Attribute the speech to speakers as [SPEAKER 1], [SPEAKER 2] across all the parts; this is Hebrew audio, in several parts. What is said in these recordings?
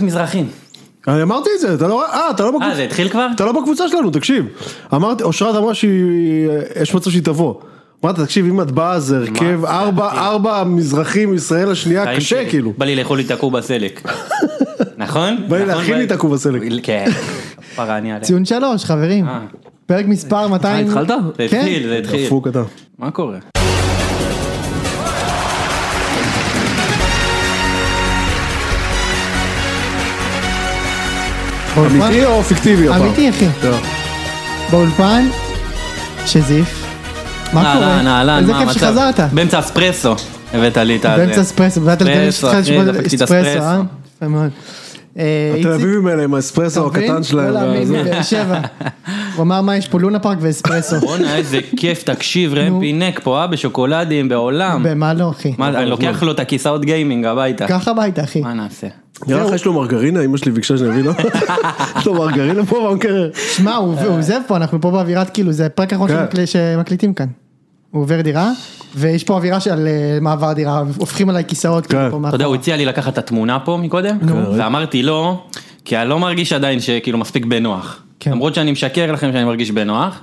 [SPEAKER 1] מזרחים.
[SPEAKER 2] אני אמרתי את זה, אתה לא, אה, אתה לא בקבוצה,
[SPEAKER 1] אה, זה התחיל כבר?
[SPEAKER 2] אתה לא בקבוצה שלנו, תקשיב. אמרתי, אושרת אמרה שהיא, יש מצב שהיא תבוא. אמרת, תקשיב, אם את באה זה הרכב
[SPEAKER 1] מה?
[SPEAKER 2] ארבע, ארבע מזרחים ישראל השנייה,
[SPEAKER 1] חיים
[SPEAKER 2] קשה
[SPEAKER 1] שלי.
[SPEAKER 2] כאילו.
[SPEAKER 1] בא לי לאכול לי את הקובה סלק. נכון?
[SPEAKER 2] בא לי
[SPEAKER 1] נכון,
[SPEAKER 2] להכין
[SPEAKER 1] בא
[SPEAKER 2] לי את הקובה סלק.
[SPEAKER 1] כן. פרה אני עליה.
[SPEAKER 3] ציון שלוש, חברים.
[SPEAKER 1] אה.
[SPEAKER 3] פרק מספר 200.
[SPEAKER 4] אה, התחלת?
[SPEAKER 1] זה
[SPEAKER 3] כן.
[SPEAKER 1] התחיל, זה התחיל.
[SPEAKER 2] דפוק אתה.
[SPEAKER 4] מה קורה?
[SPEAKER 3] באולפן-
[SPEAKER 2] אמיתי או פיקטיבי הפעם?
[SPEAKER 3] אמיתי, אחי.
[SPEAKER 2] לא.
[SPEAKER 3] באולפן, שזיף. מה קורה?
[SPEAKER 1] אהלן, אהלן,
[SPEAKER 3] איזה
[SPEAKER 1] מה
[SPEAKER 3] כיף
[SPEAKER 1] המצב?
[SPEAKER 3] שחזרת.
[SPEAKER 1] באמצע אספרסו הבאת לי את ה...
[SPEAKER 3] באמצע אספרסו, ואתה נותן
[SPEAKER 1] אספרסו,
[SPEAKER 3] לך
[SPEAKER 1] אחי,
[SPEAKER 3] לשמוע
[SPEAKER 1] דפקתי את
[SPEAKER 3] אספרסו,
[SPEAKER 1] האספרסו.
[SPEAKER 3] אה? יפה מאוד. אה,
[SPEAKER 2] התל
[SPEAKER 3] איציק,
[SPEAKER 2] אביבים האלה עם האספרסו
[SPEAKER 3] אתה מבין?
[SPEAKER 2] הקטן שלהם.
[SPEAKER 3] לא
[SPEAKER 2] וה-
[SPEAKER 3] להאמין, מבאר שבע. הוא אמר מה, יש פה לונה פארק ואספרסו.
[SPEAKER 1] בואנה איזה כיף, תקשיב, ראם פינק פה, אה? בשוקולדים, בעולם.
[SPEAKER 3] במה לא, אחי?
[SPEAKER 1] מה, אני לוקח לו את הכיסאות גיימינג הביתה.
[SPEAKER 3] קח הביתה, אחי.
[SPEAKER 1] מה נעשה?
[SPEAKER 3] כן.
[SPEAKER 2] נראה לך יש לו מרגרינה? אמא שלי ביקשה שנביא לו. יש לו מרגרינה פה במקרר.
[SPEAKER 3] שמע, הוא הוא עוזב פה, אנחנו פה באווירת כאילו, זה הפרק האחרון
[SPEAKER 2] אה. כן.
[SPEAKER 3] שמקל- שמקליטים כאן. הוא עובר דירה, ויש פה אווירה של אה, מעבר דירה, הופכים עליי כיסאות. כאילו,
[SPEAKER 2] כן.
[SPEAKER 3] פה
[SPEAKER 1] אתה
[SPEAKER 3] מאחורה.
[SPEAKER 1] יודע, הוא הציע לי לקחת את התמונה פה מקודם, ואמרתי לא, כי אני לא מרגיש עדיין שכאילו מספיק בנוח.
[SPEAKER 3] כן.
[SPEAKER 1] למרות שאני משקר לכם שאני מרגיש בנוח,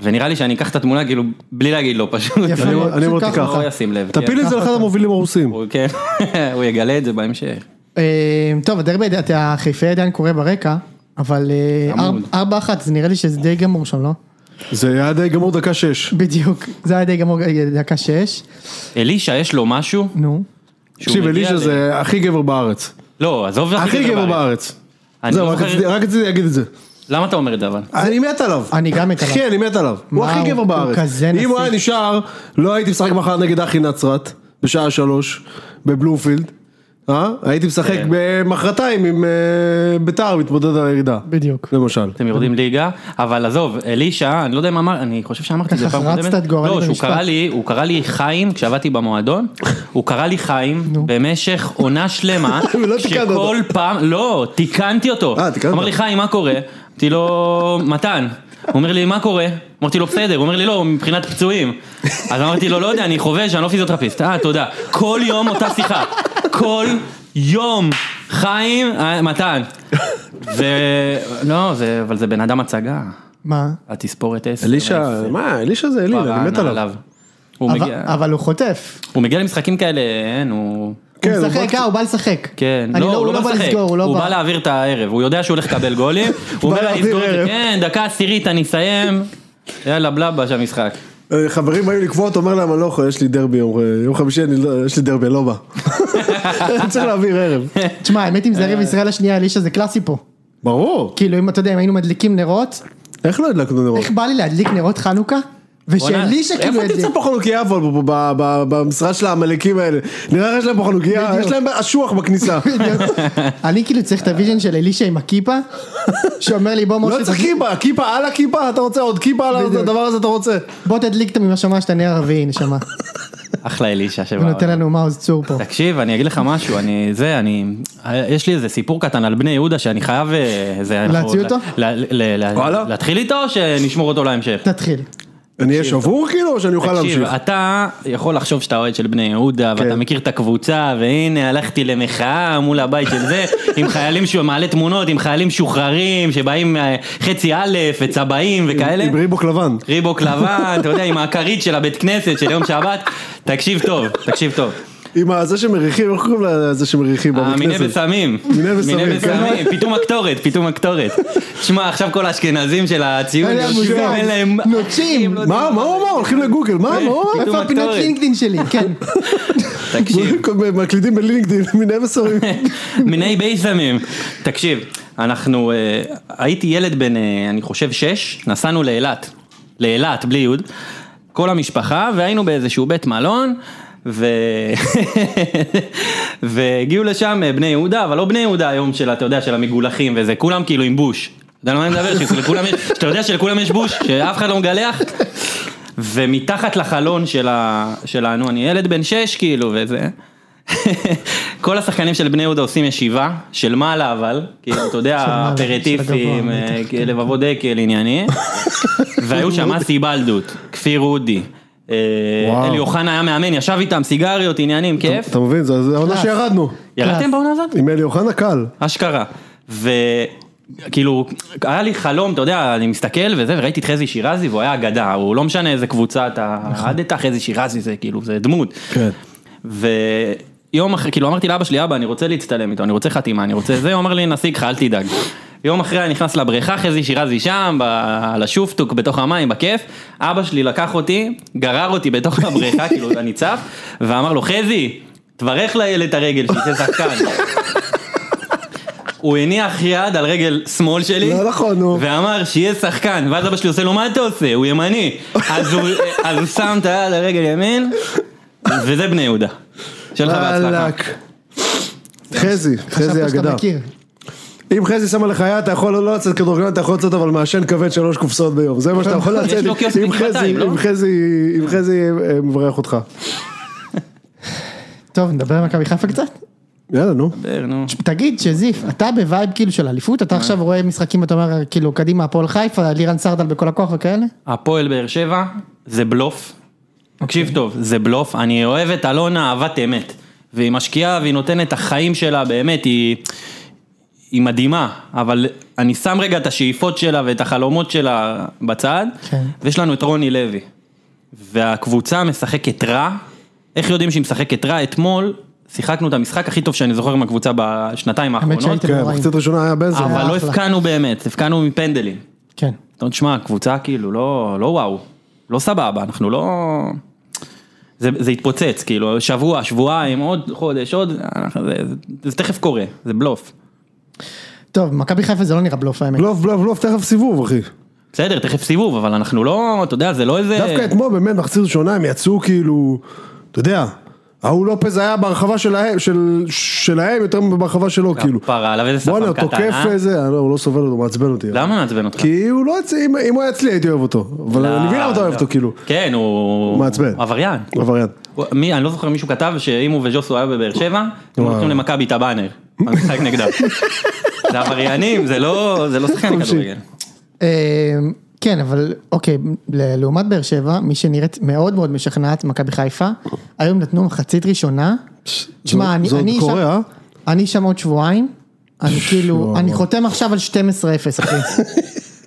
[SPEAKER 1] ונראה לי שאני אקח את התמונה כאילו בלי להגיד לא פשוט.
[SPEAKER 3] יפה
[SPEAKER 2] אני-
[SPEAKER 3] מאוד,
[SPEAKER 2] אני
[SPEAKER 3] פשוט
[SPEAKER 2] אמרתי
[SPEAKER 3] ככה.
[SPEAKER 2] ככה.
[SPEAKER 1] לא ישים לב.
[SPEAKER 2] תפיל
[SPEAKER 1] כן.
[SPEAKER 2] את זה לאחד המובילים הרוסים.
[SPEAKER 1] הוא- כן, הוא יגלה את זה בהמשך.
[SPEAKER 3] אה, טוב, הדרבי הד- החיפאי עדיין קורה ברקע, אבל אה,
[SPEAKER 1] עמוד.
[SPEAKER 3] ארבע- ארבע אחת, זה נראה לי שזה די גמור שם, לא?
[SPEAKER 2] זה היה די גמור דקה שש.
[SPEAKER 3] בדיוק, זה היה די גמור, אה, דקה שש,
[SPEAKER 1] אלישע, יש לו משהו?
[SPEAKER 3] נו.
[SPEAKER 1] שהוא
[SPEAKER 2] תקשיב,
[SPEAKER 1] מגיע
[SPEAKER 2] אלישע
[SPEAKER 1] ל-
[SPEAKER 2] זה הכי גבר בארץ.
[SPEAKER 1] לא, עזוב זה
[SPEAKER 2] הכי גבר בארץ.
[SPEAKER 1] אני
[SPEAKER 2] זהו,
[SPEAKER 1] לא
[SPEAKER 2] רק
[SPEAKER 1] זוכר-
[SPEAKER 2] רציתי- רק רציתי להגיד את זה.
[SPEAKER 1] למה אתה אומר את זה אבל?
[SPEAKER 2] אני מת עליו.
[SPEAKER 3] אני גם מת עליו.
[SPEAKER 2] אחי, אני מת עליו. הוא
[SPEAKER 3] מה,
[SPEAKER 2] הכי
[SPEAKER 3] הוא-
[SPEAKER 2] גבר
[SPEAKER 3] הוא
[SPEAKER 2] בארץ.
[SPEAKER 3] כזה
[SPEAKER 2] אם הוא היה
[SPEAKER 3] נסיך.
[SPEAKER 2] נשאר, לא הייתי משחק מחר נגד אחי נצרת, בשעה שלוש, בבלומפילד. אה? הייתי משחק במחרתיים עם אה, ביתר מתמודד על הירידה.
[SPEAKER 3] בדיוק.
[SPEAKER 2] למשל.
[SPEAKER 1] אתם יורדים ליגה, אבל עזוב, אלישע, אני לא יודע אם אמר, אני חושב שאמרתי את זה
[SPEAKER 3] ככה
[SPEAKER 1] פעם
[SPEAKER 3] חרצת
[SPEAKER 1] קודמת.
[SPEAKER 3] את גורלי
[SPEAKER 1] לא, שהוא
[SPEAKER 3] במשפט.
[SPEAKER 1] קרא לי, הוא קרא לי חיים, כשעבדתי במועדון, הוא קרא לי חיים במשך עונה שלמה,
[SPEAKER 3] לא
[SPEAKER 2] ולא תיקנת אותו.
[SPEAKER 1] שכל פעם, לא, תיקנתי אותו.
[SPEAKER 2] אה, תיקנת.
[SPEAKER 1] אמר לי חיים, מה קורה? אמרתי לו, מתן. הוא אומר לי, מה קורה? אמרתי לו, בסדר. הוא אומר לי, לא, מבחינת פצועים. אז אמרתי לו, לא יודע, אני חובש, אני לא פיזיותרפיסט. אה, תודה. כל יום אותה שיחה. כל יום. חיים, אה, מתן. זה, לא, זה, אבל זה בן אדם הצגה.
[SPEAKER 3] מה?
[SPEAKER 1] התספורת 10.
[SPEAKER 2] אלישע, מה, אלישע זה אליל, אני מת עליו.
[SPEAKER 1] הוא
[SPEAKER 3] אבל-
[SPEAKER 1] מגיע-
[SPEAKER 3] אבל הוא חוטף.
[SPEAKER 1] הוא מגיע למשחקים כאלה, אין, הוא...
[SPEAKER 3] הוא
[SPEAKER 2] כן, הוא
[SPEAKER 3] משחק,
[SPEAKER 2] בא-
[SPEAKER 3] אה, הוא בא לשחק.
[SPEAKER 1] כן,
[SPEAKER 3] אני
[SPEAKER 1] לא, הוא לא בא לשחק,
[SPEAKER 3] לסגור, הוא לא
[SPEAKER 1] הוא בא להעביר את הערב, הוא יודע שהוא הולך לקבל גולים, הוא
[SPEAKER 2] בא
[SPEAKER 1] אומר אני
[SPEAKER 2] להעביר
[SPEAKER 1] אסגור את זה,
[SPEAKER 2] ערב.
[SPEAKER 1] כן, דקה עשירית אני אסיים, יאללה בלבה שהמשחק.
[SPEAKER 2] אה, חברים באים לקבוע, אתה אומר להם, אני לא יכול, יש לי דרבי יום אה, יום חמישי, אני לא- יש לי דרבי, אני לא בא. אני צריך להעביר ערב.
[SPEAKER 3] תשמע, האמת אם זה
[SPEAKER 1] אה.
[SPEAKER 3] ערב ישראל השנייה, אלישע זה קלאסי פה.
[SPEAKER 2] ברור.
[SPEAKER 3] כאילו, אם אתה יודע, אם היינו מדליקים נרות,
[SPEAKER 2] איך לא הדלקנו נרות?
[SPEAKER 3] איך בא לי להדליק נרות חנוכה? ושאלישע כאילו
[SPEAKER 2] איפה
[SPEAKER 3] ידליק.
[SPEAKER 2] תמצא פה חנוכיה אבל ב- ב- ב- ב- במשרד של העמלקים האלה? נראה לך יש להם פה חנוכיה,
[SPEAKER 3] בדיוק.
[SPEAKER 2] יש להם אשוח בכניסה.
[SPEAKER 3] בדיוק. אני כאילו צריך את הוויז'ן של אלישע עם הכיפה, שאומר לי בוא
[SPEAKER 2] לא
[SPEAKER 3] משה,
[SPEAKER 2] צריך
[SPEAKER 3] תדליק-
[SPEAKER 2] כיפה, כיפה על הכיפה אתה רוצה, עוד כיפה על
[SPEAKER 3] בדיוק.
[SPEAKER 2] הדבר הזה אתה רוצה.
[SPEAKER 3] בוא תדליק את המשמש את הנר הרביעי נשמה.
[SPEAKER 1] אחלה אלישע שבא.
[SPEAKER 3] הוא נותן לנו מעוז צור פה.
[SPEAKER 1] תקשיב, אני אגיד לך משהו, אני, זה, אני, יש לי איזה סיפור קטן על בני יהודה שאני חייב, אה, זה, אנחנו-
[SPEAKER 3] להוציא אותו?
[SPEAKER 1] ל- ל- ל-
[SPEAKER 2] וואלה?
[SPEAKER 1] להתחיל איתו או שנשמור אותו להמשך?
[SPEAKER 3] תתחיל.
[SPEAKER 2] אני אהיה שבור כאילו או שאני אוכל
[SPEAKER 1] תקשיב,
[SPEAKER 2] להמשיך?
[SPEAKER 1] אתה יכול לחשוב שאתה אוהד של בני יהודה, ואתה
[SPEAKER 2] כן.
[SPEAKER 1] מכיר את הקבוצה, והנה הלכתי למחאה מול הבית של זה, עם חיילים שמעלה תמונות, עם חיילים משוחררים, שבאים אה, חצי א' וצבעים וכאלה.
[SPEAKER 2] עם ריבוק לבן.
[SPEAKER 1] ריבוק לבן, אתה יודע, עם הכרית של הבית כנסת של יום שבת. תקשיב טוב, תקשיב טוב. אה,
[SPEAKER 2] עם הזה שמריחים, איך קוראים לזה שמריחים בבית
[SPEAKER 1] המיני
[SPEAKER 2] כנסת?
[SPEAKER 1] בסמים,
[SPEAKER 2] מיני בסמים, כן.
[SPEAKER 1] פתאום הקטורת, פתאום הקטורת. שמע, עכשיו כל האשכנזים של הציון
[SPEAKER 3] אין להם
[SPEAKER 1] יושבים,
[SPEAKER 3] מושג.
[SPEAKER 1] לא, אין להם...
[SPEAKER 3] נוטשים.
[SPEAKER 1] לא
[SPEAKER 2] מה, מה הוא אמר? הולכים לגוגל, מה,
[SPEAKER 3] כן,
[SPEAKER 2] מה הוא אמר?
[SPEAKER 1] פתאום
[SPEAKER 3] איפה הפינת
[SPEAKER 1] הקטורת.
[SPEAKER 3] לינקדאין שלי? כן.
[SPEAKER 1] תקשיב.
[SPEAKER 2] מקלידים בלינקדאין, מיני מסרים.
[SPEAKER 1] מיני בייסמים. תקשיב, אנחנו, אה, הייתי ילד בן, אה, אני חושב, שש, נסענו לאילת. לאילת, בלי יוד. כל המשפחה, והיינו באיזשהו בית מלון, ו... והגיעו לשם אה, בני יהודה, אבל לא בני יהודה היום של, אתה יודע, של המגולחים וזה, כולם כאילו עם בוש. אתה יודע על מה אני מדבר? שלכולם יש- שאתה יודע שלכולם יש בוש, שאף אחד לא מגלח. ומתחת לחלון של ה... שלנו, אני ילד בן שש כאילו וזה. כל השחקנים של בני יהודה עושים ישיבה, של מעלה אבל, כאילו אתה יודע,
[SPEAKER 3] מעלה, של
[SPEAKER 1] אפרטיפים,
[SPEAKER 3] הגבוה, כן.
[SPEAKER 1] אה, לבבות דקל ענייני, והיו שם אסי בלדות, כפיר אודי, אה,
[SPEAKER 2] וואו.
[SPEAKER 1] אלי אוחנה היה מאמן, ישב איתם, סיגריות, עניינים, כיף.
[SPEAKER 2] אתה מבין? זו זו העונה
[SPEAKER 3] קלאס.
[SPEAKER 2] לא שירדנו.
[SPEAKER 1] ירדתם
[SPEAKER 3] קלאס.
[SPEAKER 1] בעונה הזאת?
[SPEAKER 2] עם אלי אוחנה קל.
[SPEAKER 1] אשכרה. וכאילו, היה לי חלום, אתה יודע, אני מסתכל וזה, וראיתי את חזי שירזי והוא היה אגדה, הוא לא משנה איזה קבוצה אתה עדת, חזי שירזי זה כאילו, זה דמות.
[SPEAKER 2] כן.
[SPEAKER 1] ויום אחרי, כאילו אמרתי לאבא שלי, אבא, אני רוצה להצטלם איתו, אני רוצה חתימה, אני רוצה זה, הוא אמר לי, נשיג לך, אל תדאג. יום אחרי אני נכנס לבריכה, חזי שירזי שם, ב... על השופטוק, בתוך המים, בכיף. אבא שלי לקח אותי, גרר אותי בתוך הבריכה, כאילו אני צף, ואמר לו, חזי, תברך לילד את הרגל, שיצא שחקן. הוא הניח יד על רגל שמאל שלי,
[SPEAKER 2] לא נכון, נו.
[SPEAKER 1] ואמר שיהיה שחקן, ואז אבא שלי עושה לו מה אתה עושה, הוא ימני, אז הוא אז הוא שם את היד על רגל ימין, וזה בני יהודה. שיהיה לך בהצלחה.
[SPEAKER 2] וואלק. חזי, חזי
[SPEAKER 3] חשבת שאתה
[SPEAKER 2] אגדה.
[SPEAKER 3] מכיר.
[SPEAKER 2] אם חזי שמה לך יד, אתה יכול לא לצאת כדורגלן, אתה יכול לצאת אבל מעשן כבד שלוש קופסאות ביום. זה מה שאתה יכול
[SPEAKER 1] יש
[SPEAKER 2] לצאת.
[SPEAKER 1] לו קיוסק
[SPEAKER 2] אם חזי-
[SPEAKER 1] בגבעתיים, לא?
[SPEAKER 2] אם חזי, אם חזי אה, מברך אותך.
[SPEAKER 3] טוב, נדבר על מכבי חיפה קצת?
[SPEAKER 2] יאללה, נו.
[SPEAKER 1] בסדר, נו.
[SPEAKER 3] תגיד שזיף, אתה בווייב כאילו של אליפות, אתה עכשיו רואה משחקים, אתה אומר כאילו קדימה הפועל חיפה, לירן סרדל בכל הכוח וכאלה?
[SPEAKER 1] הפועל באר שבע זה בלוף. תקשיב
[SPEAKER 3] אוקיי.
[SPEAKER 1] טוב, זה בלוף, אני אוהב את אלונה אהבת אמת. והיא משקיעה והיא נותנת את החיים שלה, באמת, היא, היא מדהימה. אבל אני שם רגע את השאיפות שלה ואת החלומות שלה בצד,
[SPEAKER 3] כן.
[SPEAKER 1] ויש לנו את רוני לוי. והקבוצה משחקת רע, איך יודעים שהיא משחקת רע? אתמול שיחקנו את המשחק הכי טוב שאני זוכר עם הקבוצה בשנתיים האחרונות,
[SPEAKER 3] שהייתם-
[SPEAKER 2] כן,
[SPEAKER 3] נוראים.
[SPEAKER 2] מחצית ראשונה היה בנזון.
[SPEAKER 1] אבל לא
[SPEAKER 3] אחלה.
[SPEAKER 1] הבקענו באמת, הבקענו מפנדלים.
[SPEAKER 3] כן.
[SPEAKER 1] אתה אומר, תשמע, הקבוצה כאילו לא, לא וואו, לא סבבה, אנחנו לא... זה, זה התפוצץ, כאילו, שבוע, שבועיים, עוד חודש, עוד... אנחנו- זה, זה, זה תכף קורה, זה בלוף.
[SPEAKER 3] טוב, מכבי חיפה זה לא נראה בלוף האמת.
[SPEAKER 2] בלוף, בלוף, בלוף, תכף סיבוב, אחי.
[SPEAKER 1] כן. בסדר, תכף סיבוב, אבל אנחנו לא, אתה יודע, זה לא איזה...
[SPEAKER 2] דווקא אתמול באמת מחצית ראשונה הם יצאו כאילו, אתה יודע, ההוא לופז היה ברחבה שלהם, של- שלהם יותר מברחבה שלו כאילו.
[SPEAKER 1] כפרה עליו, איזה
[SPEAKER 2] בואנה,
[SPEAKER 1] ספר
[SPEAKER 2] הוא
[SPEAKER 1] קטן,
[SPEAKER 2] תוקף
[SPEAKER 1] אה?
[SPEAKER 2] איזה, אה, לא, הוא לא סובל אותו, הוא מעצבן אותי.
[SPEAKER 1] למה מעצבן אותך?
[SPEAKER 2] כי הוא לא אצלי, אם- אם הוא היה אצלי הייתי אוהב אותו. אבל
[SPEAKER 1] לא,
[SPEAKER 2] אני מבין למה אתה אוהב אותו כאילו.
[SPEAKER 1] כן, הוא...
[SPEAKER 2] הוא מעצבן.
[SPEAKER 1] עבריין.
[SPEAKER 2] עבריין.
[SPEAKER 1] הוא- מי, אני לא זוכר מישהו כתב שאם הוא וז'וסו היה בבאר שבע, הם
[SPEAKER 2] וואו.
[SPEAKER 1] נותנים למכבי את הבאנר. המשחק נגדם. זה עבריינים, זה לא זה לא שחקן כדורגל.
[SPEAKER 3] אה, כן, אבל אוקיי, ל- לעומת באר שבע, מי שנראית מאוד מאוד משכנעת, מכבי חיפה, היום נתנו מחצית ראשונה.
[SPEAKER 2] זה-
[SPEAKER 3] תשמע, אני,
[SPEAKER 2] זה עוד
[SPEAKER 3] אני,
[SPEAKER 2] קורה, אה?
[SPEAKER 3] אני שם עוד שבועיים, אני כאילו,
[SPEAKER 2] וואו.
[SPEAKER 3] אני חותם עכשיו על 12-0, אחי.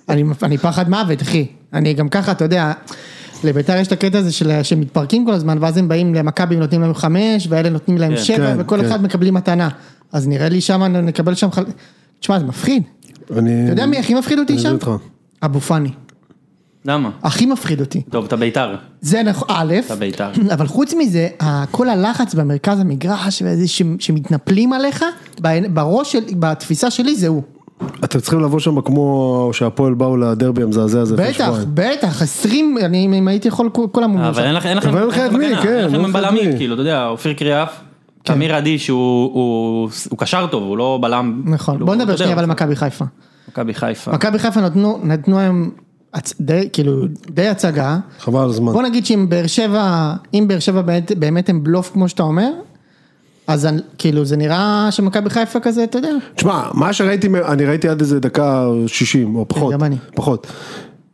[SPEAKER 3] אני, אני פחד מוות, אחי. אני גם ככה, אתה יודע, לביתר יש את הקטע הזה של, שמתפרקים כל הזמן, ואז הם באים למכבי, נותנים להם חמש, ואלה נותנים להם
[SPEAKER 1] כן,
[SPEAKER 3] שבע,
[SPEAKER 2] כן,
[SPEAKER 3] וכל
[SPEAKER 2] כן.
[SPEAKER 3] אחד מקבלים מתנה. אז נראה לי שם נקבל שם חל... תשמע, זה מפחיד.
[SPEAKER 2] אני...
[SPEAKER 3] אתה יודע מי הכי מפחיד אותי
[SPEAKER 2] אני
[SPEAKER 3] שם?
[SPEAKER 2] מבין אותך.
[SPEAKER 3] אבו פאני.
[SPEAKER 1] למה?
[SPEAKER 3] הכי מפחיד אותי.
[SPEAKER 1] טוב, אתה בית"ר.
[SPEAKER 3] זה נכון, א',
[SPEAKER 1] אתה בית"ר.
[SPEAKER 3] אבל חוץ מזה, ה- כל הלחץ במרכז המגרש, וזה ש- שמתנפלים עליך, בעין- בראש, של- בתפיסה שלי זה הוא.
[SPEAKER 2] אתם צריכים לבוא שם כמו שהפועל באו לדרבי המזעזע הזה לפני
[SPEAKER 3] בטח,
[SPEAKER 2] שבועיים.
[SPEAKER 3] בטח, 20, אני אם הייתי יכול כו- כולם מונו
[SPEAKER 1] אבל
[SPEAKER 3] שם.
[SPEAKER 1] אין לכם, אין לכם,
[SPEAKER 2] אבל אין לך את מי,
[SPEAKER 1] הגנה,
[SPEAKER 2] כן,
[SPEAKER 1] אין
[SPEAKER 2] אין
[SPEAKER 1] לכם
[SPEAKER 2] לך את
[SPEAKER 1] בלמים,
[SPEAKER 2] מי.
[SPEAKER 1] כאילו, אתה יודע, אופיר קריאף, תמיר עדי שהוא הוא- הוא קשר טוב, הוא לא בלם.
[SPEAKER 3] נכון,
[SPEAKER 1] כאילו,
[SPEAKER 3] בוא
[SPEAKER 1] אתה יודע,
[SPEAKER 3] נדבר
[SPEAKER 1] אה.
[SPEAKER 3] שנייה אבל על מכבי חיפה.
[SPEAKER 1] מכבי חיפה.
[SPEAKER 3] מכבי חיפה נתנו, נתנו היום, הצ- די- כאילו, די הצגה.
[SPEAKER 2] חבל על הזמן.
[SPEAKER 3] בוא נגיד שאם באר שבע, אם באר שבע באמת- באמת הם בלוף כמו שאתה אומר, אז אני- כאילו זה נראה שמכבי חיפה כזה, אתה יודע.
[SPEAKER 2] תשמע, מה שראיתי, מ- אני ראיתי עד איזה דקה 60 או פחות,
[SPEAKER 3] גם אני.
[SPEAKER 2] פחות.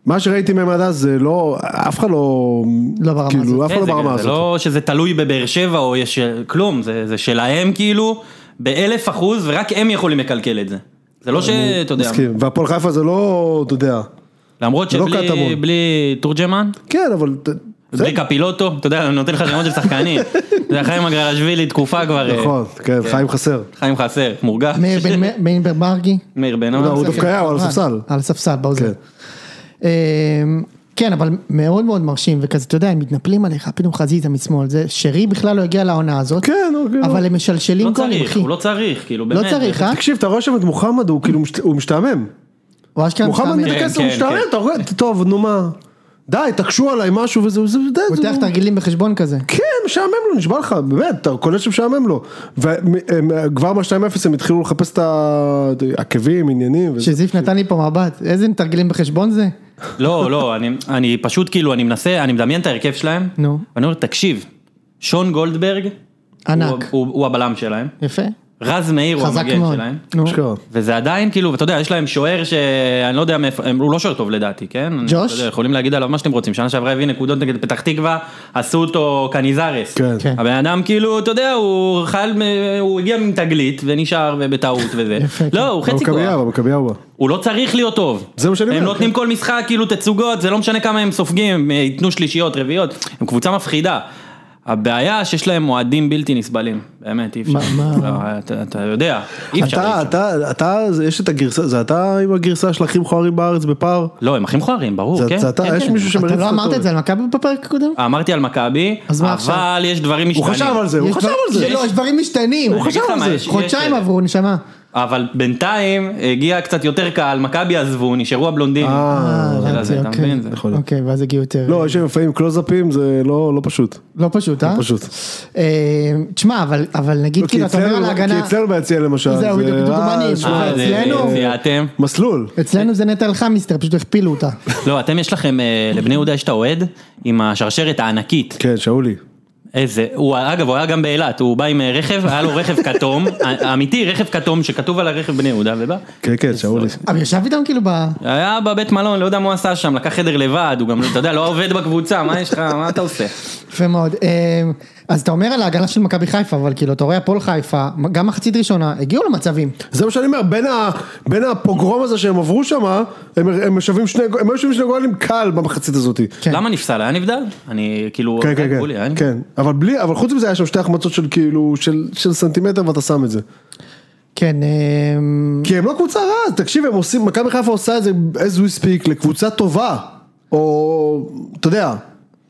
[SPEAKER 2] מה שראיתי מהם עד אז זה לא, אף אחד לא,
[SPEAKER 3] לא ברמה הזאת.
[SPEAKER 2] כאילו, אף אחד
[SPEAKER 1] כן,
[SPEAKER 2] לא
[SPEAKER 1] זה-
[SPEAKER 2] ברמה
[SPEAKER 1] זה
[SPEAKER 2] הזאת.
[SPEAKER 1] לא שזה תלוי בבאר שבע או יש כלום, זה זה שלהם כאילו, באלף אחוז, ורק הם יכולים לקלקל את זה. זה לא שאתה יודע,
[SPEAKER 2] מסכים. והפועל חיפה זה לא, אתה יודע,
[SPEAKER 1] למרות
[SPEAKER 2] זה לא
[SPEAKER 1] שבלי
[SPEAKER 2] קטמון.
[SPEAKER 1] בלי תורג'מן,
[SPEAKER 2] כן אבל, ת-
[SPEAKER 1] בלי קפילוטו, אתה יודע, אני נותן לך שמות של שחקנים. זה חיים אגרשווילי תקופה כבר, אה,
[SPEAKER 2] נכון, כן, חיים חסר.
[SPEAKER 1] חיים חסר, מורגש,
[SPEAKER 3] מאיר בן- מאיר בן מרגי. אה,
[SPEAKER 1] מאיר בן
[SPEAKER 2] לא, הוא
[SPEAKER 1] אור.
[SPEAKER 2] דווקא היה, הוא על הספסל.
[SPEAKER 3] על הספסל, באוזר.
[SPEAKER 2] כן.
[SPEAKER 3] אמ, כן, אבל מאוד מאוד מרשים, וכזה, אתה יודע, הם מתנפלים עליך, פתאום חזיזה משמאל, זה שרי בכלל לא הגיע לעונה הזאת,
[SPEAKER 2] כן, הוא כאילו-
[SPEAKER 3] אבל הם
[SPEAKER 1] לא
[SPEAKER 3] משלשלים גולים,
[SPEAKER 1] צריך,
[SPEAKER 3] אחי.
[SPEAKER 1] הוא לא צריך, כאילו,
[SPEAKER 3] לא
[SPEAKER 1] באמת.
[SPEAKER 3] צריך, אה?
[SPEAKER 2] תקשיב, אתה רואה שם את מוחמד, הוא כאילו, משת- הוא משתעמם.
[SPEAKER 3] הוא אשכרה
[SPEAKER 2] מוחמד
[SPEAKER 3] מתאמן.
[SPEAKER 1] כן,
[SPEAKER 2] מתכנס, הוא
[SPEAKER 1] כן,
[SPEAKER 2] משתעמם,
[SPEAKER 1] כן.
[SPEAKER 2] אתה רואה, טוב, נו מה. די, תקשו עליי משהו וזה, זה, די, זה,
[SPEAKER 3] פותח תרגילים בחשבון כזה.
[SPEAKER 2] כן, משעמם לו, נשבע לך, באמת, אתה קולט שמשעמם לו. וכבר מה-2-0 הם התחילו לחפש את העקבים, עניינים. וזה.
[SPEAKER 3] שזיף נתן לי פה מבט, איזה תרגילים בחשבון זה?
[SPEAKER 1] לא, לא, אני, אני פשוט כאילו, אני מנסה, אני מדמיין את ההרכב שלהם.
[SPEAKER 3] נו.
[SPEAKER 1] ואני אומר, תקשיב, שון גולדברג,
[SPEAKER 3] ענק.
[SPEAKER 1] הוא, הוא, הוא הבלם שלהם,
[SPEAKER 3] יפה.
[SPEAKER 1] רז מאיר הוא
[SPEAKER 3] חזק
[SPEAKER 1] המגן
[SPEAKER 3] מאוד.
[SPEAKER 1] שלהם.
[SPEAKER 3] נו.
[SPEAKER 2] מה שקרה?
[SPEAKER 1] וזה עדיין כאילו, ואתה יודע, יש להם שוער שאני לא יודע מאיפה, הם- הוא לא שוער טוב לדעתי, כן? אני-
[SPEAKER 3] ג'וש?
[SPEAKER 1] אתה יודע, יכולים להגיד עליו מה שאתם רוצים, שנה שעברה הביא נקודות נגד פתח תקווה, עשו אותו קניזרס.
[SPEAKER 2] כן.
[SPEAKER 3] כן.
[SPEAKER 1] הבן אדם כאילו, אתה יודע, הוא חייל, מ- הוא הגיע עם תגלית ונשאר בטעות וזה.
[SPEAKER 3] יפה, כן.
[SPEAKER 1] לא, הוא חצי כוח.
[SPEAKER 2] במכבייה, במכבייה הוא בא.
[SPEAKER 1] הוא לא צריך להיות טוב.
[SPEAKER 2] זה מה שאני
[SPEAKER 1] הם
[SPEAKER 2] אומר, כן.
[SPEAKER 1] נותנים כל משחק כאילו תצוגות, זה לא משנה כמה הם סופגים, הם אה, ייתנו שלישיות, רביעיות, הם קבוצה מפחידה. הבעיה שיש להם אוהדים בלתי נסבלים, באמת אי אפשר.
[SPEAKER 3] מה- מה-
[SPEAKER 1] לא, אתה- אתה יודע, אי אפשר. אי
[SPEAKER 2] אתה,
[SPEAKER 1] אפשר.
[SPEAKER 2] אתה, אתה, זה- יש את הגרסה, זה אתה עם הגרסה של הכי מכוערים בארץ בפער?
[SPEAKER 1] לא, הם הכי מכוערים, ברור,
[SPEAKER 2] זה-
[SPEAKER 1] כן.
[SPEAKER 2] זה אתה,
[SPEAKER 1] כן,
[SPEAKER 2] אה, יש
[SPEAKER 1] כן.
[SPEAKER 2] מישהו שמריץ
[SPEAKER 3] אתה לא
[SPEAKER 2] אותו. אה,
[SPEAKER 3] אמרת את זה על מכבי בפרק הקודם?
[SPEAKER 1] אמרתי על מכבי,
[SPEAKER 3] אז מה עכשיו?
[SPEAKER 1] אבל יש דברים
[SPEAKER 2] הוא
[SPEAKER 1] משתנים.
[SPEAKER 2] חשב על זה, הוא
[SPEAKER 3] יש
[SPEAKER 2] חשב
[SPEAKER 3] דבר-
[SPEAKER 2] על זה.
[SPEAKER 3] לא, יש דברים משתנים.
[SPEAKER 1] הוא חשב על זה. יש- יש-
[SPEAKER 3] חודשיים עברו, נשמה.
[SPEAKER 1] אבל בינתיים הגיע קצת יותר קל, מכבי עזבו, נשארו הבלונדינים.
[SPEAKER 2] אה,
[SPEAKER 3] אה,
[SPEAKER 1] של
[SPEAKER 3] הבנתי,
[SPEAKER 1] הזה, אתה
[SPEAKER 3] אוקיי.
[SPEAKER 1] מבין? זה-
[SPEAKER 2] יכול להיות.
[SPEAKER 3] אוקיי, ואז הגיעו יותר.
[SPEAKER 2] לא, יש שם לפעמים קלוזאפים, זה לא לא פשוט.
[SPEAKER 3] לא פשוט, אה?
[SPEAKER 2] פשוט.
[SPEAKER 3] אה, תשמע, אבל אבל נגיד,
[SPEAKER 2] לא, כי
[SPEAKER 3] כאילו, אתה אומר על
[SPEAKER 2] אצלנו- כי
[SPEAKER 3] ההגנה,
[SPEAKER 2] אצלנו ביציע למשל,
[SPEAKER 3] זהו, בדיוק, בדיוק,
[SPEAKER 2] רעש,
[SPEAKER 3] אומנים.
[SPEAKER 2] שוב,
[SPEAKER 1] אה, זה-
[SPEAKER 3] אצלנו?
[SPEAKER 1] זיהיתם?
[SPEAKER 2] מסלול.
[SPEAKER 3] אצלנו זה נטע אלחמיסטר, פשוט הכפילו אותה.
[SPEAKER 1] לא, אתם יש לכם, אה, לבני יהודה יש את האוהד עם השרשרת הענקית.
[SPEAKER 2] כן, שאולי.
[SPEAKER 1] איזה, הוא אגב, הוא היה גם באילת, הוא בא עם אה, רכב, היה לו רכב כתום, א- אמיתי, רכב כתום שכתוב על הרכב בני יהודה, ובא.
[SPEAKER 2] כן, כן, שאולי.
[SPEAKER 3] אבל ישב איתם כאילו ב...
[SPEAKER 1] היה בבית מלון, לא יודע מה הוא עשה שם, לקח חדר לבד, הוא גם, אתה יודע, לא עובד בקבוצה, מה יש לך, מה אתה עושה?
[SPEAKER 3] יפה מאוד. אה, אז אתה אומר על ההגנה של מכבי חיפה, אבל כאילו, אתה רואה הפועל חיפה, גם מחצית ראשונה, הגיעו למצבים.
[SPEAKER 2] זה מה שאני אומר, בין ה- בין הפוגרום הזה שהם עברו שם, הם הם משווים שני גו- הם היו שווים שני גולים קל במחצית הזאת.
[SPEAKER 3] כן.
[SPEAKER 1] למה נפסל? היה נבדל? אני כאילו...
[SPEAKER 2] כן, כן,
[SPEAKER 1] אמרו לי, היה
[SPEAKER 2] כן, כן, אבל בלי, אבל חוץ מזה היה שם שתי החמצות של כאילו, של של סנטימטר ואתה שם את זה.
[SPEAKER 3] כן, אה,
[SPEAKER 2] כי הם לא קבוצה רעה, תקשיב, הם עושים, מכבי חיפה עושה את זה as we speak לקבוצה טובה, או, אתה יודע,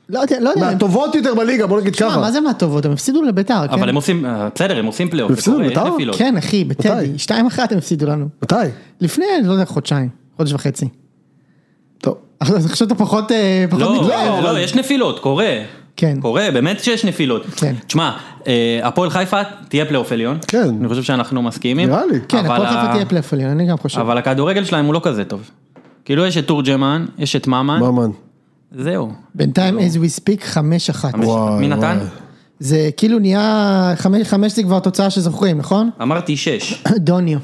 [SPEAKER 3] לא יודע, לא יודע.
[SPEAKER 2] מהטובות יותר בליגה, בוא נגיד
[SPEAKER 3] מה,
[SPEAKER 2] ככה.
[SPEAKER 3] מה זה מהטובות? הם הפסידו לביתר, כן?
[SPEAKER 1] אבל הם עושים, אה, בסדר, הם עושים פלייאוף. זה
[SPEAKER 2] הפסידו
[SPEAKER 1] קורה,
[SPEAKER 2] לביתר?
[SPEAKER 1] אין נפילות.
[SPEAKER 3] כן, אחי, בטדי. 2-1 הם הפסידו לנו.
[SPEAKER 2] מתי?
[SPEAKER 3] לפני, לא יודע, חודשיים, חודש וחצי.
[SPEAKER 2] טוב.
[SPEAKER 3] אז אני חושב שאתה פחות, אה, פחות
[SPEAKER 1] לא,
[SPEAKER 3] מתלהב,
[SPEAKER 1] לא,
[SPEAKER 3] אבל-
[SPEAKER 1] לא, יש נפילות, קורה.
[SPEAKER 3] כן.
[SPEAKER 1] קורה, באמת שיש נפילות.
[SPEAKER 3] כן.
[SPEAKER 1] תשמע, אה, הפועל חיפה תהיה פלייאוף עליון.
[SPEAKER 2] כן.
[SPEAKER 1] אני חושב שאנחנו מסכימים.
[SPEAKER 2] נראה לי.
[SPEAKER 3] כן,
[SPEAKER 1] אבל
[SPEAKER 3] הפועל חיפה
[SPEAKER 1] ה-
[SPEAKER 3] תהיה פלאפלים, אני גם חושב.
[SPEAKER 1] אבל הכדורגל שלהם הוא לא כזה טוב. כאילו יש את תורג'מן, יש את ממן,
[SPEAKER 2] ממן.
[SPEAKER 1] זהו. לא.
[SPEAKER 3] בינתיים, as we speak, 5-1.
[SPEAKER 2] וואי,
[SPEAKER 1] מי נתן?
[SPEAKER 2] וואי.
[SPEAKER 3] זה כאילו נהיה, 5 זה כבר תוצאה שזוכרים, נכון?
[SPEAKER 1] אמרתי שש.
[SPEAKER 3] דוניו.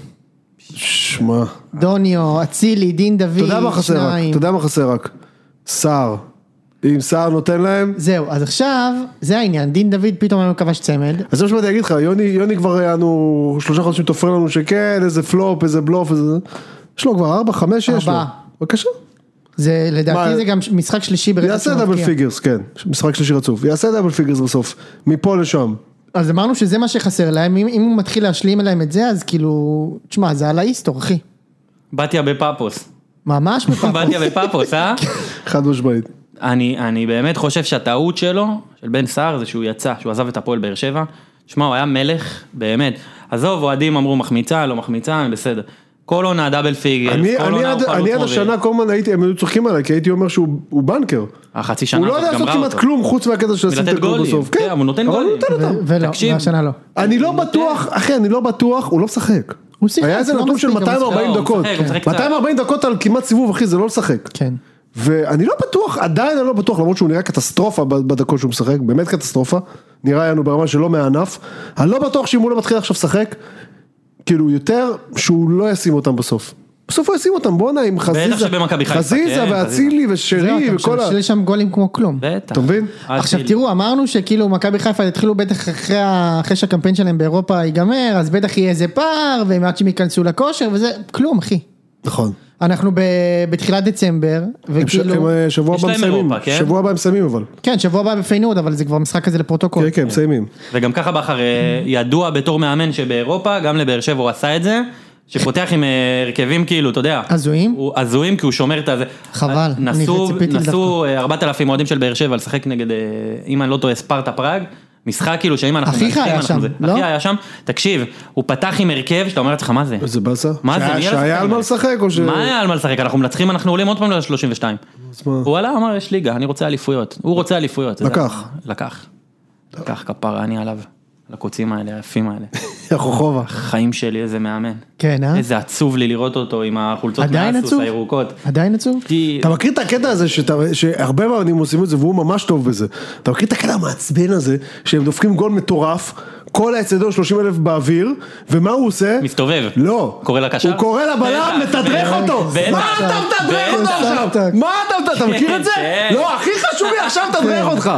[SPEAKER 2] שמע.
[SPEAKER 3] דוניו, אצילי, דין דוד,
[SPEAKER 2] אתה יודע מה חסר רק,
[SPEAKER 3] שניים.
[SPEAKER 2] אתה יודע מה חסר רק. סער. אם סער נותן להם,
[SPEAKER 3] זהו, אז עכשיו, זה העניין, דין דוד פתאום היום כבש צמד.
[SPEAKER 2] אז זה מה שבאתי להגיד לך, יוני, יוני כבר היה לנו שלושה חודשים תופר לנו שכן, איזה פלופ, איזה בלוף, איזה... יש לו כבר ארבע, חמש, יש לו.
[SPEAKER 3] ארבעה.
[SPEAKER 2] בבקשה.
[SPEAKER 3] זה,
[SPEAKER 2] מה?
[SPEAKER 3] לדעתי זה גם משחק שלישי ברצף
[SPEAKER 2] יעשה
[SPEAKER 3] שהוא
[SPEAKER 2] דאבל
[SPEAKER 3] מבקיע.
[SPEAKER 2] פיגרס, כן. משחק שלישי רצוף. יעשה דאבל פיגרס בסוף. מפה לשם.
[SPEAKER 3] אז אמרנו שזה מה שחסר להם, אם, אם הוא מתחיל להשלים אליהם את זה, אז כאילו, תשמע, זה על האיסטור, אחי.
[SPEAKER 1] בתיה בפאפוס.
[SPEAKER 3] ממש בפאפוס.
[SPEAKER 1] בתיה בפאפוס, אה?
[SPEAKER 2] כן. חד משמעית.
[SPEAKER 1] כן, אני, אני באמת חושב שהטעות שלו, של בן סער, זה שהוא יצא, שהוא עזב את הפועל באר שבע. שמע, הוא היה מלך, באמת. עזוב, אוהדים אמרו מחמיצה, לא מחמיצה, בסדר. כל עונה דאבל פיגר,
[SPEAKER 2] אני
[SPEAKER 1] כל
[SPEAKER 2] אני
[SPEAKER 1] עונה
[SPEAKER 2] עד
[SPEAKER 1] הוא חלוץ
[SPEAKER 2] אני עד
[SPEAKER 1] מוביל.
[SPEAKER 2] השנה כל הזמן הייתי, הם היו צוחקים עליי, כי הייתי אומר שהוא הוא בנקר.
[SPEAKER 1] החצי שנה
[SPEAKER 2] הוא לא
[SPEAKER 1] הזאת
[SPEAKER 2] יודע לעשות
[SPEAKER 1] גמרה
[SPEAKER 2] כמעט
[SPEAKER 1] אותו.
[SPEAKER 2] כלום חוץ מהקטע של לשים
[SPEAKER 1] ולתת
[SPEAKER 2] את הגול
[SPEAKER 1] גולים.
[SPEAKER 2] בסוף.
[SPEAKER 1] כן, אבל הוא נותן
[SPEAKER 2] אבל
[SPEAKER 1] גולים.
[SPEAKER 2] הוא נותן אותם.
[SPEAKER 3] ו- ולא,
[SPEAKER 1] תקשיב.
[SPEAKER 3] והשנה לא.
[SPEAKER 2] אני לא בטוח, אחי, אני לא בטוח, הוא לא משחק.
[SPEAKER 3] הוא שיחק,
[SPEAKER 2] היה איזה
[SPEAKER 3] לא
[SPEAKER 2] נתון של
[SPEAKER 3] מספיק, אבל
[SPEAKER 2] 240
[SPEAKER 1] לא, הוא
[SPEAKER 2] דקות.
[SPEAKER 1] משחק, הוא משחק קצת.
[SPEAKER 2] 240 דקות על כמעט סיבוב, אחי, זה לא לשחק.
[SPEAKER 3] כן.
[SPEAKER 2] ואני לא בטוח, עדיין אני לא בטוח, למרות שהוא נראה קטסטרופה ב- בדקות שהוא משחק, באמת קטסטרופה. נראה לנו ברמה שלא מהענף. אני לא בטוח שאם הוא לא מתחיל עכשיו לשחק, כאילו יותר, שהוא לא ישים אותם בסוף. בסוף הוא ישים אותם, בואנה, עם חזיזה,
[SPEAKER 1] שבמכבי חיפה,
[SPEAKER 2] חזיזה
[SPEAKER 1] כן,
[SPEAKER 2] ואצילי
[SPEAKER 3] זהו,
[SPEAKER 2] ושרי
[SPEAKER 3] אתה
[SPEAKER 2] וכל ה...
[SPEAKER 3] משלשל שם גולים כמו כלום.
[SPEAKER 1] בטח.
[SPEAKER 2] אתה מבין?
[SPEAKER 1] אל
[SPEAKER 3] עכשיו
[SPEAKER 1] תהיל.
[SPEAKER 3] תראו, אמרנו שכאילו מכבי חיפה יתחילו בטח אחרי ה- אחרי שהקמפיין שלהם באירופה ייגמר, אז בטח יהיה איזה פער, והם עד שהם ייכנסו לכושר, וזה כלום, אחי.
[SPEAKER 2] נכון.
[SPEAKER 3] אנחנו ב- בתחילת דצמבר,
[SPEAKER 2] הם ש-
[SPEAKER 3] וכאילו,
[SPEAKER 2] הם אה, שבוע
[SPEAKER 1] כאילו- יש להם
[SPEAKER 2] הבא מסיימים,
[SPEAKER 1] אירופה, כן?
[SPEAKER 2] שבוע הבא מסיימים אבל.
[SPEAKER 3] כן, שבוע הבא בפיינורד, אבל זה כבר משחק כזה לפרוטוקול.
[SPEAKER 2] כן, כן, מסיימים.
[SPEAKER 1] וגם ככה בכר אה, ידוע בתור מאמן שבאירופה, גם לבאר שבע הוא עשה את זה, שפותח עם אה, הרכבים כאילו, אתה יודע.
[SPEAKER 3] הזויים?
[SPEAKER 1] הוא- הזויים כי הוא שומר את הזה.
[SPEAKER 3] חבל, אני
[SPEAKER 1] נסעו-
[SPEAKER 3] ציפיתי
[SPEAKER 1] נסעו אה, 4,000 אוהדים של באר שבע לשחק נגד, אה, אם אני לא טועה, ספרטה פראג. משחק כאילו שאם אנחנו...
[SPEAKER 3] אחיך
[SPEAKER 1] מנצחים,
[SPEAKER 3] היה
[SPEAKER 1] אנחנו
[SPEAKER 3] שם,
[SPEAKER 1] זה.
[SPEAKER 3] לא?
[SPEAKER 1] אחי היה שם, תקשיב, הוא פתח עם הרכב שאתה אומר לעצמך מה זה?
[SPEAKER 2] איזה באסה?
[SPEAKER 1] מה זה?
[SPEAKER 2] שהיה-
[SPEAKER 1] מי
[SPEAKER 2] שהיה על מה לשחק או ש...
[SPEAKER 1] מה היה על מה לשחק? אנחנו מנצחים, אנחנו עולים עוד פעם ל-32.
[SPEAKER 2] אז מה?
[SPEAKER 1] הוא עלה, אמר, יש ליגה, אני רוצה אליפויות. הוא רוצה אליפויות. אתה יודע.
[SPEAKER 2] לקח.
[SPEAKER 1] לקח. לקח כפרה, אני עליו. על הקוצים האלה, היפים האלה.
[SPEAKER 2] חוכובה.
[SPEAKER 1] חיים שלי, איזה מאמן.
[SPEAKER 3] כן, אה?
[SPEAKER 1] איזה עצוב לי לראות אותו עם החולצות
[SPEAKER 3] עדיין
[SPEAKER 1] מהסוס
[SPEAKER 3] עצוב?
[SPEAKER 1] הירוקות.
[SPEAKER 3] עדיין עצוב?
[SPEAKER 1] כי...
[SPEAKER 2] אתה מכיר את הקטע הזה שאתה- שהרבה מאמנים עושים את זה והוא ממש טוב בזה. אתה מכיר את הקטע המעצבן הזה שהם דופקים גול מטורף, כל האצטדיון 30 אלף באוויר, ומה הוא עושה?
[SPEAKER 1] מסתובב.
[SPEAKER 2] לא.
[SPEAKER 1] קורא לקשר?
[SPEAKER 2] הוא קורא לבלם,
[SPEAKER 1] בטח,
[SPEAKER 2] מתדרך
[SPEAKER 1] בטח,
[SPEAKER 2] אותו.
[SPEAKER 1] בטח.
[SPEAKER 2] מה אתה מתדרך
[SPEAKER 1] בטח.
[SPEAKER 2] אותו עכשיו?
[SPEAKER 3] טק.
[SPEAKER 2] מה אתה מתדרך? אתה מכיר את זה?
[SPEAKER 1] כן.
[SPEAKER 2] לא, הכי חשוב לי עכשיו מתדרך אותך.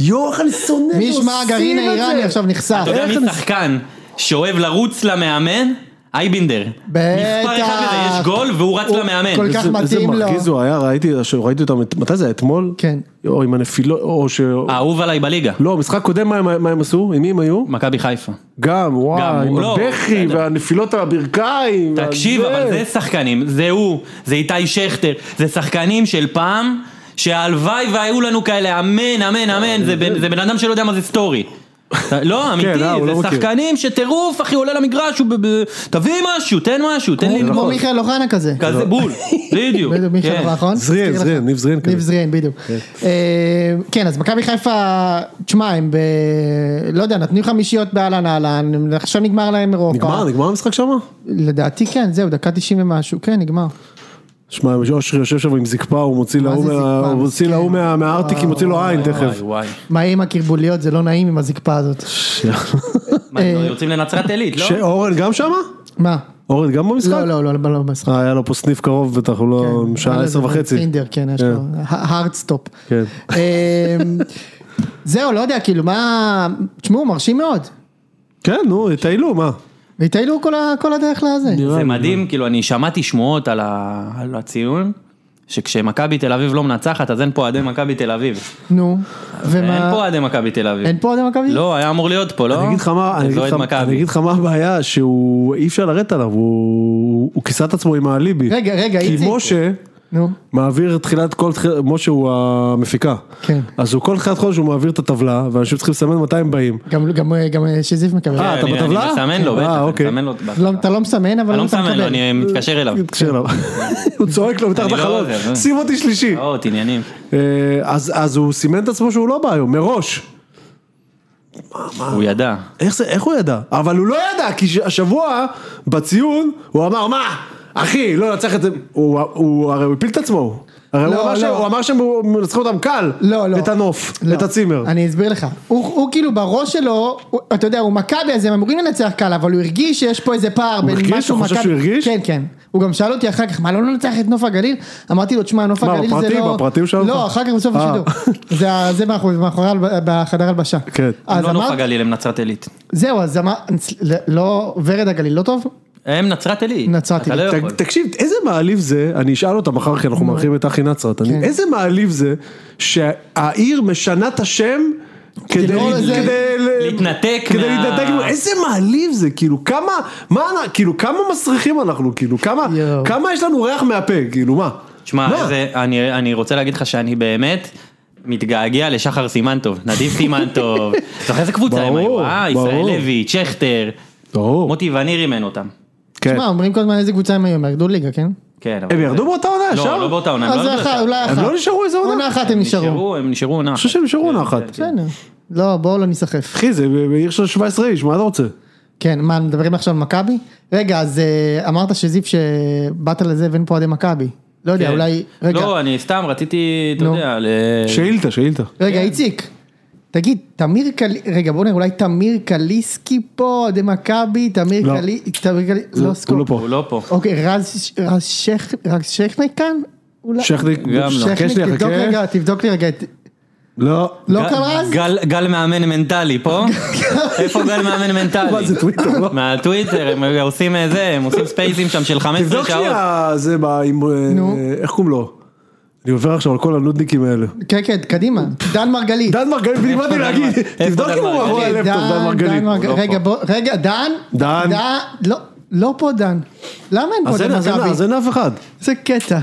[SPEAKER 2] יואו, איך אני שונא
[SPEAKER 3] מי
[SPEAKER 2] שעושים
[SPEAKER 3] ישמע הגרעין
[SPEAKER 2] את זה.
[SPEAKER 3] האיראני עכשיו נחשף.
[SPEAKER 1] אתה יודע
[SPEAKER 2] איך
[SPEAKER 1] מי
[SPEAKER 2] אני-
[SPEAKER 1] שחקן שאוהב לרוץ למאמן? אייבינדר.
[SPEAKER 3] בטח.
[SPEAKER 1] מספר אחד כזה, יש גול והוא רץ למאמן.
[SPEAKER 3] כל כך
[SPEAKER 2] איזה-
[SPEAKER 3] מתאים לו.
[SPEAKER 2] איזה מרגיז הוא היה, ראיתי ראיתי אותם, את- מתי זה היה? אתמול?
[SPEAKER 3] כן.
[SPEAKER 2] או עם הנפילות, או ש...
[SPEAKER 1] האהוב עליי בליגה.
[SPEAKER 2] לא, משחק קודם מה הם- מה הם עשו? עם מי הם היו?
[SPEAKER 1] מכבי חיפה.
[SPEAKER 2] גם, וואי, עם
[SPEAKER 1] לא,
[SPEAKER 2] הבכי
[SPEAKER 1] בסדר.
[SPEAKER 2] והנפילות על הברכיים.
[SPEAKER 1] תקשיב,
[SPEAKER 2] והזה.
[SPEAKER 1] אבל זה שחקנים, זה הוא, זה איתי שכטר, זה שחקנים של פעם, שהלוואי והיו לנו כאלה, אמן, אמן, אמן, זה בן- זה בן אדם שלא יודע מה זה סטורי. לא, אמיתי,
[SPEAKER 2] אה, הוא לא
[SPEAKER 1] זה
[SPEAKER 2] מכיר.
[SPEAKER 1] שחקנים שטירוף, אחי, עולה למגרש, הוא ב- ב- תביא משהו, תן משהו,
[SPEAKER 2] אה,
[SPEAKER 1] תן לי
[SPEAKER 3] הוא כמו
[SPEAKER 2] נכון.
[SPEAKER 1] לגמור.
[SPEAKER 3] מיכאל אוחנה כזה.
[SPEAKER 1] כזה
[SPEAKER 2] לא.
[SPEAKER 1] בול, בדיוק.
[SPEAKER 3] בדיוק, מיכאל
[SPEAKER 1] כן.
[SPEAKER 3] אוחנה, נכון?
[SPEAKER 2] זריאן,
[SPEAKER 3] מזכיר לך.
[SPEAKER 2] זריאן, ניב זריאן.
[SPEAKER 3] ניב
[SPEAKER 2] כזה.
[SPEAKER 3] זריאן, בדיוק. אה, כן, אז מכבי חיפה, תשמע, הם ב... לא יודע, נתנו חמישיות באהלן אהלן, הם- עכשיו נגמר להם אירופה.
[SPEAKER 2] נגמר, נגמר המשחק שם?
[SPEAKER 3] לדעתי כן, זהו, דקה 90 ומשהו, כן, נגמר.
[SPEAKER 2] שמע, אושרי יושב שם עם זקפה, הוא מוציא להוא
[SPEAKER 3] זה
[SPEAKER 2] מה-
[SPEAKER 3] זקפה?
[SPEAKER 2] הוא מוציא להוא
[SPEAKER 3] מסכן.
[SPEAKER 2] מה- מהארטיקים, מוציא לו עין תכף.
[SPEAKER 1] וואי, וואי.
[SPEAKER 3] מה עם הקרבוליות, זה לא נעים עם הזקפה הזאת.
[SPEAKER 1] מה,
[SPEAKER 2] אה,
[SPEAKER 1] הם יוצאים לנצרת עילית, לא?
[SPEAKER 2] שאורן גם שם?
[SPEAKER 3] מה?
[SPEAKER 2] אורן גם במשחק?
[SPEAKER 3] לא, כן. לא, לא, לא, לא במשחק.
[SPEAKER 2] אה, היה לו פה סניף קרוב בטח, הוא לא... שעה עשר וחצי.
[SPEAKER 3] טינדר, כן, יש
[SPEAKER 2] כן.
[SPEAKER 3] לו, הארדסטופ.
[SPEAKER 2] כן.
[SPEAKER 3] אמ, זהו, לא יודע, כאילו, מה... תשמעו, מרשים מאוד.
[SPEAKER 2] כן, נו, תטיילו, מה?
[SPEAKER 3] והטיילו כל ה- כל הדרך לזה.
[SPEAKER 1] זה מדהים, כאילו, אני שמעתי שמועות על ה- על הציון, שכשמכבי תל אביב לא מנצחת, אז אין פה אוהדי מכבי תל אביב.
[SPEAKER 3] נו,
[SPEAKER 1] אין פה
[SPEAKER 3] ומה...
[SPEAKER 1] אוהדי מכבי תל אביב.
[SPEAKER 3] אין פה אוהדי מכבי?
[SPEAKER 1] לא, היה אמור להיות פה, לא?
[SPEAKER 2] אני אגיד לך מה, אני
[SPEAKER 1] אז
[SPEAKER 2] אגיד
[SPEAKER 1] אוהד
[SPEAKER 2] לך- אני
[SPEAKER 1] מכבי.
[SPEAKER 2] אגיד לך מה הבעיה, שהוא אי אפשר לרדת עליו, הוא הוא כיסה את עצמו עם האליבי.
[SPEAKER 3] רגע, רגע,
[SPEAKER 2] כי
[SPEAKER 3] איציק.
[SPEAKER 2] משה
[SPEAKER 3] נו.
[SPEAKER 2] מעביר תחילת כל, תחיל- משה הוא המפיקה.
[SPEAKER 3] כן.
[SPEAKER 2] אז הוא כל תחילת חודש הוא מעביר את הטבלה, ואנשים צריכים לסמן מתי הם באים.
[SPEAKER 3] גם, גם, גם שזיף מקבל.
[SPEAKER 2] אה,
[SPEAKER 1] כן,
[SPEAKER 2] אתה
[SPEAKER 1] אני-
[SPEAKER 2] בטבלה?
[SPEAKER 1] אני מסמן לו,
[SPEAKER 2] אה,
[SPEAKER 1] בטח, אני
[SPEAKER 2] אוקיי.
[SPEAKER 1] מסמן לו.
[SPEAKER 3] לא, אתה לא מסמן, אבל
[SPEAKER 1] אני לא
[SPEAKER 3] אתה
[SPEAKER 1] מסמן לו,
[SPEAKER 3] מקבל.
[SPEAKER 1] אני מתקשר אליו.
[SPEAKER 2] תקשר אליו. הוא צועק לו מתחת
[SPEAKER 1] לא. אני לא
[SPEAKER 2] לחלון,
[SPEAKER 1] יודע, זה-
[SPEAKER 2] שים אותי שלישי.
[SPEAKER 1] שעות, לא, עניינים.
[SPEAKER 2] אה, אז אז הוא סימן את עצמו שהוא לא בא היום, מראש.
[SPEAKER 1] הוא ידע.
[SPEAKER 2] איך זה, איך הוא ידע? אבל הוא לא ידע, כי ש- השבוע בציון, הוא אמר, מה, אחי, לא נצח את זה, הוא- הוא הרי הוא הפיל את עצמו. הרי
[SPEAKER 3] לא,
[SPEAKER 2] הוא אמר
[SPEAKER 3] לא.
[SPEAKER 2] ש- הוא אמר שהם מנצחים אותם קל,
[SPEAKER 3] לא, לא.
[SPEAKER 2] את הנוף,
[SPEAKER 3] לא.
[SPEAKER 2] את הצימר.
[SPEAKER 3] אני אסביר לך. הוא, הוא כאילו בראש שלו, הוא, אתה יודע, הוא מכבי אז הם אמורים לנצח קל, אבל הוא הרגיש שיש פה איזה פער בין
[SPEAKER 2] הרגיש?
[SPEAKER 3] מה שהוא
[SPEAKER 2] אתה
[SPEAKER 3] מכבי.
[SPEAKER 2] חושב שהוא הרגיש?
[SPEAKER 3] כן, כן. הוא גם שאל אותי אחר כך, מה לא ננצח את נוף הגליל? אמרתי לו, תשמע, נוף
[SPEAKER 2] מה,
[SPEAKER 3] הגליל זה
[SPEAKER 2] בפרטי?
[SPEAKER 3] לא...
[SPEAKER 2] בפרטי שאלו
[SPEAKER 3] לא,
[SPEAKER 2] אותך?
[SPEAKER 3] אחר כך בסוף
[SPEAKER 2] אה.
[SPEAKER 3] השידור. זה, ה- זה מאחורי, מאחורי הל- בחדר הלבשה.
[SPEAKER 2] כן.
[SPEAKER 1] הם
[SPEAKER 3] אז
[SPEAKER 1] לא נוף
[SPEAKER 3] אמר...
[SPEAKER 1] הגליל, הם נצרת עילית.
[SPEAKER 3] זהו, אז אמר... לא, ורד הגליל לא טוב?
[SPEAKER 1] הם נצרת עילית.
[SPEAKER 3] נצרת
[SPEAKER 1] אתה לא
[SPEAKER 3] עילית.
[SPEAKER 1] יכול.
[SPEAKER 2] ת- תקשיב, איזה מעליב זה, אני אשאל אותה מחר כי אנחנו מארחים את אחי נצרת, אני-
[SPEAKER 3] כן.
[SPEAKER 2] איזה מעליב זה שהעיר משנה את השם כדי
[SPEAKER 3] לא
[SPEAKER 2] ל-
[SPEAKER 3] לזה-
[SPEAKER 2] כדי ל-
[SPEAKER 1] להתנתק
[SPEAKER 2] כדי
[SPEAKER 1] מה-
[SPEAKER 2] להתנתק, ממנו. איזה מעליב זה, כאילו כמה, מה, אנ- כאילו כמה מסריחים אנחנו, כאילו כמה,
[SPEAKER 3] יואו.
[SPEAKER 2] כמה יש לנו ריח מהפה, כאילו מה,
[SPEAKER 1] שמע,
[SPEAKER 2] מה?
[SPEAKER 1] איזה- אני- אני רוצה להגיד לך שאני באמת... מתגעגע לשחר סימן טוב, נדיב סימן טוב, זוכר איזה קבוצה הם היו,
[SPEAKER 2] ברור,
[SPEAKER 1] אה, ישראל
[SPEAKER 2] ברור.
[SPEAKER 1] לוי, צ'כטר,
[SPEAKER 2] ברור.
[SPEAKER 1] מוטי וניר אימן אותם,
[SPEAKER 2] כן.
[SPEAKER 3] מה, אומרים כל הזמן איזה קבוצה הם היו, הם ירדו ליגה, כן?
[SPEAKER 1] כן, אבל
[SPEAKER 2] הם
[SPEAKER 1] זה-
[SPEAKER 2] ירדו באותה עונה ישר?
[SPEAKER 1] לא, לא באותה עונה, הם
[SPEAKER 3] אז
[SPEAKER 1] לא ירדו
[SPEAKER 3] אחת,
[SPEAKER 1] לשם.
[SPEAKER 3] אולי
[SPEAKER 2] הם
[SPEAKER 3] אחת.
[SPEAKER 2] לא נשארו איזה עונה?
[SPEAKER 3] עונה
[SPEAKER 2] אני
[SPEAKER 3] אחת הם נשארו.
[SPEAKER 1] הם נשארו עונה
[SPEAKER 2] חושב שהם נשארו
[SPEAKER 1] כן,
[SPEAKER 2] עונה אחת.
[SPEAKER 3] בסדר. לא, בואו לא ניסחף.
[SPEAKER 2] אחי, זה בעיר של 17 איש, מה אתה רוצה?
[SPEAKER 1] אה.
[SPEAKER 3] כן, מה, מדברים עכשיו על מכבי? רגע, אז אה, אמרת שזיף שבאת לזה ואין פה אוהדי מכבי. לא יודע,
[SPEAKER 1] כן.
[SPEAKER 3] אולי... רגע,
[SPEAKER 1] לא, אני סתם רציתי, אתה
[SPEAKER 3] נו.
[SPEAKER 1] יודע, ל-
[SPEAKER 2] שאילתה, שאילתה.
[SPEAKER 1] כן.
[SPEAKER 3] רגע, איציק. תגיד, תמיר קל... רגע, בוא נראה, אולי תמיר קליסקי פה, אוהדי מכבי, תמיר
[SPEAKER 2] לא.
[SPEAKER 3] קלי... תמיר קלי... לא,
[SPEAKER 2] הוא לא
[SPEAKER 3] סקופ.
[SPEAKER 2] פה.
[SPEAKER 1] הוא לא פה.
[SPEAKER 3] אוקיי, רז רז שכ- רז שכניק כאן? אולי...
[SPEAKER 2] שכניק,
[SPEAKER 1] גם לא.
[SPEAKER 3] שכניק,
[SPEAKER 2] חכה שנייה,
[SPEAKER 3] תבדוק
[SPEAKER 2] חכה.
[SPEAKER 3] רגע, תבדוק לי רגע את...
[SPEAKER 2] כן? לא.
[SPEAKER 3] לא
[SPEAKER 1] גל-
[SPEAKER 3] קל רז?
[SPEAKER 1] גל- גל מאמן מנטלי פה? איפה גל מאמן מנטלי?
[SPEAKER 2] מה זה טוויטר? לא?
[SPEAKER 1] מהטוויטר, הם עושים אה, זה, הם עושים ספייסים שם של 15
[SPEAKER 2] תבדוק
[SPEAKER 1] שעות.
[SPEAKER 2] שנייה, זה מה, עם, אה,
[SPEAKER 3] נו.
[SPEAKER 2] איך קוראים לו? אני עובר עכשיו על כל הנודניקים האלה.
[SPEAKER 3] כן, כן, קדימה. דן מרגלית.
[SPEAKER 2] דן מרגלית, בדיוק באתי
[SPEAKER 1] דן
[SPEAKER 2] להגיד,
[SPEAKER 1] מרגלית? איפה
[SPEAKER 2] תבדוק
[SPEAKER 1] דן
[SPEAKER 2] אם הוא מאחורי
[SPEAKER 1] מרגלית?
[SPEAKER 2] הלפטופ, דן מרגלית.
[SPEAKER 3] מרגלית.
[SPEAKER 1] הוא לא
[SPEAKER 3] רגע,
[SPEAKER 1] פה.
[SPEAKER 3] בוא, רגע, דן?
[SPEAKER 2] דן?
[SPEAKER 3] לא, לא פה דן. למה אין פה
[SPEAKER 2] אז
[SPEAKER 3] דן
[SPEAKER 2] אין- אז אין- אז
[SPEAKER 3] מכבי?
[SPEAKER 2] אין אף אחד.
[SPEAKER 3] זה קטע.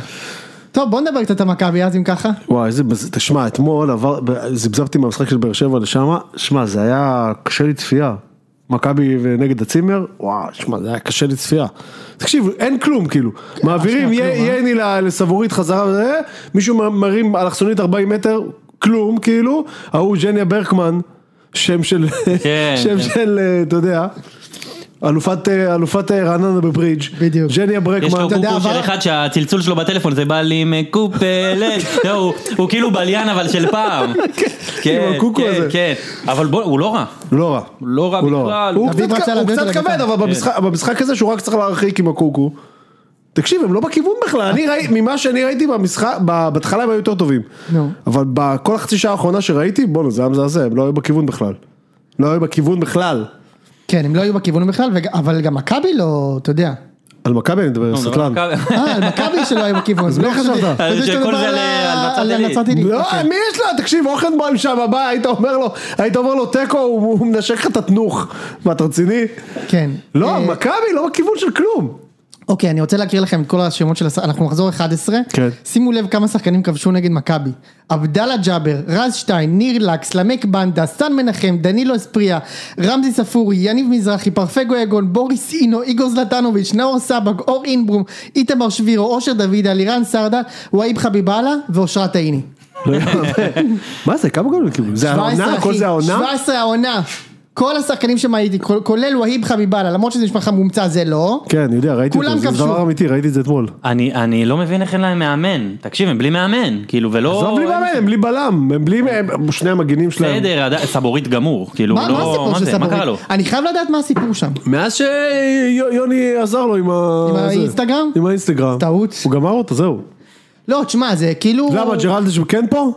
[SPEAKER 3] טוב, בוא נדבר קצת על מכבי אז אם ככה.
[SPEAKER 2] וואי, איזה, בז- תשמע, אתמול עבר, ב- זיבזבתי מהמשחק של באר שבע לשם, שמע, זה היה קשה לי צפייה. מכבי נגד הצימר, וואו, שמע, זה היה קשה לי צפייה. תקשיב, אין כלום, כאילו. מעבירים
[SPEAKER 3] שנייה,
[SPEAKER 2] י-
[SPEAKER 3] כלום, אה?
[SPEAKER 2] יני ל- לסבורית חזרה, וזה, מישהו מ- מרים אלכסונית 40 מטר, כלום, כאילו. ההוא ג'ניה ברקמן, שם של,
[SPEAKER 1] כן,
[SPEAKER 2] שם
[SPEAKER 1] כן.
[SPEAKER 2] של, אה, אתה יודע. אלופת, אה, אלופת אה, רעננה בברידג',
[SPEAKER 3] בדיוק.
[SPEAKER 2] ג'ניה
[SPEAKER 1] יש
[SPEAKER 2] ברקמן,
[SPEAKER 1] לו
[SPEAKER 3] אתה יודע,
[SPEAKER 1] קוקו של
[SPEAKER 3] אבל-
[SPEAKER 1] אחד שהצלצול שלו בטלפון זה בא לי מקופלת. לא, הוא- הוא כאילו בליין אבל של פעם.
[SPEAKER 2] עם
[SPEAKER 1] כן,
[SPEAKER 2] הקוקו
[SPEAKER 1] כן,
[SPEAKER 2] הזה.
[SPEAKER 1] כן. אבל בוא, הוא לא רע.
[SPEAKER 2] הוא לא רע.
[SPEAKER 1] הוא לא רע
[SPEAKER 2] הוא לא רע.
[SPEAKER 1] בכלל.
[SPEAKER 2] הוא
[SPEAKER 3] אביב
[SPEAKER 2] קצת
[SPEAKER 3] רצה
[SPEAKER 2] כ- הוא
[SPEAKER 3] להביא אותו
[SPEAKER 2] קצת
[SPEAKER 3] לבית"ר.
[SPEAKER 2] כבד, אבל במשחק- במשחק הזה שהוא רק צריך להרחיק עם הקוקו. תקשיב, הם לא בכיוון בכלל, אני ראיתי, ממה שאני ראיתי במשחק, ב- בהתחלה הם היו יותר טובים.
[SPEAKER 3] נו.
[SPEAKER 2] אבל בכל החצי שעה האחרונה שראיתי, בואנה, זה היה מזעזע, הם לא היו בכיוון בכלל. לא היו בכיוון בכלל.
[SPEAKER 3] כן, הם לא היו בכיוון בכלל, וג- אבל גם מכבי לא, אתה יודע.
[SPEAKER 2] על מכבי אני
[SPEAKER 1] לא,
[SPEAKER 2] מדבר, סטלן.
[SPEAKER 3] אה, על מכבי שלא היו בכיוון. אז
[SPEAKER 2] מה
[SPEAKER 3] לא
[SPEAKER 2] חשבת?
[SPEAKER 3] חשבתי-
[SPEAKER 1] על
[SPEAKER 3] חשבתי שאתה
[SPEAKER 1] שכל
[SPEAKER 3] מדבר
[SPEAKER 1] זה על- על נצרת עילית.
[SPEAKER 3] עילית,
[SPEAKER 2] לא,
[SPEAKER 3] אוקיי.
[SPEAKER 2] מי יש לה? תקשיב, אוכנבוים שם הבא, היית אומר לו, היית אומר לו תיקו, הוא הוא מנשק לך את התנוך. מה, אתה רציני?
[SPEAKER 3] כן.
[SPEAKER 2] לא,
[SPEAKER 3] אה,
[SPEAKER 2] מכבי לא בכיוון של כלום.
[SPEAKER 3] אוקיי, אני רוצה להקריא לכם את כל השמות של... הש- אנחנו מחזור 11.
[SPEAKER 2] כן.
[SPEAKER 3] שימו לב כמה שחקנים כבשו נגד מכבי. עבדאללה ג'אבר, רז שטיין, ניר לקס, למק בנדה, סן מנחם, דנילו אספריה, רמזי ספורי, יניב מזרחי, פרפגו יגון, בוריס אינו, איגור זלטנוביץ', נאור סבג, אור אינברום, איתמר שבירו, אושר דוידה, לירן סרדה, והיב חביבאללה ואושרת עיני.
[SPEAKER 2] לא יאמן. מה זה, כמה גולים קיבלו? זה
[SPEAKER 3] 17,
[SPEAKER 2] העונה?
[SPEAKER 3] אחי.
[SPEAKER 2] הכל זה העונה?
[SPEAKER 3] 17 העונה. כל השחקנים שמעיתי, כול- כולל והיב חביבאללה, למרות שזה נשמע לך מומצא, זה לא.
[SPEAKER 2] כן, אני יודע, ראיתי
[SPEAKER 3] כולם
[SPEAKER 2] אותו, זה
[SPEAKER 3] כבשו.
[SPEAKER 2] דבר אמיתי, ראיתי את זה אתמול.
[SPEAKER 1] אני אני לא מבין איך אין להם מאמן. תקשיב, הם בלי מאמן. כאילו, ולא...
[SPEAKER 2] עזוב בלי מאמן, הם בלי בלם, הם בלי, הם- שני המגינים שלהם.
[SPEAKER 1] בסדר, עדיין- סבורית גמור. כאילו,
[SPEAKER 3] מה מה
[SPEAKER 1] לא...
[SPEAKER 3] הסיפור של
[SPEAKER 1] זה? מה קרה
[SPEAKER 3] סבורית? אה,
[SPEAKER 1] לו?
[SPEAKER 3] אני חייב לדעת מה הסיפור שם.
[SPEAKER 2] מאז שיוני עזר לו עם ה...
[SPEAKER 3] עם
[SPEAKER 2] זה.
[SPEAKER 3] האינסטגרם?
[SPEAKER 2] עם האינסטגרם.
[SPEAKER 3] טעות.
[SPEAKER 2] הוא גמר אותו, זהו.
[SPEAKER 3] לא, תשמע, זה כאילו...
[SPEAKER 2] למה, ג'רלדש כן פה?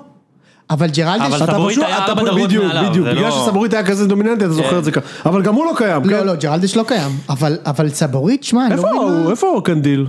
[SPEAKER 3] אבל לא, ג'רלדש...
[SPEAKER 1] אבל
[SPEAKER 2] אתה
[SPEAKER 1] סבורית
[SPEAKER 2] פשוט-
[SPEAKER 1] היה
[SPEAKER 2] אתה
[SPEAKER 1] ארבע
[SPEAKER 2] פשוט-
[SPEAKER 1] דרגות
[SPEAKER 2] בדיוק,
[SPEAKER 1] מעליו,
[SPEAKER 2] בדיוק,
[SPEAKER 1] זה
[SPEAKER 2] בגלל
[SPEAKER 1] לא- כן.
[SPEAKER 2] שסבורית היה כזה דומיננטי, אתה זוכר את זה ככה. אבל גם הוא לא קיים, כן?
[SPEAKER 3] לא, לא, ג'רלדש לא קיים. אבל, אבל סבורית, שמע, אני לא
[SPEAKER 2] איפה
[SPEAKER 3] מבין
[SPEAKER 2] הוא?
[SPEAKER 3] מה...
[SPEAKER 2] איפה הוא קנדיל?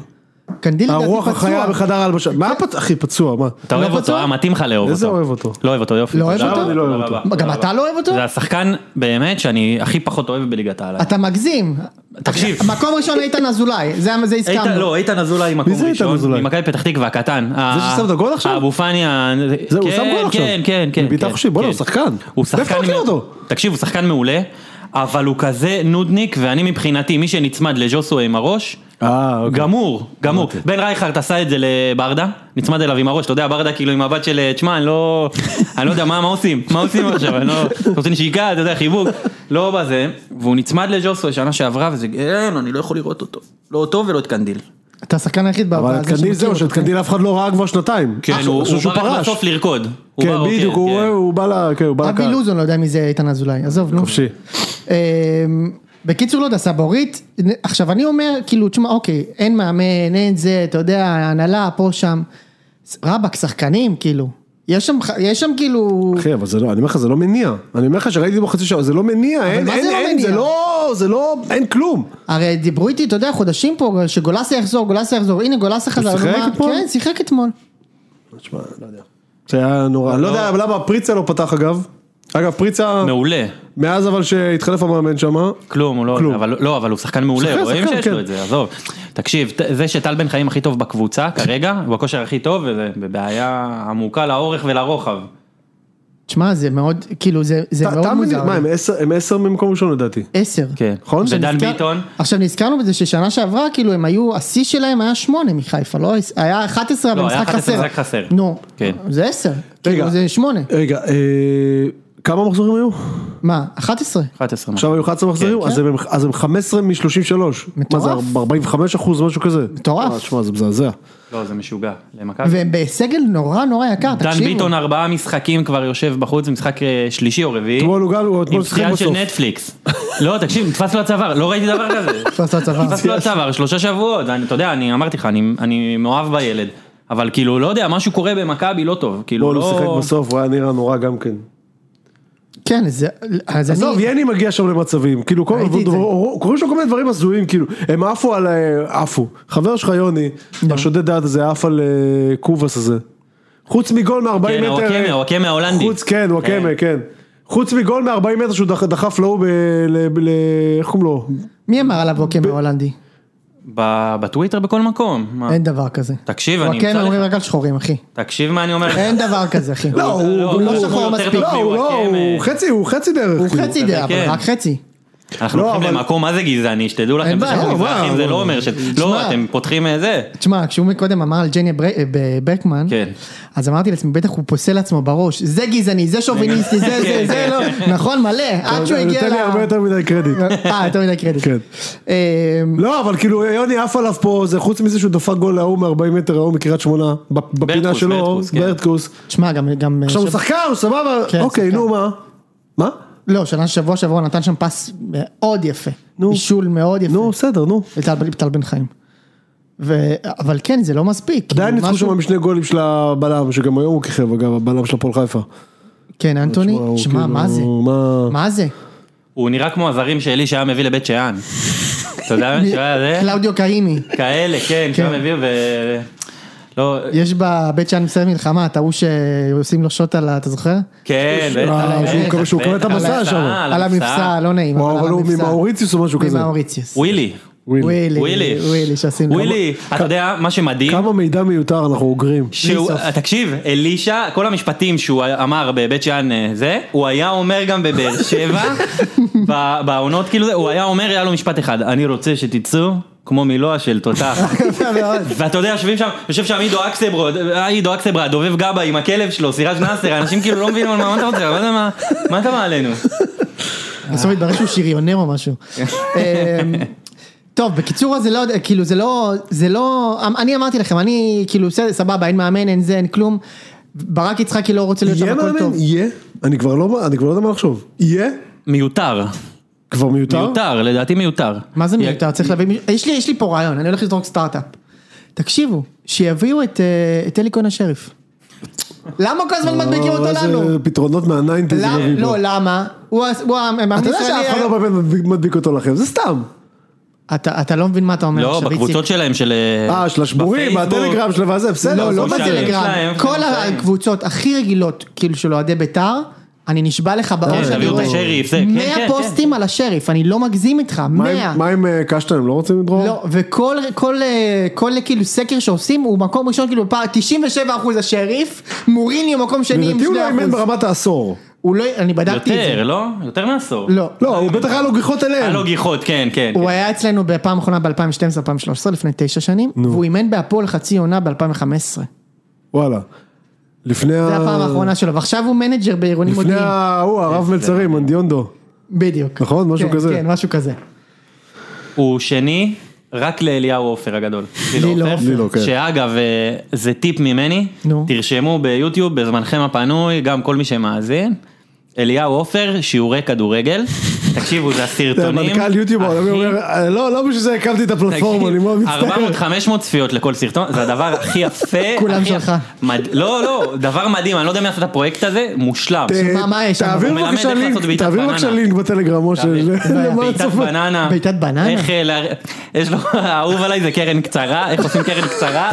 [SPEAKER 3] קנדיל לדעתי
[SPEAKER 2] הרוח החיה
[SPEAKER 3] פצוע. כן.
[SPEAKER 2] בחדר ההלבשה. מה פצוע? אחי, פצוע, מה?
[SPEAKER 1] אתה אוהב
[SPEAKER 3] לא
[SPEAKER 1] אותו,
[SPEAKER 3] פצוע?
[SPEAKER 1] אה, מתאים לך לאהוב אותו.
[SPEAKER 2] איזה אוהב אותו?
[SPEAKER 1] לא אוהב אותו, יופי.
[SPEAKER 3] לא אוהב
[SPEAKER 1] תודה
[SPEAKER 3] אותו?
[SPEAKER 1] רבה,
[SPEAKER 2] אני לא אוהב
[SPEAKER 1] תודה
[SPEAKER 2] אותו.
[SPEAKER 1] רבה,
[SPEAKER 3] גם
[SPEAKER 1] תודה
[SPEAKER 3] אתה
[SPEAKER 1] רבה.
[SPEAKER 3] לא אוהב אותו?
[SPEAKER 1] זה השחקן באמת שאני הכי פחות אוהב בליגת העל.
[SPEAKER 3] אתה מגזים.
[SPEAKER 1] תקשיב.
[SPEAKER 3] מקום ראשון איתן אזולאי, זה זה
[SPEAKER 1] איתן,
[SPEAKER 3] הסכמנו.
[SPEAKER 1] לא, איתן אזולאי מקום
[SPEAKER 2] מי זה איתן
[SPEAKER 1] ראשון,
[SPEAKER 2] אזולאי?
[SPEAKER 1] ממכבי פתח תקווה הקטן.
[SPEAKER 2] זה ששם את הגול עכשיו?
[SPEAKER 1] אבו פאניה.
[SPEAKER 2] זה, הוא שם
[SPEAKER 1] כן,
[SPEAKER 2] גול עכשיו.
[SPEAKER 1] כן, כן, כן.
[SPEAKER 2] מבעיטה
[SPEAKER 1] כן,
[SPEAKER 2] חופשית, בוא'נה,
[SPEAKER 1] כן.
[SPEAKER 2] הוא שחקן.
[SPEAKER 1] הוא
[SPEAKER 2] מאיפה
[SPEAKER 1] שחקן,
[SPEAKER 2] אתה מכיר
[SPEAKER 1] מ-
[SPEAKER 2] אותו?
[SPEAKER 1] תקשיב, הוא שחקן מעולה, אבל הוא כזה נודניק, ואני מבחינתי, מי שנצמד לז'וסו עם הראש,
[SPEAKER 2] אה, אוקיי.
[SPEAKER 1] גמור, גמור. בן רייכרד עשה את זה לברדה, נצמד אליו עם הראש, אתה יודע, ברדה כאילו עם הבת של, אה, תשמע, אני לא, אני לא יודע, מה, מה עושים? מה עושים עכשיו? אני לא, אתה רוצה נשיקה, אתה יודע, חיבוק, לא בזה. והוא נצמד לג'וסו שנה שעברה, וזה, אין, אני לא יכול לראות אותו. לא אותו ולא את קנדיל.
[SPEAKER 3] אתה השחקן היחיד
[SPEAKER 2] אבל
[SPEAKER 3] בעבר
[SPEAKER 2] את
[SPEAKER 3] הזה
[SPEAKER 2] קנדיל
[SPEAKER 3] שמכיר
[SPEAKER 2] זהו,
[SPEAKER 3] אותו.
[SPEAKER 2] שאת קנדיל אף אחד לא ראה כבר שנתיים.
[SPEAKER 1] כן,
[SPEAKER 2] אה,
[SPEAKER 1] הוא
[SPEAKER 2] שהוא-
[SPEAKER 1] הוא
[SPEAKER 2] שהוא
[SPEAKER 1] בא רק
[SPEAKER 2] פרש.
[SPEAKER 1] בסוף לרקוד. הוא
[SPEAKER 2] כן,
[SPEAKER 1] בא, אוקיי,
[SPEAKER 2] בדיוק, הוא
[SPEAKER 1] כן.
[SPEAKER 2] הוא בא ל- כן, הוא בא
[SPEAKER 3] אבי
[SPEAKER 2] לקהל.
[SPEAKER 3] לוזון לא יודע מי זה איתן אזולאי, עזוב, נו.
[SPEAKER 2] חופשי.
[SPEAKER 3] אמ, בקיצור, לא יודע, סבורית, עכשיו אני אומר, כאילו, תשמע, אוקיי, אין מאמן, אין זה, אתה יודע, הנהלה, פה, שם. רבאק, שחקנים, כאילו. יש שם, יש שם כאילו...
[SPEAKER 2] אחי, אבל זה לא, אני אומר לך, זה לא מניע. אני אומר לך שראיתי בו חצי שעה, זה לא מניע, אין,
[SPEAKER 3] מה זה
[SPEAKER 2] אין,
[SPEAKER 3] לא
[SPEAKER 2] אין,
[SPEAKER 3] מניע?
[SPEAKER 2] זה לא, זה לא, אין כלום.
[SPEAKER 3] הרי דיברו איתי, אתה יודע, חודשים פה, שגולסה יחזור, גולסה יחזור, הנה גולסה חזר.
[SPEAKER 2] שיחק
[SPEAKER 3] נו, מה-
[SPEAKER 2] אתמול?
[SPEAKER 3] כן, שיחק אתמול.
[SPEAKER 2] תשמע, לא יודע. זה היה נורא. אני לא יודע למה פריצה לא פתח אגב. אגב, פריצה,
[SPEAKER 1] מעולה.
[SPEAKER 2] מאז אבל שהתחלף המאמן שם,
[SPEAKER 1] כלום, הוא
[SPEAKER 2] כלום.
[SPEAKER 1] לא, אבל, לא, אבל הוא שחקן מעולה,
[SPEAKER 2] שחקן,
[SPEAKER 1] רואים
[SPEAKER 2] שחקן,
[SPEAKER 1] שיש
[SPEAKER 2] כן.
[SPEAKER 1] לו את זה, עזוב. תקשיב, ת- זה שטל בן חיים הכי טוב בקבוצה כרגע, הוא בכושר הכי טוב, וזה בבעיה עמוקה לאורך ולרוחב.
[SPEAKER 3] תשמע, זה מאוד, כאילו, זה זה
[SPEAKER 2] ת-
[SPEAKER 3] מאוד
[SPEAKER 2] תם
[SPEAKER 3] מוזר.
[SPEAKER 2] מה, הם עשר- הם עשר ממקום ראשון לדעתי.
[SPEAKER 3] עשר.
[SPEAKER 1] כן.
[SPEAKER 2] נכון,
[SPEAKER 1] ודן
[SPEAKER 3] נזכר-
[SPEAKER 1] ביטון,
[SPEAKER 3] עכשיו נזכרנו בזה ששנה שעברה, כאילו, הם היו, השיא שלהם היה שמונה מחיפה, לא? עש- היה 11, אבל
[SPEAKER 1] לא, היה
[SPEAKER 3] משחק
[SPEAKER 1] 11
[SPEAKER 3] חסר.
[SPEAKER 1] משחק חסר.
[SPEAKER 3] נו,
[SPEAKER 1] כן.
[SPEAKER 3] זה עשר.
[SPEAKER 2] רגע.
[SPEAKER 3] כאילו, זה שמונה.
[SPEAKER 2] רגע, אה, כמה מחזורים היו?
[SPEAKER 3] מה, 11?
[SPEAKER 1] 11.
[SPEAKER 2] עכשיו היו 11 מחזורים?
[SPEAKER 1] כן.
[SPEAKER 2] אז הם- אז הם 15 מ-33. מה זה,
[SPEAKER 3] מטורף.
[SPEAKER 2] 45 אחוז, משהו כזה.
[SPEAKER 3] מטורף.
[SPEAKER 2] אה, תשמע, זה מזעזע.
[SPEAKER 1] לא, זה משוגע, למכבי.
[SPEAKER 3] והם בסגל נורא נורא יקר,
[SPEAKER 1] דן
[SPEAKER 3] תקשיבו.
[SPEAKER 1] ביטון ארבעה משחקים כבר יושב בחוץ, משחק אה, שלישי או רביעי.
[SPEAKER 2] אתמול הוא גם, הוא
[SPEAKER 1] עם
[SPEAKER 2] אתמול שיחק
[SPEAKER 1] פציעה של
[SPEAKER 2] בסוף.
[SPEAKER 1] נטפליקס. לא, תקשיב, נתפס לו הצוואר, לא ראיתי דבר כזה.
[SPEAKER 3] נתפס לו הצוואר.
[SPEAKER 1] נתפס לו הצוואר, שלושה שבועות, אני- אתה יודע, אני אמרתי לך, אני- אני מאוהב בילד. אבל כאילו, לא יודע, משהו קורה במכבי לא טוב. כאילו,
[SPEAKER 2] אתמול
[SPEAKER 1] לא...
[SPEAKER 2] הוא שיחק בסוף, הוא היה נראה נורא גם כן.
[SPEAKER 3] כן, זה... אז אני...
[SPEAKER 2] עזוב, יני מגיע שם למצבים, כאילו, כל-
[SPEAKER 3] ראיתי את זה.
[SPEAKER 2] קורים שם כל מיני דברים הזויים, כאילו, הם עפו על, אה, עפו, חבר שלך יוני, השודד דעת הזה, עף על אה, קובס הזה, חוץ מגול מ-40
[SPEAKER 1] כן,
[SPEAKER 2] מטר,
[SPEAKER 1] הוואקמה,
[SPEAKER 2] אה,
[SPEAKER 1] הוואקמה ההולנדי. אה,
[SPEAKER 2] חוץ, כן, וואקמה, כן, חוץ מגול מ-40 מטר שהוא דח- דחף להוא, ב- ל- ל- איך קוראים לו,
[SPEAKER 3] מי אמר עליו ווקמה הולנדי?
[SPEAKER 1] ב- בטוויטר בכל מקום. מה?
[SPEAKER 3] אין דבר כזה.
[SPEAKER 1] אה. תקשיב, אני
[SPEAKER 3] ווקמה
[SPEAKER 1] אמצא
[SPEAKER 3] אומרים
[SPEAKER 1] לך.
[SPEAKER 3] רק על שחורים, אחי.
[SPEAKER 1] תקשיב מה אני אומר. לך.
[SPEAKER 3] אין דבר כזה, אחי.
[SPEAKER 2] לא, הוא-
[SPEAKER 3] הוא לא שחור
[SPEAKER 1] יותר
[SPEAKER 3] מספיק.
[SPEAKER 1] טוב
[SPEAKER 2] לא, הוא לא,
[SPEAKER 1] מוואקמה.
[SPEAKER 2] הוא חצי, הוא חצי דרך,
[SPEAKER 3] הוא
[SPEAKER 2] כאילו.
[SPEAKER 3] חצי דעה, אבל
[SPEAKER 1] כן.
[SPEAKER 3] רק חצי.
[SPEAKER 1] אנחנו
[SPEAKER 2] לא,
[SPEAKER 1] הולכים
[SPEAKER 2] אבל-
[SPEAKER 1] למקום מה זה גזעני, שתדעו לכם,
[SPEAKER 3] אין
[SPEAKER 1] זה
[SPEAKER 3] בעיה,
[SPEAKER 1] שאנחנו
[SPEAKER 2] לא,
[SPEAKER 1] מזרחים
[SPEAKER 2] וואו.
[SPEAKER 1] זה לא אומר ש... לא, אתם פותחים אה, זה.
[SPEAKER 3] תשמע, כשהוא מקודם אמר על ג'ני בר- ב- ברקמן,
[SPEAKER 1] כן.
[SPEAKER 3] אז אמרתי לעצמי, בטח הוא פוסל לעצמו בראש, זה גזעני, זה שוביניסטי, זה זה,
[SPEAKER 1] כן,
[SPEAKER 3] זה
[SPEAKER 1] כן,
[SPEAKER 3] לא, נכון, מלא, עד שהוא הגיע ל...
[SPEAKER 2] נותן לי הרבה יותר מדי קרדיט.
[SPEAKER 3] אה, יותר מדי קרדיט.
[SPEAKER 2] כן.
[SPEAKER 3] אה,
[SPEAKER 2] לא, אבל כאילו, יוני עף עליו פה, זה חוץ מזה שהוא דפק גול להוא מ-40 מטר, ההוא מקריית שמונה, בפ- בפינה
[SPEAKER 1] בארטקוס,
[SPEAKER 2] שלו,
[SPEAKER 1] בארטקוס, כן.
[SPEAKER 2] בארטקוס.
[SPEAKER 3] תשמע, גם... גם אה,
[SPEAKER 2] עכשיו הוא
[SPEAKER 3] שב-
[SPEAKER 2] שחקן, הוא סבבה,
[SPEAKER 3] כן,
[SPEAKER 2] אוקיי,
[SPEAKER 3] שחקן.
[SPEAKER 2] נו מה? מה?
[SPEAKER 3] לא, שנה שבוע שעבר הוא נתן שם פס מאוד יפה.
[SPEAKER 2] נו.
[SPEAKER 3] בישול מאוד יפה.
[SPEAKER 2] נו, בסדר, נו.
[SPEAKER 3] לטל בן- טל בן חיים. ו... אבל כן, זה לא מספיק.
[SPEAKER 2] עדיין
[SPEAKER 3] כאילו,
[SPEAKER 2] ניצחו
[SPEAKER 3] משהו-
[SPEAKER 2] שם משני גולים של הבלם, שגם היום הוא כיכב, אגב, הבלם של הפועל חיפה.
[SPEAKER 3] כן, אנטוני,
[SPEAKER 2] הוא
[SPEAKER 3] שמע,
[SPEAKER 2] כאילו,
[SPEAKER 3] מה זה?
[SPEAKER 2] מה-
[SPEAKER 3] מה זה?
[SPEAKER 1] הוא נראה כמו הזרים שאלי שהיה מביא לבית שאן. אתה יודע, שהוא היה זה?
[SPEAKER 3] קלאודיו קרימי.
[SPEAKER 1] כאלה, כן, שהיה מביא ו... לא,
[SPEAKER 3] יש בבית שאן מסיים מלחמה, את ההוא שעושים לו שוט על ה... אתה זוכר?
[SPEAKER 1] כן,
[SPEAKER 2] שהוא- אה, שהוא מקבל- שהוא מקבל את המסע
[SPEAKER 1] אה, על
[SPEAKER 2] שם.
[SPEAKER 1] המסע,
[SPEAKER 3] על המבצע, לא נעים.
[SPEAKER 2] וואו, אבל הוא
[SPEAKER 3] המבצע.
[SPEAKER 2] ממאוריציוס או משהו כזה.
[SPEAKER 3] ממאוריציוס.
[SPEAKER 1] ווילי.
[SPEAKER 3] ווילי.
[SPEAKER 1] ווילי.
[SPEAKER 3] ווילי, שעשינו.
[SPEAKER 1] ווילי, אתה יודע, מה שמדהים,
[SPEAKER 2] כמה מידע מיותר אנחנו אוגרים.
[SPEAKER 1] שהוא,
[SPEAKER 3] בלי סוף.
[SPEAKER 1] תקשיב, אלישע, כל המשפטים שהוא אמר בבית שאן אה, זה, הוא היה אומר גם בבאר שבע, ב- בעונות כאילו זה, הוא היה אומר, היה לו משפט אחד, אני רוצה שתצאו כמו מילואה של תותח.
[SPEAKER 3] כן,
[SPEAKER 1] ואתה יודע, יושבים שם, יושב שם עידו אקסברו, עידו אקסברה, דובב גבה עם הכלב שלו, סיראז' נאסר, אנשים כאילו לא מבינים על מה מה אתה רוצה, מה אתה- מה- מה אתה מעלינו?
[SPEAKER 3] בסוף התברר שהוא שריונר או משהו. אמ, טוב, בקיצור, זה לא, כאילו, זה לא, זה לא, אני אמרתי לכם, אני, כאילו, בסדר, סבבה, אין מאמן, אין זה, אין כלום. ברק יצחקי לא רוצה להיות שם,
[SPEAKER 2] יהיה
[SPEAKER 3] הכל
[SPEAKER 2] מאמן?
[SPEAKER 3] טוב.
[SPEAKER 2] יהיה? אני כבר לא אני כבר לא יודע מה לחשוב. יהיה?
[SPEAKER 1] מיותר,
[SPEAKER 2] כבר מיותר?
[SPEAKER 1] מיותר, לדעתי מיותר.
[SPEAKER 3] לא? מה זה
[SPEAKER 1] יא-
[SPEAKER 3] מיותר? צריך להביא מישהו, יש לי, יש לי פה רעיון, אני הולך לזרוק סטארט-אפ. תקשיבו, שיביאו את אה, את אלי כהן השריף. למה כל
[SPEAKER 2] אה,
[SPEAKER 3] הזמן מדביקים אותו
[SPEAKER 2] איזה
[SPEAKER 3] לנו?
[SPEAKER 2] פתרונות מהניינטיז.
[SPEAKER 3] למה-
[SPEAKER 2] מביא פה.
[SPEAKER 3] לא, למה? הוא ה- הוא המאמן
[SPEAKER 2] אתה יודע
[SPEAKER 3] הישראלי
[SPEAKER 2] שאף אחד
[SPEAKER 3] ה-
[SPEAKER 2] לא באמת מדביק- מדביק אותו לכם, זה סתם.
[SPEAKER 3] אתה אתה לא מבין מה אתה אומר
[SPEAKER 1] לא,
[SPEAKER 3] עכשיו, איציק.
[SPEAKER 1] בקבוצות שלהם של...
[SPEAKER 2] אה, של השבורים,
[SPEAKER 1] כן. בפייסבוק.
[SPEAKER 2] בטלגרם שלו, וזה בסדר.
[SPEAKER 3] לא,
[SPEAKER 2] אז
[SPEAKER 3] לא
[SPEAKER 2] הוא
[SPEAKER 1] בטלגרם.
[SPEAKER 2] שאל.
[SPEAKER 3] בטלגרם,
[SPEAKER 1] שלהם, כן,
[SPEAKER 3] כל
[SPEAKER 1] שלהם.
[SPEAKER 3] הקבוצות הכי רגילות, כאילו של אוהדי בית"ר, אני נשבע לך
[SPEAKER 2] כן,
[SPEAKER 3] בראש, אני
[SPEAKER 2] תביאו את
[SPEAKER 3] רואה
[SPEAKER 1] לא, השריף, זה, כן,
[SPEAKER 3] 100
[SPEAKER 1] כן,
[SPEAKER 3] פוסטים על השריף, אני לא מגזים איתך,
[SPEAKER 2] מה עם-
[SPEAKER 3] 100.
[SPEAKER 2] מה עם אה, קשטן, הם לא רוצים לדרור?
[SPEAKER 3] לא, וכל כל, אה, כל כאילו סקר שעושים הוא מקום ראשון כאילו פער 97 אחוז השריף, מוריניו מקום שני עם
[SPEAKER 2] לדעתי הוא לא
[SPEAKER 3] 2
[SPEAKER 2] אימן
[SPEAKER 3] אחוז.
[SPEAKER 2] ברמת העשור.
[SPEAKER 3] הוא לא, אני בדקתי את
[SPEAKER 1] יותר,
[SPEAKER 3] זה.
[SPEAKER 1] לא? יותר מעשור.
[SPEAKER 3] לא.
[SPEAKER 2] לא, הוא בטח היה לו גיחות
[SPEAKER 1] אה, היה
[SPEAKER 2] אליהם.
[SPEAKER 1] לו גיחות, כן, כן.
[SPEAKER 3] הוא היה אצלנו בפעם האחרונה ב-2012-2013 לפני תשע שנים, והוא אימן בהפועל חצי עונה ב-2015.
[SPEAKER 2] וואלה. לפני ה...
[SPEAKER 3] זו הפעם האחרונה שלו, ועכשיו הוא מנג'ר בארגונים
[SPEAKER 2] אה. לפני
[SPEAKER 3] מודיעין.
[SPEAKER 2] ההוא,
[SPEAKER 1] כן,
[SPEAKER 2] הרב מלצרים, אנדיונדו.
[SPEAKER 3] בדיוק.
[SPEAKER 2] נכון? משהו
[SPEAKER 3] כן,
[SPEAKER 2] כזה.
[SPEAKER 3] כן, משהו כזה.
[SPEAKER 1] הוא שני רק לאליהו עופר הגדול.
[SPEAKER 3] ליל עופר.
[SPEAKER 2] ליל, אוקיי.
[SPEAKER 1] שאגב, אה, זה טיפ ממני,
[SPEAKER 3] נו.
[SPEAKER 1] תרשמו ביוטיוב בזמנכם הפנוי, גם כל מי שמאזין. אליהו עופר, שיעורי כדורגל, תקשיבו זה הסרטונים,
[SPEAKER 2] מנכ"ל יוטיוב
[SPEAKER 1] הכי-
[SPEAKER 2] העולמי אומר, "אה, לא, לא בשביל זה הקמתי את הפלטפורמה, אני מאוד מצטער.
[SPEAKER 1] 400-500 צפיות לכל סרטון, זה הדבר הכי יפה,
[SPEAKER 3] כולם
[SPEAKER 1] הכי-
[SPEAKER 3] שלך.
[SPEAKER 1] מד- לא לא, דבר מדהים, אני לא יודע מי עשה את הפרויקט הזה, מושלם,
[SPEAKER 2] ת-
[SPEAKER 3] מה- מה יש שם?
[SPEAKER 2] תעביר
[SPEAKER 1] הוא מלמד
[SPEAKER 2] בבקשה
[SPEAKER 1] איך לעשות
[SPEAKER 2] לינק,
[SPEAKER 1] בעיטת
[SPEAKER 2] תעביר
[SPEAKER 1] בננה.
[SPEAKER 2] בבקשה לינק בטלגרם, משה. למה
[SPEAKER 1] בעיטת
[SPEAKER 2] הצופה?
[SPEAKER 1] בננה.
[SPEAKER 3] בעיטת בננה?
[SPEAKER 1] איך אה, לה- יש לו, האהוב עליי זה קרן קצרה, איך עושים קרן קצרה?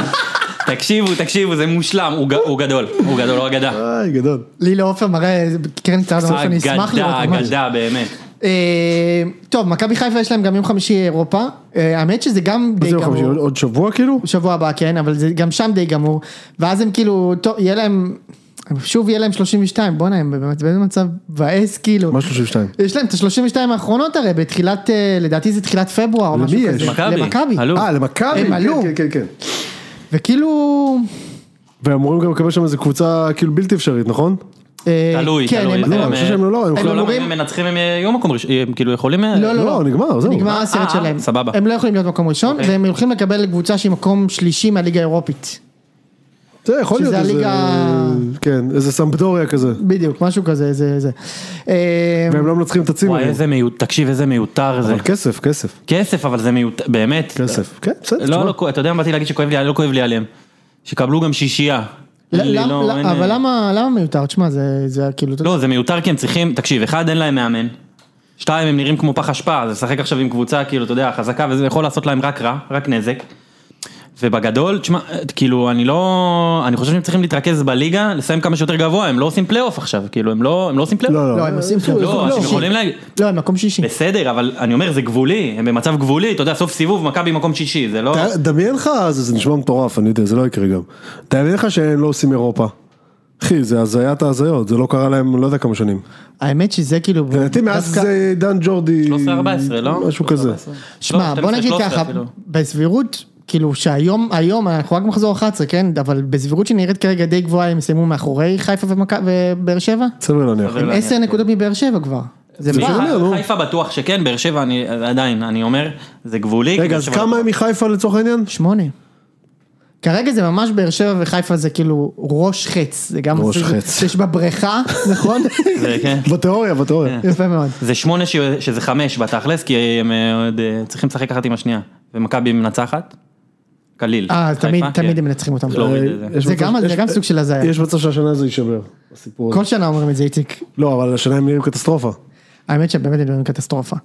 [SPEAKER 1] תקשיבו, תקשיבו, זה מושלם, הוא ג- הוא גדול, הוא גדול, הוא אגדה.
[SPEAKER 2] איי, גדול.
[SPEAKER 3] לילה עופר מראה קרן קצרה, זה משהו שאני אשמח לראות
[SPEAKER 1] אגדה,
[SPEAKER 3] ממש.
[SPEAKER 1] אגדה, באמת.
[SPEAKER 3] אה, טוב, מכבי חיפה יש להם גם יום חמישי אירופה. אה, האמת שזה גם
[SPEAKER 2] מה
[SPEAKER 3] די
[SPEAKER 2] זה יום חמישי? עוד-
[SPEAKER 3] גמור.
[SPEAKER 2] עוד שבוע כאילו?
[SPEAKER 3] שבוע הבא, כן, אבל זה גם שם די גמור. ואז הם כאילו, טוב, יהיה להם, שוב יהיה להם 32, בואנה, הם באמת באיזה מצב מבאס כאילו.
[SPEAKER 2] מה 32?
[SPEAKER 3] יש להם את ה-32 האחרונות הרי בתחילת, אה, לדעתי זה תחילת פברואר או
[SPEAKER 2] למי
[SPEAKER 3] משהו
[SPEAKER 2] יש?
[SPEAKER 3] כזה.
[SPEAKER 1] מכבי.
[SPEAKER 3] למכבי.
[SPEAKER 1] עלו.
[SPEAKER 2] אה, למכבי?
[SPEAKER 3] הם
[SPEAKER 2] כן,
[SPEAKER 3] עלו.
[SPEAKER 2] כן, כן, כן.
[SPEAKER 3] וכאילו...
[SPEAKER 2] והם אמורים גם לקבל שם איזה קבוצה כאילו בלתי אפשרית, נכון?
[SPEAKER 3] אה,
[SPEAKER 1] תלוי,
[SPEAKER 3] כן,
[SPEAKER 1] תלוי.
[SPEAKER 3] הם-
[SPEAKER 2] לא,
[SPEAKER 1] הם,
[SPEAKER 2] אני חושב שהם
[SPEAKER 1] אה,
[SPEAKER 2] לא, לא, הם
[SPEAKER 1] לא,
[SPEAKER 2] יכולים-
[SPEAKER 1] למה,
[SPEAKER 3] אמורים-
[SPEAKER 1] אם הם מנצחים הם אה, יהיו מקום ראשון, הם כאילו יכולים... אה,
[SPEAKER 3] לא, לא, לא.
[SPEAKER 2] לא, נגמר, זהו.
[SPEAKER 3] נגמר הסרט
[SPEAKER 1] אה,
[SPEAKER 3] שלהם.
[SPEAKER 1] סבבה. אוקיי.
[SPEAKER 3] הם לא יכולים להיות מקום ראשון, והם הולכים לקבל קבוצה שהיא מקום שלישי מהליגה האירופית.
[SPEAKER 2] זה יכול
[SPEAKER 3] שזה
[SPEAKER 2] להיות איזה...
[SPEAKER 3] הליגה-
[SPEAKER 2] כן, איזה סמפדוריה כזה.
[SPEAKER 3] בדיוק, משהו כזה, זה, זה. אה,
[SPEAKER 2] והם לא מנצחים את הצימר.
[SPEAKER 1] וואי, איזה מיותר, תקשיב, איזה מיותר זה.
[SPEAKER 2] אבל כסף, כסף.
[SPEAKER 1] כסף, אבל זה מיותר, באמת.
[SPEAKER 2] כסף. כן, בסדר.
[SPEAKER 1] לא,
[SPEAKER 2] תשמע.
[SPEAKER 1] לא, כואב- אתה יודע מה באתי להגיד שכואב לי, לא כואב לי עליהם. שקבלו גם שישייה.
[SPEAKER 3] ל-
[SPEAKER 1] אין לי,
[SPEAKER 3] למ-
[SPEAKER 1] לא,
[SPEAKER 3] למ-
[SPEAKER 1] אין,
[SPEAKER 3] אבל
[SPEAKER 1] אה,
[SPEAKER 3] למה למה מיותר? תשמע, זה זה כאילו...
[SPEAKER 1] לא, זה מיותר כי הם צריכים, תקשיב, אחד, אין להם מאמן. שתיים, הם נראים כמו פח אשפה, אז לשחק עכשיו עם קבוצה, כאילו, אתה יודע, חזקה, וזה יכול לעשות להם רק רע, רק נזק. ובגדול, תשמע, כאילו, אני לא... אני חושב שהם צריכים להתרכז בליגה, לסיים כמה שיותר גבוה, הם לא עושים פלייאוף עכשיו, כאילו, הם לא, הם לא עושים פלייאוף.
[SPEAKER 2] לא,
[SPEAKER 3] לא, הם עושים
[SPEAKER 2] לא,
[SPEAKER 1] לא,
[SPEAKER 3] לא,
[SPEAKER 1] אנשים יכולים להגיד...
[SPEAKER 3] לא, הם מקום שישי.
[SPEAKER 1] בסדר, אבל אני אומר, זה גבולי, הם במצב גבולי, אתה יודע, סוף סיבוב, מכבי מקום שישי, זה לא...
[SPEAKER 2] ת- דמיין לך, זה זה נשמע מטורף, אני יודע, זה לא יקרה גם. דמיין לך שהם לא עושים אירופה. אחי, זה הזיית ההזיות, זה לא קרה להם לא יודע כמה שנים.
[SPEAKER 3] האמת שזה כאילו...
[SPEAKER 2] לדעתי מאז
[SPEAKER 3] דווקא-
[SPEAKER 2] זה עידן ג'ורדי...
[SPEAKER 1] 13-14, לא?
[SPEAKER 2] משהו כזה.
[SPEAKER 1] 13-14.
[SPEAKER 3] שמע,
[SPEAKER 1] לא,
[SPEAKER 3] בוא נגיד
[SPEAKER 1] 12-13
[SPEAKER 3] ככה,
[SPEAKER 1] אפילו.
[SPEAKER 3] בסבירות, כאילו שהיום, היום, אנחנו רק במחזור 11, כן? אבל בסבירות שנראית כרגע די גבוהה, הם יסיימו מאחורי חיפה ומכ- ובאר שבע?
[SPEAKER 2] סביר להניח.
[SPEAKER 1] סביר
[SPEAKER 3] הם
[SPEAKER 1] להניח,
[SPEAKER 3] 10 נקודות מבאר שבע כבר. זה
[SPEAKER 1] מי-
[SPEAKER 3] בא.
[SPEAKER 2] אומר, נו.
[SPEAKER 1] חיפה בטוח שכן, באר שבע אני עדיין, אני אומר, זה גבולי.
[SPEAKER 2] רגע, אז כמה הם מחיפה לצורך העניין?
[SPEAKER 3] שמונה. כרגע זה ממש באר שבע וחיפה זה כאילו ראש חץ, זה גם
[SPEAKER 2] ראש
[SPEAKER 3] עושה-
[SPEAKER 2] חץ.
[SPEAKER 3] שיש בבריכה, נכון?
[SPEAKER 1] זה, כן.
[SPEAKER 2] בתיאוריה, בתיאוריה.
[SPEAKER 3] יפה מאוד.
[SPEAKER 1] זה שמונה ש... שזה חמש בתכלס, כי הם אה, עוד אה, צריכים לשחק אחת עם השנייה. ומכבי מנצחת? קליל.
[SPEAKER 3] אה, אז
[SPEAKER 1] חיפה,
[SPEAKER 3] תמיד, תמיד
[SPEAKER 1] כן.
[SPEAKER 3] הם מנצחים אותם.
[SPEAKER 1] לא. להוריד את זה.
[SPEAKER 2] אה, יש
[SPEAKER 3] זה
[SPEAKER 2] מצב-
[SPEAKER 3] גם- זה
[SPEAKER 2] יש-
[SPEAKER 3] גם סוג של הזיה.
[SPEAKER 2] יש מצב שהשנה זה יישבר, הסיפור הזה.
[SPEAKER 3] כל שנה אומרים את זה, איציק.
[SPEAKER 2] לא, אבל השנה הם נראים קטסטרופה.
[SPEAKER 3] האמת שבאמת הם נראים קטסטרופה.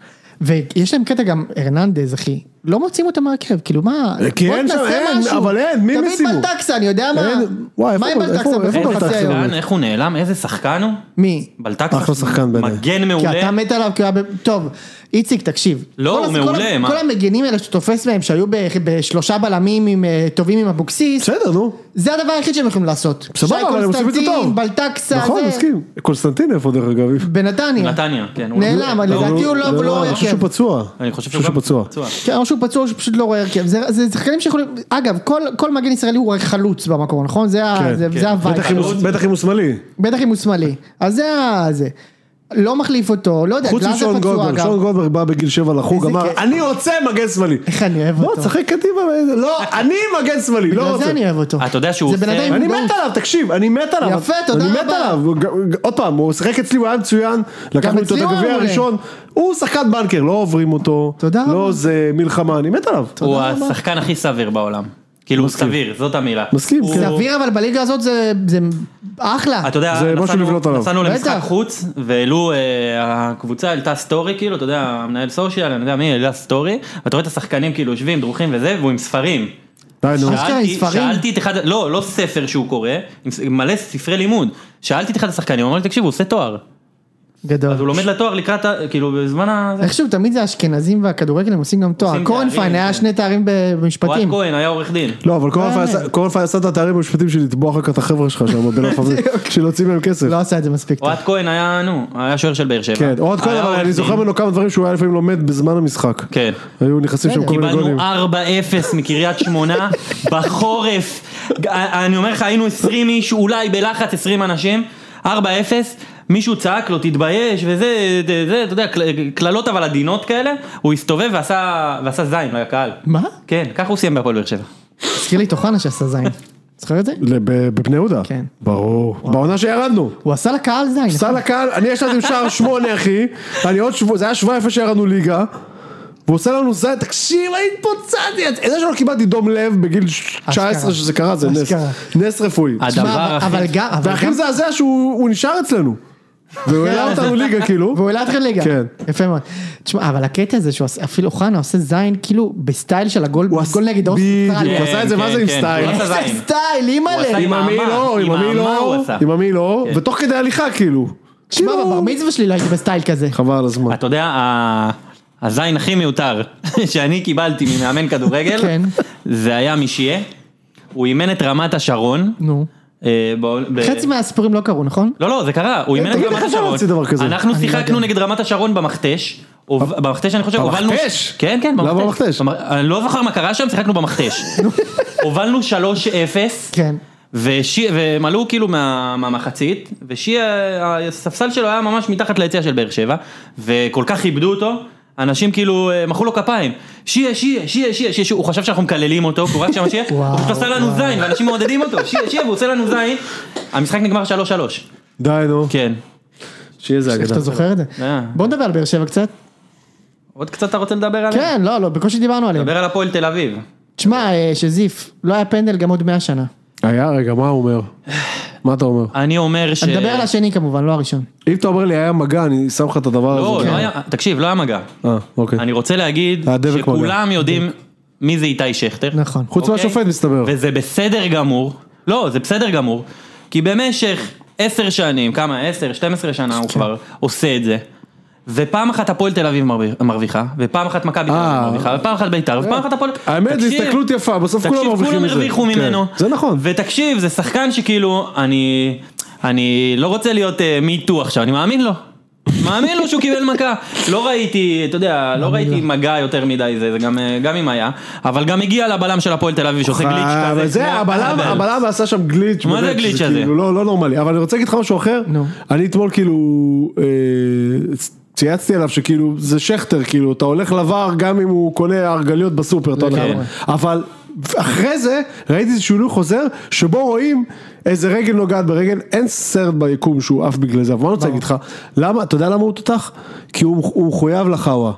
[SPEAKER 3] ויש להם קטע גם, הרננדז אחי, לא מוצאים אותם מהרכב, כאילו מה,
[SPEAKER 2] אה, כי אין שם, אין, אבל אין, מי מסימו?
[SPEAKER 3] תמיד בלטקסה, אני יודע מה,
[SPEAKER 2] אין, וואי,
[SPEAKER 3] מה עם
[SPEAKER 2] איפה-
[SPEAKER 3] בלטקסה
[SPEAKER 2] איפה- איפה
[SPEAKER 1] איזה
[SPEAKER 3] בחצי
[SPEAKER 2] בלטקסה?
[SPEAKER 3] היום?
[SPEAKER 1] שחקן, איך הוא נעלם? איזה שחקן הוא?
[SPEAKER 3] מי?
[SPEAKER 1] בלטקסה?
[SPEAKER 2] אחלה שחקן בעיניי.
[SPEAKER 1] מגן
[SPEAKER 3] כי
[SPEAKER 1] מעולה.
[SPEAKER 3] אתה מת עליו, כי הוא היה, ב- טוב, איציק תקשיב.
[SPEAKER 1] לא,
[SPEAKER 3] כל
[SPEAKER 1] הוא
[SPEAKER 3] הס- כל
[SPEAKER 1] מעולה,
[SPEAKER 3] ה-
[SPEAKER 1] מה?
[SPEAKER 3] כל המגנים האלה שאתה תופס בהם, שהיו ב- בשלושה בלמים עם, אה, טובים עם אבוקסיס,
[SPEAKER 2] בסדר, נו.
[SPEAKER 3] זה הדבר היחיד שהם יכולים לעשות.
[SPEAKER 2] סבבה,
[SPEAKER 3] שי
[SPEAKER 2] אבל הם עושים את זה
[SPEAKER 3] קונסטנטין,
[SPEAKER 2] טוב.
[SPEAKER 3] בלטקסה,
[SPEAKER 2] נכון,
[SPEAKER 3] זה-
[SPEAKER 2] מסכים. קונסטנטין איפה דרך אגב?
[SPEAKER 3] בנתניה.
[SPEAKER 1] נתניה, כן. הוא-
[SPEAKER 3] נעלם,
[SPEAKER 1] הוא-
[SPEAKER 3] לדעתי הוא לא-
[SPEAKER 2] זה
[SPEAKER 3] לא
[SPEAKER 2] אני חושב
[SPEAKER 3] הרכב.
[SPEAKER 2] שהוא פצוע.
[SPEAKER 1] אני חושב
[SPEAKER 2] שהוא
[SPEAKER 1] שהוא גם
[SPEAKER 2] פצוע.
[SPEAKER 1] פצוע.
[SPEAKER 3] כן, או שהוא פצוע או שהוא פשוט לא רואה הרכב, זה זה שחקנים שיכולים, אגב, כל, כל מגן ישראלי הוא רק חלוץ במקום, נכון? זה, ה-
[SPEAKER 2] כן,
[SPEAKER 3] זה,
[SPEAKER 2] כן.
[SPEAKER 3] זה הווייב,
[SPEAKER 2] בטח אם הוא- בטח אם הוא שמאלי.
[SPEAKER 3] בטח אם הוא שמאלי, אז זה ה... זה. לא מחליף אותו, לא יודע,
[SPEAKER 2] חוץ
[SPEAKER 3] גלאזר
[SPEAKER 2] משון
[SPEAKER 3] פצוע,
[SPEAKER 2] גולדברג,
[SPEAKER 3] אגב.
[SPEAKER 2] שון גולדברג בא בגיל שבע לחוג,
[SPEAKER 3] איזה
[SPEAKER 2] אמר
[SPEAKER 3] כיף.
[SPEAKER 2] אני רוצה מגן שמאלי.
[SPEAKER 3] איך אני אוהב
[SPEAKER 2] לא,
[SPEAKER 3] אותו.
[SPEAKER 2] תשחק קדימה, ואיזה- לא, אני מגן שמאלי,
[SPEAKER 3] בגלל
[SPEAKER 2] לא
[SPEAKER 3] זה
[SPEAKER 2] רוצה.
[SPEAKER 3] אני אוהב אותו.
[SPEAKER 1] אתה יודע שהוא
[SPEAKER 3] זה בן
[SPEAKER 1] עושה-
[SPEAKER 3] אדם עם
[SPEAKER 2] אני
[SPEAKER 3] גולד.
[SPEAKER 2] מת עליו, תקשיב, אני מת עליו.
[SPEAKER 3] יפה, תודה
[SPEAKER 2] אני מת
[SPEAKER 3] רבה.
[SPEAKER 2] עליו, הוא ג- עוד פעם, הוא שיחק אצלי, הוא היה מצוין, לקחנו איתו את
[SPEAKER 3] אצלי הוא היה
[SPEAKER 2] הגביע
[SPEAKER 3] מעולה.
[SPEAKER 2] הראשון, הוא שחקן בנקר, לא עוברים אותו,
[SPEAKER 3] תודה
[SPEAKER 2] לא
[SPEAKER 3] רבה.
[SPEAKER 2] זה מלחמה, אני מת עליו.
[SPEAKER 1] הוא השחקן הכי סביר בעולם. כאילו הוא סביר, זאת המילה.
[SPEAKER 2] מסכים,
[SPEAKER 1] הוא-
[SPEAKER 2] כן.
[SPEAKER 3] סביר אבל בליגה הזאת זה, זה אחלה.
[SPEAKER 1] אתה יודע,
[SPEAKER 2] זה משהו
[SPEAKER 1] נסענו-
[SPEAKER 2] לבנות עליו.
[SPEAKER 1] נסענו
[SPEAKER 3] בטח.
[SPEAKER 1] למשחק חוץ, והעלו, אה, הקבוצה העלתה סטורי, כאילו, אתה יודע, המנהל סושיאל, אני יודע מי, העלה סטורי, ואתה רואה את השחקנים כאילו יושבים, דרוכים וזה, והוא עם ספרים.
[SPEAKER 2] די נו,
[SPEAKER 3] אשכרה, עם
[SPEAKER 1] שאלתי,
[SPEAKER 3] ספרים?
[SPEAKER 1] שאלתי את אחד, לא, לא ספר שהוא קורא, עם ס- מלא ספרי לימוד. שאלתי את אחד השחקנים, הוא אמר לי, תקשיב, הוא עושה תואר. אז הוא
[SPEAKER 3] גדול.
[SPEAKER 1] לומד לתואר לקראת, ה- כאילו, בזמן ה... זה.
[SPEAKER 3] איכשהו תמיד זה האשכנזים והכדורגל הם עושים גם תואר.
[SPEAKER 1] עושים
[SPEAKER 3] קורנפיין
[SPEAKER 1] תארים,
[SPEAKER 3] היה
[SPEAKER 1] כן.
[SPEAKER 3] שני תארים
[SPEAKER 1] אוהד
[SPEAKER 3] במשפטים.
[SPEAKER 1] כהן היה עורך דין.
[SPEAKER 2] לא אבל קורנפיין
[SPEAKER 3] אה.
[SPEAKER 2] עשה- קורנפיין עשה את התארים המשפטים של לתבוע אחר כך את החבר'ה שלך שם, בין הפרזים, של להוציא מהם כסף.
[SPEAKER 3] לא עשה את זה מספיק טוב.
[SPEAKER 1] אוהד כהן היה, נו, היה שוער של באר שבע.
[SPEAKER 2] כן, אוהד כהן,
[SPEAKER 1] היה
[SPEAKER 2] אבל
[SPEAKER 1] עורך
[SPEAKER 2] אני
[SPEAKER 1] דין.
[SPEAKER 2] זוכר ממנו כמה דברים שהוא היה לפעמים לומד בזמן המשחק.
[SPEAKER 1] אה, כן.
[SPEAKER 2] היו נכנסים שם כל מיני גולים.
[SPEAKER 1] קיבלנו אה- 4-0 מקריית שמונה בחורף. ג- אני אומר לך, היינו 20 איש, אולי בלחץ 20 אנשים, 4-0, מישהו צעק לו, תתבייש, וזה, זה, זה, אתה יודע, קל- קללות אבל עדינות כאלה, הוא הסתובב ועשה, ועשה זין לקהל.
[SPEAKER 3] מה?
[SPEAKER 1] כן, ככה הוא סיים בהפועל באר שבע.
[SPEAKER 3] הזכיר לי את אוחנה שעשה זין. זוכר את זה?
[SPEAKER 2] לב- בבני יהודה?
[SPEAKER 3] כן.
[SPEAKER 2] ברור. בעונה שירדנו.
[SPEAKER 3] הוא עשה לקהל זין. נכון?
[SPEAKER 2] סל הקהל, אני ישבתי עם שער שמונה אחי, אני עוד שבוע, זה היה שבוע איפה שירדנו ליגה. והוא עושה לנו זה, תקשיב, אני התפוצצתי, את זה שלא קיבלתי דום לב בגיל ש- 19
[SPEAKER 3] אשכרה.
[SPEAKER 2] שזה קרה, זה נס,
[SPEAKER 3] אשכרה.
[SPEAKER 2] נס רפואי.
[SPEAKER 1] אדם.
[SPEAKER 3] שמע,
[SPEAKER 1] הדבר
[SPEAKER 3] אבל-
[SPEAKER 1] הכי-
[SPEAKER 3] אבל גם... אבל
[SPEAKER 2] והכי
[SPEAKER 3] גם- אוקיי.
[SPEAKER 2] מזעזע שהוא הוא נשאר אצלנו. והוא העלה אותנו ליגה כאילו.
[SPEAKER 3] והוא העלה אתכם ליגה.
[SPEAKER 2] כן.
[SPEAKER 3] יפה מאוד. תשמע, אבל הקטע הזה שהוא עושה- אפילו אוחנה עושה זין כאילו בסטייל של הגול
[SPEAKER 2] הוא עשה-
[SPEAKER 3] גול נגד
[SPEAKER 2] בדיוק, הוא
[SPEAKER 3] אוסטרליה.
[SPEAKER 2] עשה את זה, מה
[SPEAKER 1] כן,
[SPEAKER 2] זה עם
[SPEAKER 1] כן,
[SPEAKER 2] סטייל?
[SPEAKER 1] הוא עשה זין.
[SPEAKER 3] איזה סטייל,
[SPEAKER 1] הוא עשה
[SPEAKER 3] אימא'לה.
[SPEAKER 2] עם המעיל
[SPEAKER 1] האמה,
[SPEAKER 2] אור, עם
[SPEAKER 1] עם
[SPEAKER 2] המעיל
[SPEAKER 1] האמה הוא
[SPEAKER 2] אור,
[SPEAKER 1] עשה.
[SPEAKER 2] עם המעיל אור,
[SPEAKER 1] כן.
[SPEAKER 2] ותוך כדי הליכה כאילו.
[SPEAKER 3] תשמע,
[SPEAKER 2] כאילו,
[SPEAKER 3] בבר מצווה שלי לא הייתי בסטייל כזה.
[SPEAKER 2] חבל על הזמן.
[SPEAKER 1] אתה יודע, ה- הזין הכי מיותר שאני קיבלתי ממאמן כדורגל,
[SPEAKER 3] כן.
[SPEAKER 1] זה היה מישיה, הוא אימן את רמת השרון.
[SPEAKER 3] נו.
[SPEAKER 1] אה, בעול- ב-
[SPEAKER 3] חצי מהסיפורים לא קרו, נכון?
[SPEAKER 1] לא, לא, זה קרה, הוא אימן את
[SPEAKER 2] תגיד
[SPEAKER 1] רמת
[SPEAKER 2] איך אפשר
[SPEAKER 1] השרון.
[SPEAKER 2] להוציא דבר כזה?
[SPEAKER 1] אנחנו
[SPEAKER 3] אני לא
[SPEAKER 1] שיחקנו
[SPEAKER 3] יודע.
[SPEAKER 1] נגד רמת השרון במכתש. הוב- במכתש אני חושב, הובלנו...
[SPEAKER 2] במכתש?
[SPEAKER 1] כן, כן,
[SPEAKER 2] למה
[SPEAKER 1] במכתש.
[SPEAKER 2] במכתש?
[SPEAKER 1] במ- אני לא זוכר מה קרה שם, שיחקנו במכתש. הובלנו 3-0.
[SPEAKER 3] כן.
[SPEAKER 1] ושי, והם עלו כאילו מה, מהמחצית, ושי, הספסל שלו היה ממש מתחת ליציאה של באר שבע, וכל כך כיבדו אותו, אנשים כאילו אה, מחאו לו כפיים, שיה, שיה, שיה, שיה, שיה, שיה, הוא חשב שאנחנו מקללים אותו, כי הוא רק שם שיה,
[SPEAKER 3] וואו,
[SPEAKER 1] הוא פשוט עשה לנו
[SPEAKER 3] וואו.
[SPEAKER 1] זין, ואנשים מעודדים אותו, שיה, שיה, והוא עושה לנו זין, המשחק נגמר 3-3,
[SPEAKER 2] די נו,
[SPEAKER 1] כן.
[SPEAKER 2] שיהיה איזה
[SPEAKER 3] איך
[SPEAKER 2] אגדה.
[SPEAKER 3] אתה זוכר את זה?
[SPEAKER 1] אה.
[SPEAKER 3] בוא נדבר על באר שבע קצת.
[SPEAKER 1] עוד קצת אתה רוצה לדבר עליהם?
[SPEAKER 3] כן, לא, לא, בקושי דיברנו עליהם.
[SPEAKER 1] אוקיי. דבר על הפועל תל אביב.
[SPEAKER 3] תשמע, אה, שזיף, לא היה פנדל גם עוד 100 שנה.
[SPEAKER 2] היה רגע, מה הוא אומר? מה אתה אומר?
[SPEAKER 1] אני אומר ש...
[SPEAKER 3] אני מדבר על השני כמובן, לא הראשון.
[SPEAKER 2] אם אתה אומר לי היה מגע, אני שם לך את הדבר הזה.
[SPEAKER 1] לא, לא היה, תקשיב, לא היה מגע.
[SPEAKER 2] כן. אה, אוקיי.
[SPEAKER 1] אני רוצה להגיד
[SPEAKER 2] היה דבק מגע.
[SPEAKER 1] שכולם יודעים מי זה איתי שכטר.
[SPEAKER 3] נכון.
[SPEAKER 2] חוץ
[SPEAKER 1] אוקיי?
[SPEAKER 2] מהשופט, מסתבר.
[SPEAKER 1] וזה בסדר גמור, לא, זה בסדר גמור, כי במשך עשר שנים, כמה, עשר, 12 שנה
[SPEAKER 2] כן.
[SPEAKER 1] הוא כבר עושה את זה. ופעם אחת הפועל תל אביב מרוויח- מרוויחה, ופעם אחת מכבי תל
[SPEAKER 2] אה.
[SPEAKER 1] אביב מרוויחה, ופעם אחת בית"ר, ופעם אחת הפועל...
[SPEAKER 2] האמת, זו
[SPEAKER 1] תקשיב,
[SPEAKER 2] הסתכלות יפה, בסוף כולם
[SPEAKER 1] תקשיב,
[SPEAKER 2] מרוויחים
[SPEAKER 1] כולם
[SPEAKER 2] מזה.
[SPEAKER 1] הרוויחו
[SPEAKER 2] כן.
[SPEAKER 1] ממנו.
[SPEAKER 2] זה נכון.
[SPEAKER 1] ותקשיב, זה שחקן שכאילו, אני... אני לא רוצה להיות מיטו עכשיו, אני מאמין לו. מאמין לו שהוא קיבל מכה. לא ראיתי, אתה יודע, לא ראיתי מגע יותר מדי, זה זה גם, אה, גם אם היה, אבל גם הגיע לבלם של הפועל תל אביב שעושה גליץ' כזה.
[SPEAKER 2] אבל זה,
[SPEAKER 1] כמו
[SPEAKER 2] הבלם,
[SPEAKER 1] אהבל.
[SPEAKER 2] הבלם עשה שם גליץ'.
[SPEAKER 1] מה זה
[SPEAKER 2] באמת,
[SPEAKER 1] הגליץ' הזה?
[SPEAKER 2] כאילו לא, לא נורמלי. אבל אני רוצה להגיד לך משהו אחר.
[SPEAKER 3] נו.
[SPEAKER 2] אני אתמול כאילו, אה, צייצתי עליו שכאילו, זה שכטר, כאילו, אתה הולך לבר גם אם הוא קונה ארגליות בסופר, אתה יודע.
[SPEAKER 1] לגמרי.
[SPEAKER 2] אבל אחרי זה, ראיתי איזה שינוי חוזר, שבו רואים איזה רגל נוגעת ברגל, אין סרט ביקום שהוא עף בגלל זה. אבל מה אני רוצה להגיד לך? למה, אתה יודע למה הוא תותח? כי הוא הוא מחויב לחאווה.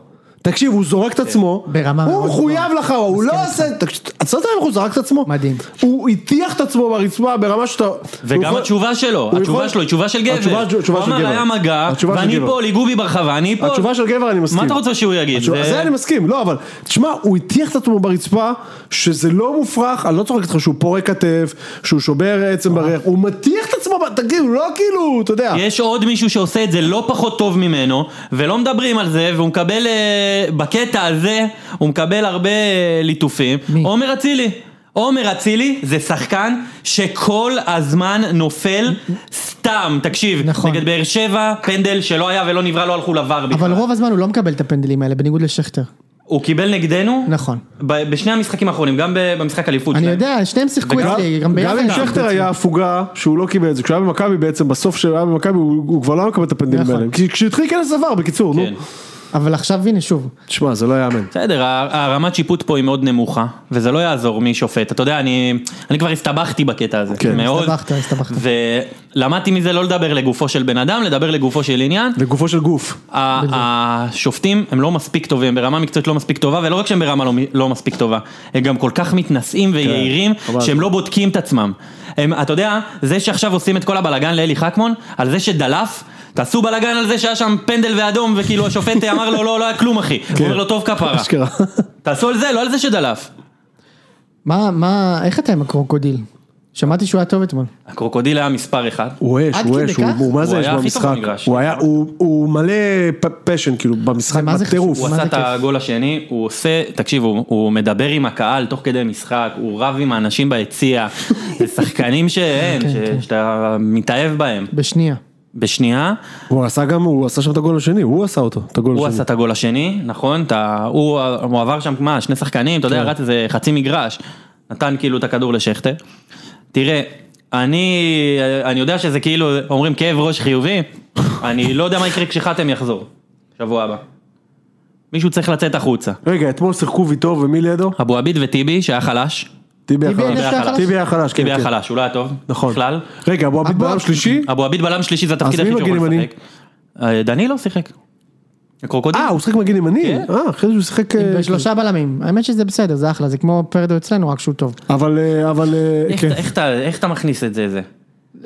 [SPEAKER 2] תקשיב, הוא זורק את עצמו,
[SPEAKER 3] ברמה
[SPEAKER 2] הוא
[SPEAKER 3] מאוד
[SPEAKER 2] מחויב
[SPEAKER 3] גבוהה.
[SPEAKER 2] לחאווה, הוא
[SPEAKER 3] מסכים
[SPEAKER 2] לא
[SPEAKER 3] איתך.
[SPEAKER 2] עושה, תקשיב, אתה יודע איך הוא זרק את עצמו?
[SPEAKER 3] מדהים.
[SPEAKER 2] הוא הטיח את עצמו ברצפה ברמה שאתה... הוא
[SPEAKER 1] וגם
[SPEAKER 2] יכול-
[SPEAKER 1] התשובה שלו,
[SPEAKER 2] הוא
[SPEAKER 1] התשובה
[SPEAKER 2] יכול-
[SPEAKER 1] שלו היא תשובה של גבר.
[SPEAKER 2] התשובה- התשובה
[SPEAKER 1] הוא
[SPEAKER 2] של
[SPEAKER 1] אמר
[SPEAKER 2] גבר.
[SPEAKER 1] היה מגע,
[SPEAKER 2] התשובה של
[SPEAKER 1] ואני
[SPEAKER 2] גבר.
[SPEAKER 1] פה, ליגו בי ברחבה, אני פה.
[SPEAKER 2] התשובה של גבר אני מסכים.
[SPEAKER 1] מה אתה רוצה שהוא יגיד?
[SPEAKER 2] התשובה-
[SPEAKER 1] זה-
[SPEAKER 2] זה אני מסכים, לא אבל, תשמע, הוא הטיח את עצמו ברצפה, שזה לא מופרך, אני לא צוחק איתך שהוא פורק כתף, שהוא שובר עצם ברך, הוא מטיח את עצמו, ב- תגיד, הוא לא כאילו, אתה יודע.
[SPEAKER 1] יש עוד מישהו שעושה את זה לא פחות טוב ממנו, ולא מדברים על זה, והוא מקבל, אה, בקטע הזה, הוא מקבל הרבה אה, ליטופים.
[SPEAKER 3] מי?
[SPEAKER 1] עומר אצילי. עומר אצילי זה שחקן שכל הזמן נופל סתם, תקשיב,
[SPEAKER 3] נכון.
[SPEAKER 1] נגד באר שבע, פנדל שלא היה ולא נברא, לא הלכו לבר בכלל.
[SPEAKER 3] אבל רוב הזמן הוא לא מקבל את הפנדלים האלה, בניגוד לשכטר.
[SPEAKER 1] הוא קיבל נגדנו,
[SPEAKER 3] נכון.
[SPEAKER 1] ב- בשני המשחקים האחרונים, גם ב- במשחק אליפות
[SPEAKER 3] אני
[SPEAKER 1] שלהם.
[SPEAKER 3] יודע, שניהם שיחקו
[SPEAKER 1] וגם-
[SPEAKER 3] אצלי, גם ביחד.
[SPEAKER 2] גם אם שכטר היה הפוגה שהוא לא קיבל את זה, כשהוא היה במכבי בעצם, בסוף כשהוא היה במכבי הוא הוא כבר לא היה מקבל את הפנדלים
[SPEAKER 3] נכון.
[SPEAKER 2] האלה, כי- כשהוא התחיל להיכנס לבר בקיצור, נו.
[SPEAKER 1] כן.
[SPEAKER 3] אבל עכשיו הנה שוב.
[SPEAKER 2] תשמע, זה לא יאמן.
[SPEAKER 1] בסדר, ה- הרמת שיפוט פה היא מאוד נמוכה, וזה לא יעזור מי שופט. אתה יודע, אני, אני כבר הסתבכתי בקטע הזה.
[SPEAKER 2] כן.
[SPEAKER 1] מאוד.
[SPEAKER 3] הסתבכת, הסתבכת.
[SPEAKER 1] ולמדתי מזה לא לדבר לגופו של בן אדם, לדבר לגופו של עניין.
[SPEAKER 2] לגופו של גוף.
[SPEAKER 1] ה- השופטים הם לא מספיק טובים, ברמה מקצועית לא מספיק טובה, ולא רק שהם ברמה לא, לא מספיק טובה, הם גם כל כך
[SPEAKER 3] כן,
[SPEAKER 1] מתנשאים ויהירים,
[SPEAKER 2] חבל.
[SPEAKER 1] שהם לא בודקים את עצמם. הם, אתה יודע, זה שעכשיו עושים את כל הבלגן לאלי חכמון, על זה שדלף, תעשו בלגן על זה שהיה שם פנדל ואדום, וכאילו השופט אמר לו, לא, לא היה כלום אחי.
[SPEAKER 3] כן.
[SPEAKER 1] הוא אומר לו, טוב כפרה.
[SPEAKER 2] אשכרה.
[SPEAKER 1] תעשו על זה, לא על זה שדלף.
[SPEAKER 3] מה, מה, איך אתה עם הקרוקודיל? שמעתי שהוא היה טוב אתמול.
[SPEAKER 1] הקרוקודיל היה מספר אחד.
[SPEAKER 2] הוא אש,
[SPEAKER 3] עד
[SPEAKER 2] הוא
[SPEAKER 3] כדי
[SPEAKER 2] אש, הוא-
[SPEAKER 3] כך?
[SPEAKER 2] הוא מה
[SPEAKER 1] הוא
[SPEAKER 2] זה אש
[SPEAKER 1] היה הכי טוב
[SPEAKER 2] במשחק,
[SPEAKER 1] במגרש.
[SPEAKER 2] הוא היה, הוא- הוא מלא פשן כאילו במשחק,
[SPEAKER 3] ומה זה חשוב?
[SPEAKER 2] בטירוף,
[SPEAKER 1] הוא
[SPEAKER 3] מה
[SPEAKER 1] עשה
[SPEAKER 3] זה
[SPEAKER 1] את
[SPEAKER 3] כיף?
[SPEAKER 1] הגול השני, הוא עושה, תקשיב, הוא, הוא מדבר עם הקהל תוך כדי משחק, הוא רב עם האנשים ביציע, זה שחקנים
[SPEAKER 3] כן,
[SPEAKER 1] שאין, ש- שאתה מתאהב בהם.
[SPEAKER 3] בשנייה.
[SPEAKER 1] בשנייה,
[SPEAKER 2] הוא עשה גם, הוא עשה שם את הגול השני, הוא עשה אותו, את הגול
[SPEAKER 1] הוא
[SPEAKER 2] השני,
[SPEAKER 1] עשה את הגול השני, נכון? אתה, הוא, הוא עבר שם, מה, שני שחקנים, אתה
[SPEAKER 2] כן.
[SPEAKER 1] יודע, רץ איזה חצי מגרש, נתן כאילו את הכדור לשכטר. תראה, אני, אני יודע שזה כאילו, אומרים כאב ראש חיובי, אני לא יודע מה יקרה כשחתם יחזור, שבוע הבא. מישהו צריך לצאת החוצה.
[SPEAKER 2] רגע אתמול שיחקו ויטור ומי לידו?
[SPEAKER 1] אבו עביד וטיבי שהיה חלש,
[SPEAKER 2] טיבי
[SPEAKER 3] טיבי
[SPEAKER 2] החלש,
[SPEAKER 1] היה חלש.
[SPEAKER 2] טיבי היה חלש,
[SPEAKER 1] טיבי
[SPEAKER 2] כן,
[SPEAKER 1] היה
[SPEAKER 2] כן.
[SPEAKER 1] חלש, הוא לא היה טוב,
[SPEAKER 2] נכון,
[SPEAKER 1] בכלל.
[SPEAKER 2] רגע אבו עביד
[SPEAKER 3] אבו-
[SPEAKER 2] בעולם שלישי?
[SPEAKER 1] אבו עביד בלם שלישי זה התפקיד
[SPEAKER 2] אז מי
[SPEAKER 1] היחיד שהוא
[SPEAKER 2] מגן
[SPEAKER 1] יכול
[SPEAKER 2] ימני?
[SPEAKER 1] לשחק. אה, דנילו שיחק. הקרוקודיל.
[SPEAKER 2] אה הוא שיחק מגן ימני,
[SPEAKER 1] כן.
[SPEAKER 2] אה אחרי זה הוא שיחק, אה,
[SPEAKER 3] בשלושה בלמים. האמת שזה בסדר, זה אחלה, זה כמו פרדו אצלנו, רק שהוא טוב.
[SPEAKER 2] אבל, אה, אבל, אה,
[SPEAKER 1] איך
[SPEAKER 2] כן.
[SPEAKER 1] אתה- איך אתה- איך אתה מכניס את זה, זה?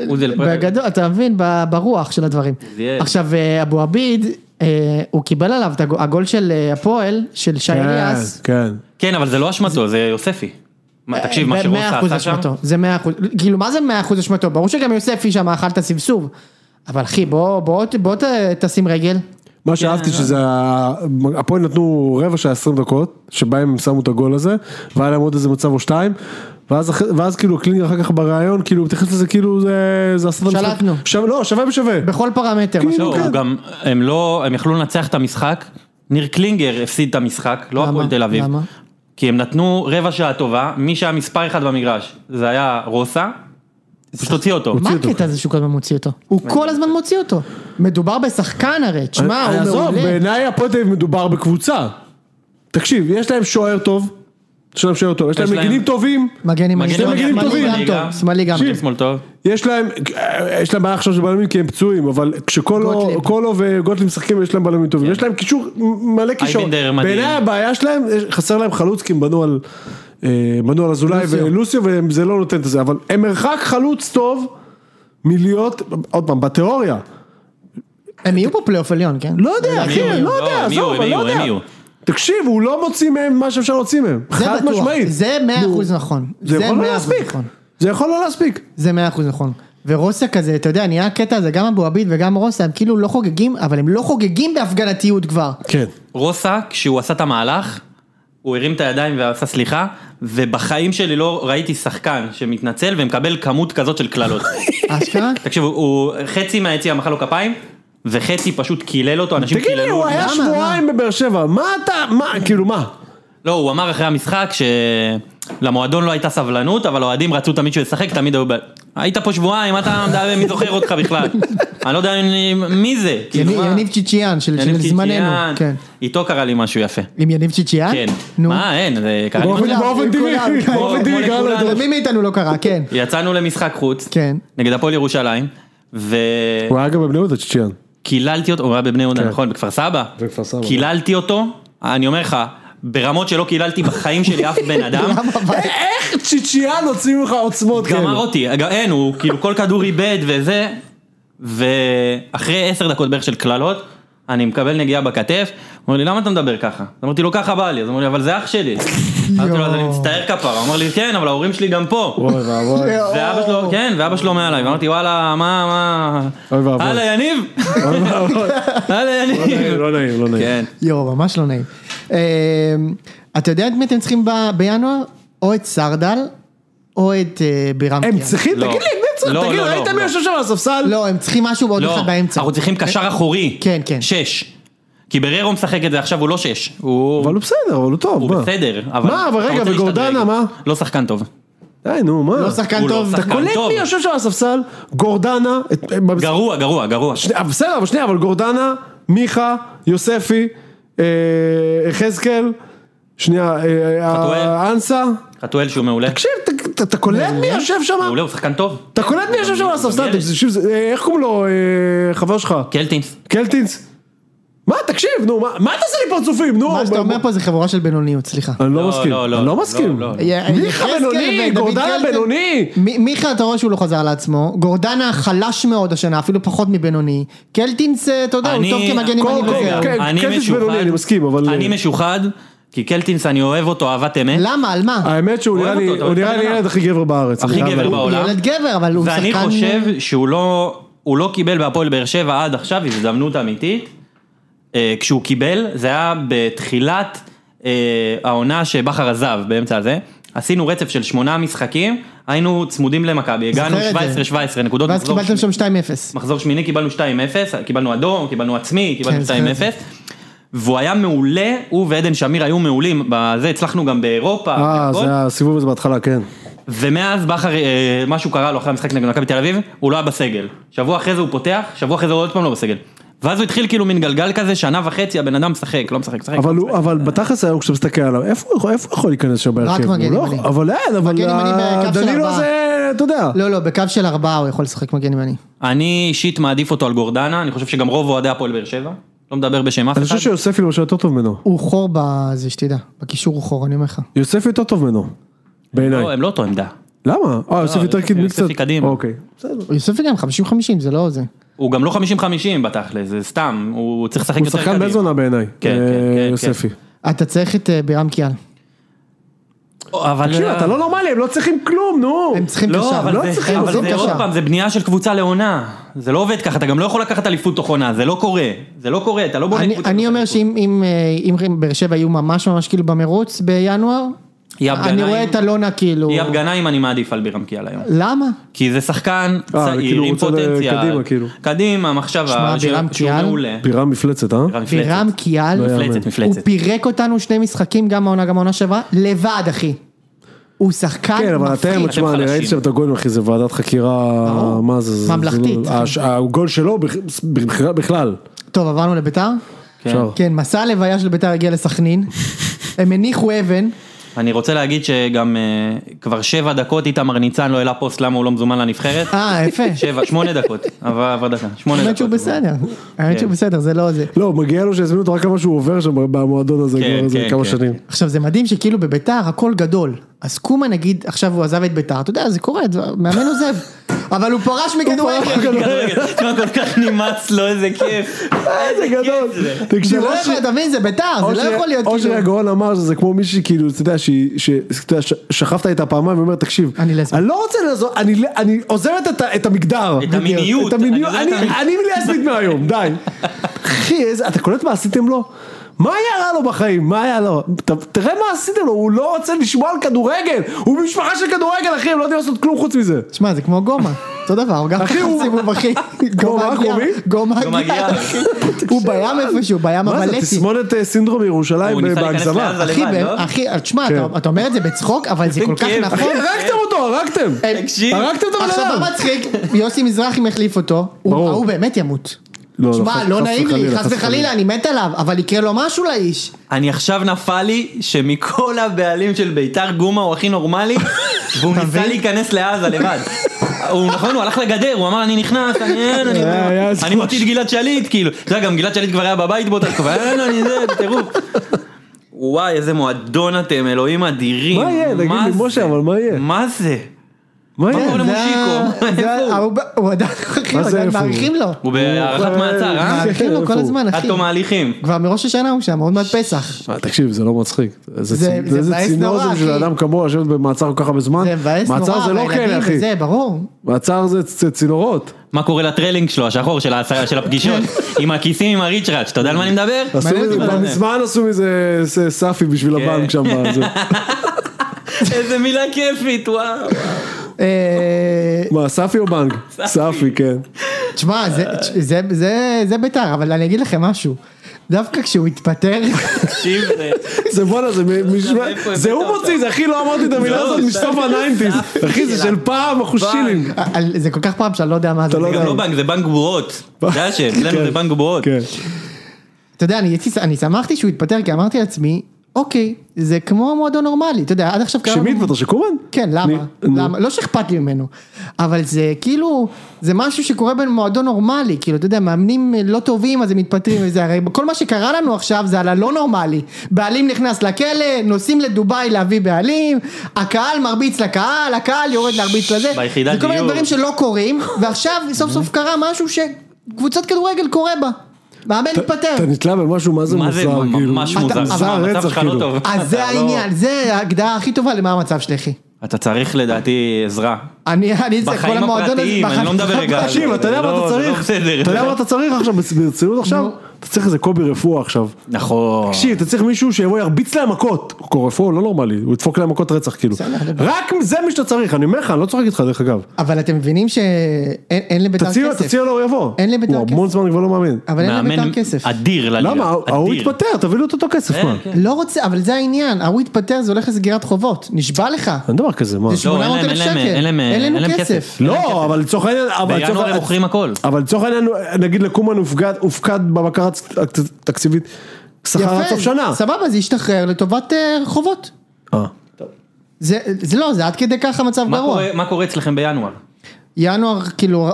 [SPEAKER 1] אוזל פרדו.
[SPEAKER 3] בגדול, אתה מבין, ב- ברוח של הדברים.
[SPEAKER 1] זה-
[SPEAKER 3] עכשיו, אה, אבו עביד, אה, הוא קיבל עליו את הגו- הגול של אה, הפועל, של שי אליאס.
[SPEAKER 2] כן, כן,
[SPEAKER 1] כן, אבל זה לא אשמתו, זה יוספי. מה, תקשיב, מה
[SPEAKER 3] אה, ב-
[SPEAKER 1] שרוסה
[SPEAKER 3] 100%
[SPEAKER 1] עשה שם.
[SPEAKER 3] אשמתו, זה 100 אחוז, כאילו מה זה 100 אחוז אשמתו, ברור שגם יוספי שם אכל את הסבסוב, אבל אחי בוא, בוא, ת- בוא ת, תשים רגל,
[SPEAKER 2] מה שאהבתי שזה, ה- הפועל נתנו רבע שעה 20 דקות, שבהם הם שמו את הגול הזה, והיה להם עוד איזה מצב או שתיים, ואז, אח- ואז כאילו קלינגר אחר כך בריאיון, כאילו הוא מתייחס לזה כאילו זה, זה הסוף
[SPEAKER 3] שלטנו. אה,
[SPEAKER 2] שו, לא, שווה בשווה.
[SPEAKER 3] בכל פרמטר, מה
[SPEAKER 2] כאילו,
[SPEAKER 1] לא,
[SPEAKER 3] שנקרא.
[SPEAKER 1] הוא גם, הם לא, הם יכלו לנצח את המשחק. ניר קלינגר הפסיד את המשחק, לא
[SPEAKER 3] למה?
[SPEAKER 1] הפועל תל אביב.
[SPEAKER 3] למה?
[SPEAKER 1] כי הם נתנו רבע שעה טובה, מי שהיה מספר אחד במגרש, זה היה רוסה, פשוט הוציא אותו.
[SPEAKER 3] מה
[SPEAKER 2] אותו.
[SPEAKER 3] הקטע הזה שהוא כל הזמן מוציא אותו? הוא כל הזמן מוציא אותו. מדובר בשחקן הרי, תשמע,
[SPEAKER 2] אני-
[SPEAKER 3] הוא
[SPEAKER 2] אה, עזוב,
[SPEAKER 3] מעולה.
[SPEAKER 2] בעיניי הפועל תל אביב מדובר בקבוצה. תקשיב, יש להם שוער טוב, יש להם שוער טוב, יש
[SPEAKER 1] יש
[SPEAKER 2] להם
[SPEAKER 1] להם-
[SPEAKER 2] מגינים טובים,
[SPEAKER 3] מגן ימני,
[SPEAKER 1] מגן
[SPEAKER 3] שמאל,
[SPEAKER 2] ימני,
[SPEAKER 3] שמאלי
[SPEAKER 2] טובים.
[SPEAKER 3] גם טוב, שמאלי גם טוב.
[SPEAKER 1] שמאל טוב.
[SPEAKER 2] יש להם, יש להם בעיה עכשיו של בלמים כי הם פצועים, אבל
[SPEAKER 3] גוטליב. כן.
[SPEAKER 2] כשקולו וגוטליב משחקים יש להם בלמים טובים, יש להם קישור, מלא קישור,
[SPEAKER 1] אייבנדר מדהים.
[SPEAKER 2] בעיני הבעיה שלהם, חסר להם חלוץ כי הם בנו על, אה, בנו על אזולאי
[SPEAKER 3] לוסיו.
[SPEAKER 2] ולוסיו וזה לא נותן את זה, אבל הם מרחק חלוץ טוב מלהיות, עוד פעם, בתיאוריה,
[SPEAKER 3] הם יהיו פה פלייאוף עליון, כן?
[SPEAKER 2] לא יודע,
[SPEAKER 1] הם
[SPEAKER 2] אחי,
[SPEAKER 1] יהיו,
[SPEAKER 2] לא
[SPEAKER 1] לא,
[SPEAKER 2] יודע,
[SPEAKER 1] הם יהיו,
[SPEAKER 2] עזוב,
[SPEAKER 1] הם
[SPEAKER 2] אבל לא
[SPEAKER 1] יהיו, הם
[SPEAKER 2] יודע,
[SPEAKER 1] יהיו.
[SPEAKER 2] תקשיב, הוא לא מוציא מהם מה שאפשר להוציא מהם,
[SPEAKER 3] זה
[SPEAKER 2] חד
[SPEAKER 3] בטוח.
[SPEAKER 2] משמעית,
[SPEAKER 3] זה 100 אחוז נכון.
[SPEAKER 2] זה יכול לא
[SPEAKER 3] 100%
[SPEAKER 2] להספיק,
[SPEAKER 3] נכון.
[SPEAKER 2] זה יכול לא להספיק,
[SPEAKER 3] זה 100 אחוז נכון. ורוסה כזה, אתה יודע, נהיה הקטע הזה, גם אבו עביד וגם רוסה, הם כאילו לא חוגגים, אבל הם לא חוגגים בהפגנתיות כבר.
[SPEAKER 2] כן,
[SPEAKER 1] רוסה, כשהוא עשה את המהלך, הוא הרים את הידיים ועשה סליחה, ובחיים שלי לא ראיתי שחקן שמתנצל ומקבל כמות כזאת של קללות.
[SPEAKER 3] אשכרה?
[SPEAKER 1] תקשיב, הוא- הוא חצי מהיציע מחא לו כפיים, וחצי פשוט קילל אותו, אנשים
[SPEAKER 2] תגיד לי,
[SPEAKER 1] קיללו.
[SPEAKER 2] הוא היה
[SPEAKER 3] למה?
[SPEAKER 2] שבועיים בבאר שבע, מה אתה, מה, כאילו מה?
[SPEAKER 1] לא, הוא אמר אחרי המשחק שלמועדון לא הייתה סבלנות, אבל האוהדים רצו תמיד שהוא ישחק, תמיד היו ב... היית פה שבועיים, מה אתה מדבר, מי זוכר אותך בכלל? אני לא יודע אני- מי זה. כאילו,
[SPEAKER 3] יניב
[SPEAKER 1] מה?
[SPEAKER 3] יניב צ'יצ'יאן של של
[SPEAKER 1] יניב
[SPEAKER 3] זמננו.
[SPEAKER 1] קיציאן.
[SPEAKER 3] כן.
[SPEAKER 1] איתו קרה לי משהו יפה.
[SPEAKER 3] עם יניב צ'יצ'יאן?
[SPEAKER 1] כן.
[SPEAKER 3] נו.
[SPEAKER 1] מה, אין, זה קרה לי משהו.
[SPEAKER 3] כולם,
[SPEAKER 2] באופן
[SPEAKER 3] עם
[SPEAKER 2] טבעי,
[SPEAKER 3] כולם, כן.
[SPEAKER 2] באופן
[SPEAKER 1] כמו
[SPEAKER 2] טבעי,
[SPEAKER 1] לכולם.
[SPEAKER 2] גל הדור.
[SPEAKER 3] למי מאיתנו לא קרה, כן.
[SPEAKER 1] יצאנו למשחק חוץ,
[SPEAKER 3] כן.
[SPEAKER 1] נגד הפועל ירושלים,
[SPEAKER 2] הוא היה גם בבני יהודה צ'יצ'יאן.
[SPEAKER 1] קיללתי אותו, הוא היה בבני יהודה, נכון, בכפר סבא?
[SPEAKER 2] כן. בכפר סבא.
[SPEAKER 1] קיללתי אותו, אני אומר לך, ברמות שלא קיללתי בחיים שלי אף בן אדם.
[SPEAKER 2] איך צ'יצ'יאן הוציא ממך עוצמות
[SPEAKER 1] גמר אותי, אגב, אין, הוא כאילו כל כדור איבד וזה, ואחרי עשר דקות בערך של קללות, אני מקבל נגיעה בכתף, הוא אומר לי למה אתה מדבר ככה? אז אמרתי לו ככה בא לי, אז הוא אמר לי אבל זה אח שלי. אמרתי לו אז אני מצטער כפרה, הוא אמר לי כן אבל ההורים שלי גם פה.
[SPEAKER 2] אוי ואבוי,
[SPEAKER 1] ואבא שלו, כן, ואבא שלו מעליי, ואמרתי וואלה, מה, מה,
[SPEAKER 2] אוי ואבוי.
[SPEAKER 1] הלאה יניב,
[SPEAKER 2] אוי ואבוי.
[SPEAKER 1] הלאה יניב,
[SPEAKER 2] לא נעים, לא נעים.
[SPEAKER 1] כן,
[SPEAKER 3] יואו, ממש לא נעים. אמ, אתה יודע את מי אתם צריכים ב- בינואר? או את סרדל, או את אה, בירם
[SPEAKER 2] הם
[SPEAKER 3] קיאם.
[SPEAKER 2] צריכים,
[SPEAKER 1] לא.
[SPEAKER 2] תגיד לי, מי צריך,
[SPEAKER 1] לא,
[SPEAKER 2] תגיד,
[SPEAKER 1] לא, לא,
[SPEAKER 2] ראית מי
[SPEAKER 1] לא.
[SPEAKER 2] יושב שם על הספסל?
[SPEAKER 3] לא, הם צריכים משהו ועוד
[SPEAKER 1] לא,
[SPEAKER 3] אחד באמצע.
[SPEAKER 1] אנחנו צריכים קשר אחורי,
[SPEAKER 3] כן, כן.
[SPEAKER 1] שש, כי בררו משחק את זה עכשיו הוא לא שש, הוא
[SPEAKER 2] אבל הוא בסדר, אבל הוא טוב,
[SPEAKER 1] הוא
[SPEAKER 2] מה?
[SPEAKER 1] בסדר, אבל...
[SPEAKER 2] מה, אבל
[SPEAKER 1] אתה
[SPEAKER 2] רגע,
[SPEAKER 1] רוצה
[SPEAKER 2] וגורדנה,
[SPEAKER 1] להשתדרג.
[SPEAKER 2] מה?
[SPEAKER 1] לא שחקן טוב.
[SPEAKER 2] די, נו, מה?
[SPEAKER 3] לא שחקן
[SPEAKER 1] הוא לא
[SPEAKER 3] טוב.
[SPEAKER 1] שחקן.
[SPEAKER 2] קולט
[SPEAKER 1] טוב.
[SPEAKER 2] מי יושב שם על הספסל? גורדנה, את- במשחק
[SPEAKER 1] גרוע, גרוע, גרוע.
[SPEAKER 2] שני- אבל בסדר, אבל שנייה, אבל גורדנה, מיכה, יוספי, אה, יחזקאל, שנייה, אה,
[SPEAKER 1] חתואל.
[SPEAKER 2] אה, אנסה.
[SPEAKER 1] חתואל שהוא מעולה.
[SPEAKER 2] תקשיב, ת- ת- אתה קולט מי יושב שם?
[SPEAKER 1] מעולה, הוא שחקן טוב.
[SPEAKER 2] אתה קולט מי יושב שם על הספסל?
[SPEAKER 1] מעולה.
[SPEAKER 2] תקשיב, זה- אה, איך קוראים לו, אה, חבר שלך?
[SPEAKER 1] קלטינס.
[SPEAKER 2] לא, קלטינס? מה, תקשיב, נו, מה- מה אתה עושה לי פרצופים? נו,
[SPEAKER 3] מה שאתה
[SPEAKER 2] ב-
[SPEAKER 3] אומר פה זה חבורה של בינוניות, סליחה.
[SPEAKER 2] אני לא
[SPEAKER 1] לא,
[SPEAKER 2] מסכים,
[SPEAKER 1] לא, לא,
[SPEAKER 2] אני לא
[SPEAKER 1] לא,
[SPEAKER 2] מסכים.
[SPEAKER 1] לא, לא.
[SPEAKER 2] מיכה
[SPEAKER 3] יחזקאל
[SPEAKER 2] בינוני,
[SPEAKER 3] ודוד
[SPEAKER 2] גורדנה
[SPEAKER 3] גלטן.
[SPEAKER 2] בינוני.
[SPEAKER 3] מ- מיכה אתה רואה שהוא לא חזר לעצמו, גורדנה חלש מאוד השנה, אפילו פחות מבינוני, קלטינס אה, אתה יודע, הוא
[SPEAKER 1] אני-
[SPEAKER 3] טוב כמגן
[SPEAKER 2] כל-
[SPEAKER 3] ימני
[SPEAKER 2] כל-
[SPEAKER 3] וזהו.
[SPEAKER 2] כן,
[SPEAKER 1] אני
[SPEAKER 2] קלטינס בינוני, אני מסכים, אבל-
[SPEAKER 1] אני משוחד, כי קלטינס אני אוהב אותו אהבת אמת.
[SPEAKER 3] למה? על מה?
[SPEAKER 2] האמת שהוא
[SPEAKER 1] אוהב
[SPEAKER 2] נראה לי,
[SPEAKER 1] אותו, אתה
[SPEAKER 2] הוא
[SPEAKER 1] אוהב
[SPEAKER 2] נראה
[SPEAKER 1] את
[SPEAKER 2] לי
[SPEAKER 1] הבן
[SPEAKER 2] ילד הכי גבר בארץ.
[SPEAKER 1] הכי
[SPEAKER 2] אני חייב
[SPEAKER 1] גבר
[SPEAKER 2] להגיד.
[SPEAKER 1] בעולם.
[SPEAKER 3] הוא ילד גבר, אבל הוא שחקן...
[SPEAKER 1] ואני חושב שהוא לא... הוא לא קיבל בהפועל באר שבע עד עכשיו הזדמנות אמיתית. אה, כשהוא קיבל, זה היה בתחילת אה, העונה שבכר עזב באמצע הזה. עשינו רצף של שמונה משחקים, היינו צמודים למכבי, הגענו
[SPEAKER 3] זוכר את זה.
[SPEAKER 1] 17-17 נקודות.
[SPEAKER 3] ואז
[SPEAKER 1] מחזור
[SPEAKER 3] קיבלתם
[SPEAKER 1] שני.
[SPEAKER 3] שם 2-0.
[SPEAKER 1] מחזור שמיני קיבלנו 2-0, קיבלנו אדום, קיבלנו עצמי, קיבלנו
[SPEAKER 3] כן,
[SPEAKER 1] 2-0.
[SPEAKER 3] זוכר את זה.
[SPEAKER 1] והוא היה מעולה, הוא ועדן שמיר היו מעולים, בזה הצלחנו גם באירופה,
[SPEAKER 2] אה,
[SPEAKER 1] הכל.
[SPEAKER 2] זה הסיבוב הזה בהתחלה, כן.
[SPEAKER 1] אוקיי. ומאז בכר, אה, משהו קרה לו אחרי המשחק נגד מכבי תל אביב, הוא לא היה בסגל. שבוע אחרי זה הוא פותח, שבוע אחרי זה הוא עוד פעם לא בסגל. ואז הוא התחיל כאילו מין גלגל כזה, שנה וחצי הבן אדם משחק, לא משחק, משחק.
[SPEAKER 2] אבל הוא, אבל בתכלס היום כשאתה מסתכל עליו, איפה הוא יכול- איפה הוא יכול להיכנס שם בהרכב?
[SPEAKER 3] מגן
[SPEAKER 2] הוא לא
[SPEAKER 3] ימני.
[SPEAKER 2] יכול- אבל אין, אבל
[SPEAKER 3] מגן ימני בקו של
[SPEAKER 2] דנילו
[SPEAKER 3] ארבעה.
[SPEAKER 2] זה, אתה יודע.
[SPEAKER 3] לא, לא, בקו של ארבעה הוא יכול לשחק מגן ימני.
[SPEAKER 1] אני אישית מעדיף אותו על גורדנה, אני חושב שגם רוב אוהדי הפועל באר שבע, לא מדבר בשם אף
[SPEAKER 2] אני
[SPEAKER 1] אחד.
[SPEAKER 2] חושב שיוספי למשל יותר טוב ממנו.
[SPEAKER 3] הוא חור בזה, שתדע. בקישור הוא חור, אני אומר לך.
[SPEAKER 2] יוספי יותר טוב ממנו.
[SPEAKER 1] לא,
[SPEAKER 2] בעיניי.
[SPEAKER 1] הם לא אותו עמדה.
[SPEAKER 2] למה? אה, יוספי יותר
[SPEAKER 1] יוספי-
[SPEAKER 2] קדמי קצת.
[SPEAKER 1] יוספי קדימה.
[SPEAKER 2] אוקיי. בסדר.
[SPEAKER 3] יוספי גם 50-50, זה לא זה.
[SPEAKER 1] הוא גם לא 50-50 בתכל'ס, זה סתם, הוא צריך לשחק
[SPEAKER 2] הוא
[SPEAKER 1] יותר
[SPEAKER 2] שחקן
[SPEAKER 1] קדימה.
[SPEAKER 2] בן זונה בעיניי.
[SPEAKER 1] כן,
[SPEAKER 2] אה,
[SPEAKER 1] כן, כן,
[SPEAKER 2] יוספי.
[SPEAKER 3] אתה צריך את אה, בירם קיאל.
[SPEAKER 1] אבל...
[SPEAKER 2] תקשיב, אתה לא נורמלי, הם לא צריכים כלום, נו.
[SPEAKER 3] הם צריכים
[SPEAKER 1] לא,
[SPEAKER 3] קשר.
[SPEAKER 1] אבל זה-
[SPEAKER 3] צריכים,
[SPEAKER 1] אבל
[SPEAKER 3] עושים
[SPEAKER 1] זה עוד
[SPEAKER 3] קשר.
[SPEAKER 1] פעם, זה בנייה של קבוצה לעונה. זה לא עובד ככה, אתה גם לא יכול לקחת אליפות תוך עונה, זה לא קורה. זה לא קורה, אתה לא בונה
[SPEAKER 3] אני-
[SPEAKER 1] קבוצה.
[SPEAKER 3] אני
[SPEAKER 1] תוך
[SPEAKER 3] אומר
[SPEAKER 1] אליפות.
[SPEAKER 3] שאם אם, אה, אם באר שבע יהיו ממש ממש כאילו במרוץ בינואר,
[SPEAKER 1] יאב
[SPEAKER 3] אני
[SPEAKER 1] גנאים-
[SPEAKER 3] רואה את אלונה כאילו...
[SPEAKER 1] יאב גנאים אני מעדיף על בירם קיאל היום.
[SPEAKER 3] למה?
[SPEAKER 1] כי זה שחקן
[SPEAKER 2] אה, כאילו
[SPEAKER 1] צעיר
[SPEAKER 2] הוא
[SPEAKER 1] עם
[SPEAKER 2] רוצה
[SPEAKER 1] פוטנציאל.
[SPEAKER 2] קדימה, כאילו.
[SPEAKER 1] קדימה, מחשבה,
[SPEAKER 3] שמע,
[SPEAKER 1] שהוא
[SPEAKER 3] בירם
[SPEAKER 1] שהוא
[SPEAKER 3] קיאל?
[SPEAKER 1] מעולה.
[SPEAKER 2] פירה מפלצת, אה?
[SPEAKER 1] בירם מפלצת.
[SPEAKER 3] בירם קיאל,
[SPEAKER 2] לא,
[SPEAKER 1] מפלצת,
[SPEAKER 3] הוא
[SPEAKER 1] מפלצת.
[SPEAKER 3] פירק אותנו שני משחקים, גם העונה, גם העונה שעברה, לבד אחי. הוא שחקן
[SPEAKER 2] כן, אבל
[SPEAKER 3] מפחיד.
[SPEAKER 2] אתם, תשמע,
[SPEAKER 1] אתם
[SPEAKER 2] אני ראיתי
[SPEAKER 1] חלשים.
[SPEAKER 2] שם את הגולים, אחי, זה ועדת חקירה,
[SPEAKER 3] ברור.
[SPEAKER 2] מה זה, זה... זה
[SPEAKER 3] ממלכתית,
[SPEAKER 2] לא-
[SPEAKER 3] אחי.
[SPEAKER 2] הש- הגול שלו בכ- בכ- בכלל.
[SPEAKER 3] טוב, עברנו לביתר?
[SPEAKER 2] אפשר.
[SPEAKER 3] כן, מסע הלוויה של ביתר הגיע לסכנין, הם הניחו אבן,
[SPEAKER 1] אני רוצה להגיד שגם אה, כבר שבע דקות איתמר ניצן לא העלה פוסט למה הוא לא מזומן לנבחרת.
[SPEAKER 3] אה יפה,
[SPEAKER 1] שבע, שמונה דקות. עבר עבר דקה. שמונה דקות.
[SPEAKER 3] האמת שהוא
[SPEAKER 1] הוא-
[SPEAKER 3] בסדר, האמת שהוא בסדר, זה לא זה.
[SPEAKER 2] לא, מגיע לו שיזמינו אותו רק כמה שהוא עובר שם במועדון הזה
[SPEAKER 1] כן,
[SPEAKER 2] כבר איזה
[SPEAKER 1] כן,
[SPEAKER 2] כמה
[SPEAKER 1] כן.
[SPEAKER 2] שנים.
[SPEAKER 3] עכשיו זה מדהים שכאילו בביתר הכל גדול, אז קומה נגיד עכשיו הוא עזב את ביתר, אתה יודע זה קורה, זה- מאמן עוזב, אבל הוא פרש מכדורגל,
[SPEAKER 1] כדורגל. תשמע, כל כך נמאס לו, איזה כיף.
[SPEAKER 2] איזה גדול.
[SPEAKER 3] זה
[SPEAKER 2] תקשיב,
[SPEAKER 3] לא
[SPEAKER 2] אושרי-
[SPEAKER 3] יכול, אתה מבין, זה ביתר, זה לא
[SPEAKER 2] אושרי-
[SPEAKER 3] יכול להיות
[SPEAKER 2] אושרי
[SPEAKER 3] כאילו,
[SPEAKER 2] הגאון אמר שזה כמו מישהי כאילו, אתה יודע, שהיא- ש- אתה יודע, ש- שכבת איתה פעמיים ואומר, תקשיב,
[SPEAKER 3] אני לסבית."
[SPEAKER 2] אני לא רוצה לעזוב, אני- אני עוזבת את ה- את המגדר.
[SPEAKER 1] את המיניות.
[SPEAKER 2] את המיניות,
[SPEAKER 1] אני
[SPEAKER 2] אני
[SPEAKER 1] עוזבת את המיניות.
[SPEAKER 2] אני לסבית מהיום, די. אחי, איזה- אתה קולט מה עשיתם לו? מה היה רע לו בחיים? מה היה לו? ת- תראה מה עשיתם לו, הוא לא רוצה לשמוע על כדורגל! הוא משפחה של כדורגל, אחי, הם לא יודעים לעשות כלום חוץ מזה.
[SPEAKER 3] תשמע זה כמו גומה, אותו דבר, הוא גם
[SPEAKER 2] אחי,
[SPEAKER 3] ככה
[SPEAKER 2] הוא-
[SPEAKER 3] סיבוב אחי.
[SPEAKER 2] גומגיה, מי?
[SPEAKER 1] גומגיה,
[SPEAKER 3] גומגיה, אחי. הוא בים איפשהו, בים
[SPEAKER 2] מה זה,
[SPEAKER 3] המלטי.
[SPEAKER 2] תסמונת אה, סינדרום ירושלים
[SPEAKER 1] הוא
[SPEAKER 2] ב-
[SPEAKER 1] ניסה להיכנס
[SPEAKER 2] בהגזמה.
[SPEAKER 1] לעזה.
[SPEAKER 3] אחי,
[SPEAKER 1] לבד,
[SPEAKER 3] ב-
[SPEAKER 1] לא?
[SPEAKER 3] אחי, תשמע,
[SPEAKER 2] כן.
[SPEAKER 3] אתה- אתה אומר את זה בצחוק, אבל זה כל כך
[SPEAKER 1] כן.
[SPEAKER 3] נכון.
[SPEAKER 2] הרגתם אותו, הרגתם!
[SPEAKER 1] תקשיב.
[SPEAKER 2] הרגתם את הבן
[SPEAKER 3] אה, עכשיו
[SPEAKER 2] אדם!
[SPEAKER 3] מה מצחיק, יוסי מזרחי מחליף אותו, הוא
[SPEAKER 2] ברור.
[SPEAKER 3] ההוא באמת ימות.
[SPEAKER 2] לא, לא,
[SPEAKER 3] שמע,
[SPEAKER 2] חס-
[SPEAKER 3] לא
[SPEAKER 2] חס
[SPEAKER 3] נעים לי,
[SPEAKER 2] וחלילה,
[SPEAKER 3] חס
[SPEAKER 2] חס
[SPEAKER 3] וחלילה, אני מת עליו, אבל יקרה לו משהו לאיש.
[SPEAKER 1] אני עכשיו נפל לי שמכל הבעלים של ביתר גומה הוא הכי נורמלי והוא ניסה להיכנס לעזה לבד. הוא נכון הוא הלך לגדר הוא אמר אני נכנס אני אין אני-
[SPEAKER 2] היה- אה, היה איזה
[SPEAKER 1] אני מוציא את גלעד שליט כאילו אתה יודע גם גלעד שליט כבר היה בבית באותה תקופה אין אני זה בטירוף. וואי איזה מועדון אתם אלוהים אדירים.
[SPEAKER 2] מה יהיה? תגיד לי,
[SPEAKER 1] זה?
[SPEAKER 2] משה, אבל מה יהיה?
[SPEAKER 1] מה זה?
[SPEAKER 2] מה
[SPEAKER 1] מה קורה
[SPEAKER 2] יהיה?
[SPEAKER 3] זה ה-
[SPEAKER 1] למושיקו?
[SPEAKER 3] זה ה-
[SPEAKER 1] איפה הוא?
[SPEAKER 3] ההוא ב- הוא עדיין, אחי,
[SPEAKER 2] מה זה
[SPEAKER 3] הוא עדיין
[SPEAKER 2] איפה הוא?
[SPEAKER 3] מאריכים לו.
[SPEAKER 1] הוא בהארכת
[SPEAKER 2] אה,
[SPEAKER 1] מעצר אה?
[SPEAKER 2] אה,
[SPEAKER 3] מאריכים לו
[SPEAKER 2] איפה
[SPEAKER 3] כל
[SPEAKER 2] הוא?
[SPEAKER 3] הזמן,
[SPEAKER 1] עד
[SPEAKER 3] אחי.
[SPEAKER 1] תום ההליכים.
[SPEAKER 3] כבר מראש השנה הוא שם, עוד מעט פסח.
[SPEAKER 2] מה, תקשיב, זה לא מצחיק. זה
[SPEAKER 3] זה-
[SPEAKER 2] צ-
[SPEAKER 3] זה
[SPEAKER 2] איזה
[SPEAKER 3] מבאס
[SPEAKER 2] צינור
[SPEAKER 3] נורא,
[SPEAKER 2] זה בשביל
[SPEAKER 3] אחי.
[SPEAKER 2] אדם כמוהו לשבת במעצר כל כך הרבה זמן?
[SPEAKER 3] זה מבאס נורא,
[SPEAKER 2] מעצר זה לא
[SPEAKER 3] והילדים
[SPEAKER 2] כלא, אחי.
[SPEAKER 3] וזה, ברור.
[SPEAKER 2] מעצר זה צ- צינורות.
[SPEAKER 1] מה קורה לטרלינג שלו השחור של ה- של הפגישות עם הכיסים עם הריצ'ראץ' אתה יודע על מה אני מדבר?
[SPEAKER 2] עשו
[SPEAKER 3] מעניין
[SPEAKER 2] מזה-
[SPEAKER 3] אותי
[SPEAKER 2] כבר
[SPEAKER 1] מה זה.
[SPEAKER 2] מזמן עשו מזה ס- סאפי בשביל
[SPEAKER 1] כן.
[SPEAKER 2] הבנק שם. זה.
[SPEAKER 1] איזה מילה כיפית, וואו.
[SPEAKER 3] אה,
[SPEAKER 2] מה, סאפי או בנק? סאפי, כן.
[SPEAKER 3] תשמע, זה- זה- זה- זה בית"ר, אבל אני אגיד לכם משהו. דווקא כשהוא התפטר,
[SPEAKER 1] תקשיב, זה-
[SPEAKER 2] זה בואנה, זה מ- משמע-
[SPEAKER 1] מאיפה
[SPEAKER 2] זה
[SPEAKER 1] הבאת
[SPEAKER 2] הוא
[SPEAKER 1] אותה?
[SPEAKER 2] מוציא, זה אחי לא אמרתי את המילה
[SPEAKER 1] לא,
[SPEAKER 2] הזאת
[SPEAKER 1] זה-
[SPEAKER 2] מסוף הניינטיז. אחי, זה של פעם, החושילים.
[SPEAKER 3] על- זה כל כך פעם שאני לא יודע מה זה.
[SPEAKER 2] אתה לא
[SPEAKER 1] זה גם לא בנק, זה בנק בועות. אתה יודע שאצלנו
[SPEAKER 2] כן.
[SPEAKER 1] זה בנק בועות.
[SPEAKER 2] כן.
[SPEAKER 3] אתה יודע, אני, הייתי- אני שמחתי שהוא התפטר, כי אמרתי לעצמי, אוקיי, זה כמו מועדון נורמלי, אתה יודע, עד עכשיו קרה...
[SPEAKER 2] שמי
[SPEAKER 3] לנו-
[SPEAKER 2] התפטר? שקורן?
[SPEAKER 3] כן,
[SPEAKER 2] אני-
[SPEAKER 3] למה?
[SPEAKER 2] נו.
[SPEAKER 3] למה? לא שאכפת לי ממנו, אבל זה כאילו, זה משהו שקורה בין מועדון נורמלי, כאילו, אתה יודע, מאמנים לא טובים, אז הם מתפטרים וזה, הרי כל מה שקרה לנו עכשיו זה על הלא נורמלי. בעלים נכנס לכלא, נוסעים לדובאי להביא בעלים, הקהל מרביץ לקהל, הקהל יורד להרביץ לזה,
[SPEAKER 1] ביחידת
[SPEAKER 3] זה כל מיני
[SPEAKER 1] דיור.
[SPEAKER 3] דברים שלא קורים, ועכשיו סוף סוף קרה משהו שקבוצת כדורגל קורה בה. מאמן התפטר.
[SPEAKER 2] אתה נתלה במשהו מה זה
[SPEAKER 1] מה זה
[SPEAKER 2] מוזר, כאילו.
[SPEAKER 1] ממש מוזר.
[SPEAKER 3] אתה-
[SPEAKER 2] מוזר
[SPEAKER 1] המצב
[SPEAKER 2] רצח,
[SPEAKER 1] שלך לא
[SPEAKER 2] כאילו.
[SPEAKER 1] טוב.
[SPEAKER 3] אז
[SPEAKER 1] אתה
[SPEAKER 3] אה, זה
[SPEAKER 1] לא-
[SPEAKER 3] העניין, זה ההגדרה הכי טובה למה המצב שלי, אחי.
[SPEAKER 1] אתה צריך לדעתי עזרה.
[SPEAKER 3] אני, אני, זה כל
[SPEAKER 1] בחיים
[SPEAKER 3] המועדון הזה,
[SPEAKER 1] הפרטיים, אני לא
[SPEAKER 3] בחיים-
[SPEAKER 1] מדבר רגע. על-
[SPEAKER 2] תקשיב, אתה יודע מה
[SPEAKER 1] לא,
[SPEAKER 2] אתה
[SPEAKER 1] זה לא
[SPEAKER 2] צריך?
[SPEAKER 1] בסדר.
[SPEAKER 2] אתה יודע מה אתה צריך עכשיו? ברצינות עכשיו? אתה צריך איזה קובי רפואה עכשיו.
[SPEAKER 1] נכון.
[SPEAKER 2] תקשיב, אתה צריך מישהו שיבוא ירביץ להם מכות. קובי רפואה הוא לא נורמלי, הוא ידפוק להם מכות רצח כאילו. רק זה מי שאתה צריך, אני אומר לך, אני לא צוחק איתך דרך אגב.
[SPEAKER 3] אבל אתם מבינים שאין אין לביתר
[SPEAKER 2] תציע לו,
[SPEAKER 3] כסף.
[SPEAKER 2] תציע לו, הוא יבוא.
[SPEAKER 3] אין לבית"ר
[SPEAKER 2] הוא המון זמן כבר לא מאמין.
[SPEAKER 3] אבל אין לביתר
[SPEAKER 1] מאמן
[SPEAKER 3] כסף.
[SPEAKER 1] אדיר לליגה.
[SPEAKER 2] למה? ההוא
[SPEAKER 1] אדיר.
[SPEAKER 2] התפטר, תביא לו את אותו כסף, מה?
[SPEAKER 1] כן.
[SPEAKER 3] לא רוצה, אבל זה העניין, ההוא התפטר, זה הולך לסגירת חובות, נשבע לך.
[SPEAKER 2] אין דבר כזה, מה?
[SPEAKER 3] זה
[SPEAKER 1] לא,
[SPEAKER 3] 800 אלף
[SPEAKER 1] אין להם-
[SPEAKER 3] שקל,
[SPEAKER 1] אין להם-
[SPEAKER 3] אין
[SPEAKER 1] אין
[SPEAKER 3] לנו
[SPEAKER 1] להם
[SPEAKER 3] כסף.
[SPEAKER 1] כסף.
[SPEAKER 2] לא, אבל לצורך העניין, אבל לצורך-
[SPEAKER 1] בינואר הם מוכרים הכל.
[SPEAKER 2] אבל לצורך העניין, נגיד לקומן הופגד- הופקד בבקרה הצ- התקציבית שכר עד סוף שנה.
[SPEAKER 3] סבבה, זה ישתחרר לטובת אה, חובות.
[SPEAKER 2] אה.
[SPEAKER 3] זה זה לא, זה עד כדי ככה מצב
[SPEAKER 1] מה
[SPEAKER 3] גרוע.
[SPEAKER 1] קורה- מה קורה אצלכם בינואר?
[SPEAKER 3] ינואר, כאילו,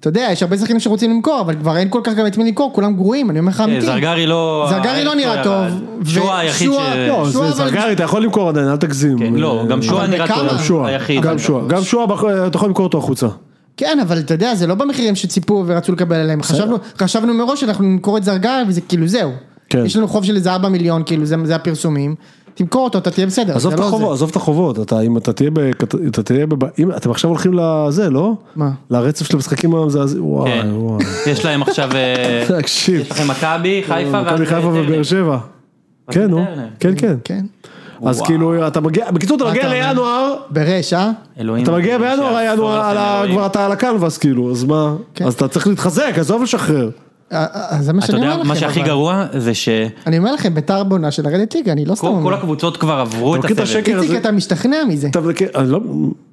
[SPEAKER 3] אתה יודע, יש הרבה שחקנים שרוצים למכור, אבל כבר אין כל כך גם את מי למכור, כולם גרועים, אני אומר לך
[SPEAKER 1] אה,
[SPEAKER 3] אמיתי.
[SPEAKER 1] זרגרי לא...
[SPEAKER 3] זרגרי לא נראה
[SPEAKER 1] ירד.
[SPEAKER 3] טוב.
[SPEAKER 1] שועה
[SPEAKER 3] ו-
[SPEAKER 1] היחיד
[SPEAKER 3] שועה-
[SPEAKER 1] ש...
[SPEAKER 2] לא,
[SPEAKER 3] שועה,
[SPEAKER 2] זה
[SPEAKER 3] אבל-
[SPEAKER 2] זרגרי, אתה יכול למכור עדיין, אל תגזים.
[SPEAKER 1] כן, לא, גם שועה
[SPEAKER 3] אבל
[SPEAKER 1] נראה
[SPEAKER 3] בכמה?
[SPEAKER 1] טוב.
[SPEAKER 3] גם
[SPEAKER 2] שועה,
[SPEAKER 1] היחיד.
[SPEAKER 2] גם שועה, גם שועה, בח- אה, אתה יכול למכור אותו החוצה.
[SPEAKER 3] כן, אבל אתה יודע, זה לא במחירים שציפו ורצו לקבל עליהם. חשבנו, חשבנו מראש שאנחנו נמכור את זרגרי וזה כאילו זהו.
[SPEAKER 2] כן.
[SPEAKER 3] יש לנו חוב של איזה 4 מיליון, כאילו זה, זה הפרסומים. תמכור אותו, אתה תהיה בסדר.
[SPEAKER 2] עזוב
[SPEAKER 3] זה
[SPEAKER 2] את
[SPEAKER 3] לא
[SPEAKER 2] החובות, עזוב את החובות, אתה אם אתה תהיה, בקט- אתה תהיה, בב- אם אתם עכשיו הולכים לזה, לא?
[SPEAKER 3] מה?
[SPEAKER 2] לרצף של המשחקים המזעזעים,
[SPEAKER 1] כן.
[SPEAKER 2] וואי וואי.
[SPEAKER 1] יש להם עכשיו... אה,
[SPEAKER 2] תקשיב,
[SPEAKER 1] יש לכם מכבי, חיפה
[SPEAKER 2] מכבי חיפה ובאר שבע. כן, נו,
[SPEAKER 1] טרנר.
[SPEAKER 2] כן, כן.
[SPEAKER 3] זה. כן.
[SPEAKER 2] אז
[SPEAKER 1] וואו.
[SPEAKER 2] כאילו, אתה מגיע, בקיצור, אתה
[SPEAKER 3] מה
[SPEAKER 2] מגיע
[SPEAKER 3] אתה אומר?
[SPEAKER 2] לינואר,
[SPEAKER 3] ברש, אה?
[SPEAKER 1] אלוהים.
[SPEAKER 2] אתה מגיע
[SPEAKER 1] אלוהים,
[SPEAKER 2] בינואר,
[SPEAKER 1] שיעזור
[SPEAKER 2] הינואר,
[SPEAKER 1] לכם,
[SPEAKER 2] על ה-
[SPEAKER 1] אלוהים.
[SPEAKER 2] כבר אתה על הקנבס, כאילו, אז מה?
[SPEAKER 3] כן.
[SPEAKER 2] אז אתה צריך להתחזק, עזוב לשחרר.
[SPEAKER 3] אה, אה, זה מה
[SPEAKER 1] אתה
[SPEAKER 3] שאני אומר
[SPEAKER 1] יודע,
[SPEAKER 3] לכם.
[SPEAKER 1] מה שהכי
[SPEAKER 3] אבל.
[SPEAKER 1] גרוע זה שכל
[SPEAKER 3] אני אומר לכם, ביתר בעונה של לרדת ליגה, אני לא סתם
[SPEAKER 1] כל
[SPEAKER 3] אומר.
[SPEAKER 1] הקבוצות כבר עברו את
[SPEAKER 2] אתה מכיר את
[SPEAKER 1] הסבב.
[SPEAKER 2] השקר הזה?
[SPEAKER 3] איציק, אתה משתכנע מזה,
[SPEAKER 2] אתה מכיר- אני לא-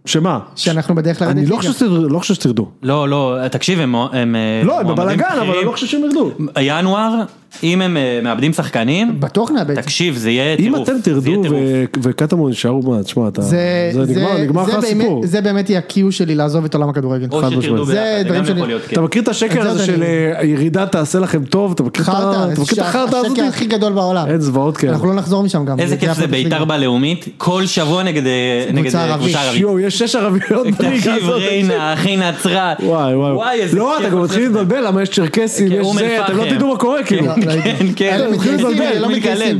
[SPEAKER 2] שמה?
[SPEAKER 3] שאנחנו בדרך לרדת
[SPEAKER 2] אני
[SPEAKER 3] ליגה.
[SPEAKER 2] לא חושב שתרדו, לא חושב שתרדו.
[SPEAKER 1] לא, לא, תקשיב, הם... הם אה,
[SPEAKER 2] לא, הם
[SPEAKER 1] מועמדים
[SPEAKER 2] בבלאגן, אבל אני
[SPEAKER 1] בכירים.
[SPEAKER 2] לא חושב שהם ירדו.
[SPEAKER 1] ינואר, אם הם אה, מאבדים שחקנים,
[SPEAKER 3] בטוח נאבד.
[SPEAKER 1] תקשיב, זה יהיה
[SPEAKER 2] אם
[SPEAKER 1] טירוף.
[SPEAKER 2] אתם
[SPEAKER 1] זה יהיה
[SPEAKER 2] תרדו
[SPEAKER 1] טירוף.
[SPEAKER 2] ו- וקטמון יישארו, מה, תשמע, אתה...
[SPEAKER 3] זה,
[SPEAKER 2] זה נגמר, נגמר
[SPEAKER 3] זה
[SPEAKER 2] לך
[SPEAKER 3] באמת-
[SPEAKER 2] הסיפור.
[SPEAKER 3] זה באמת יהיה ה-Q שלי לעזוב את עולם הכדורגל.
[SPEAKER 1] או
[SPEAKER 2] חד
[SPEAKER 1] שתרדו
[SPEAKER 2] משמעית.
[SPEAKER 1] ביחד,
[SPEAKER 3] זה
[SPEAKER 1] זה
[SPEAKER 3] דברים
[SPEAKER 1] גם
[SPEAKER 3] שאני-
[SPEAKER 1] יכול להיות, כן.
[SPEAKER 2] אתה מכיר את השקר
[SPEAKER 3] את זה
[SPEAKER 2] הזה
[SPEAKER 3] עוד
[SPEAKER 2] של אה, ירידה תעשה לכם טוב? אתה מכיר את ה-
[SPEAKER 3] חרטא,
[SPEAKER 2] אתה מכיר את החרטא הזאת?
[SPEAKER 3] השקר הכי גדול בעולם.
[SPEAKER 2] אין זוועות כן. כאלה.
[SPEAKER 3] אנחנו לא נחזור משם גם.
[SPEAKER 1] איזה כיף זה
[SPEAKER 3] הפרק
[SPEAKER 1] בית"ר
[SPEAKER 3] שלי.
[SPEAKER 1] בלאומית, כל שבוע נגד אה,
[SPEAKER 3] קבוצה
[SPEAKER 1] נגד, אה,
[SPEAKER 3] ערבית.
[SPEAKER 1] קבוצה ערבית.
[SPEAKER 2] יואו, יש שש ערביות בליגה
[SPEAKER 1] תקשיב,
[SPEAKER 2] הזאת.
[SPEAKER 1] ריינה, אחי נצרת.
[SPEAKER 2] וואי וואי.
[SPEAKER 1] וואי, איזה
[SPEAKER 2] לא, אתה
[SPEAKER 1] כיף
[SPEAKER 2] גם
[SPEAKER 1] זה.
[SPEAKER 2] מתחיל להתבלבל, למה יש צ'רקסים,
[SPEAKER 1] כן,
[SPEAKER 2] יש
[SPEAKER 1] אום
[SPEAKER 2] זה, אתם לא
[SPEAKER 1] אל-פחם.
[SPEAKER 2] תדעו מה קורה כאילו.
[SPEAKER 3] לא, לא הייתי.
[SPEAKER 1] כן, כן.
[SPEAKER 3] אלה
[SPEAKER 2] מתחילים
[SPEAKER 3] מתגייסים,
[SPEAKER 2] לבלבל,
[SPEAKER 3] אלה לא
[SPEAKER 1] מי
[SPEAKER 3] מתגייסים.
[SPEAKER 1] יקלל?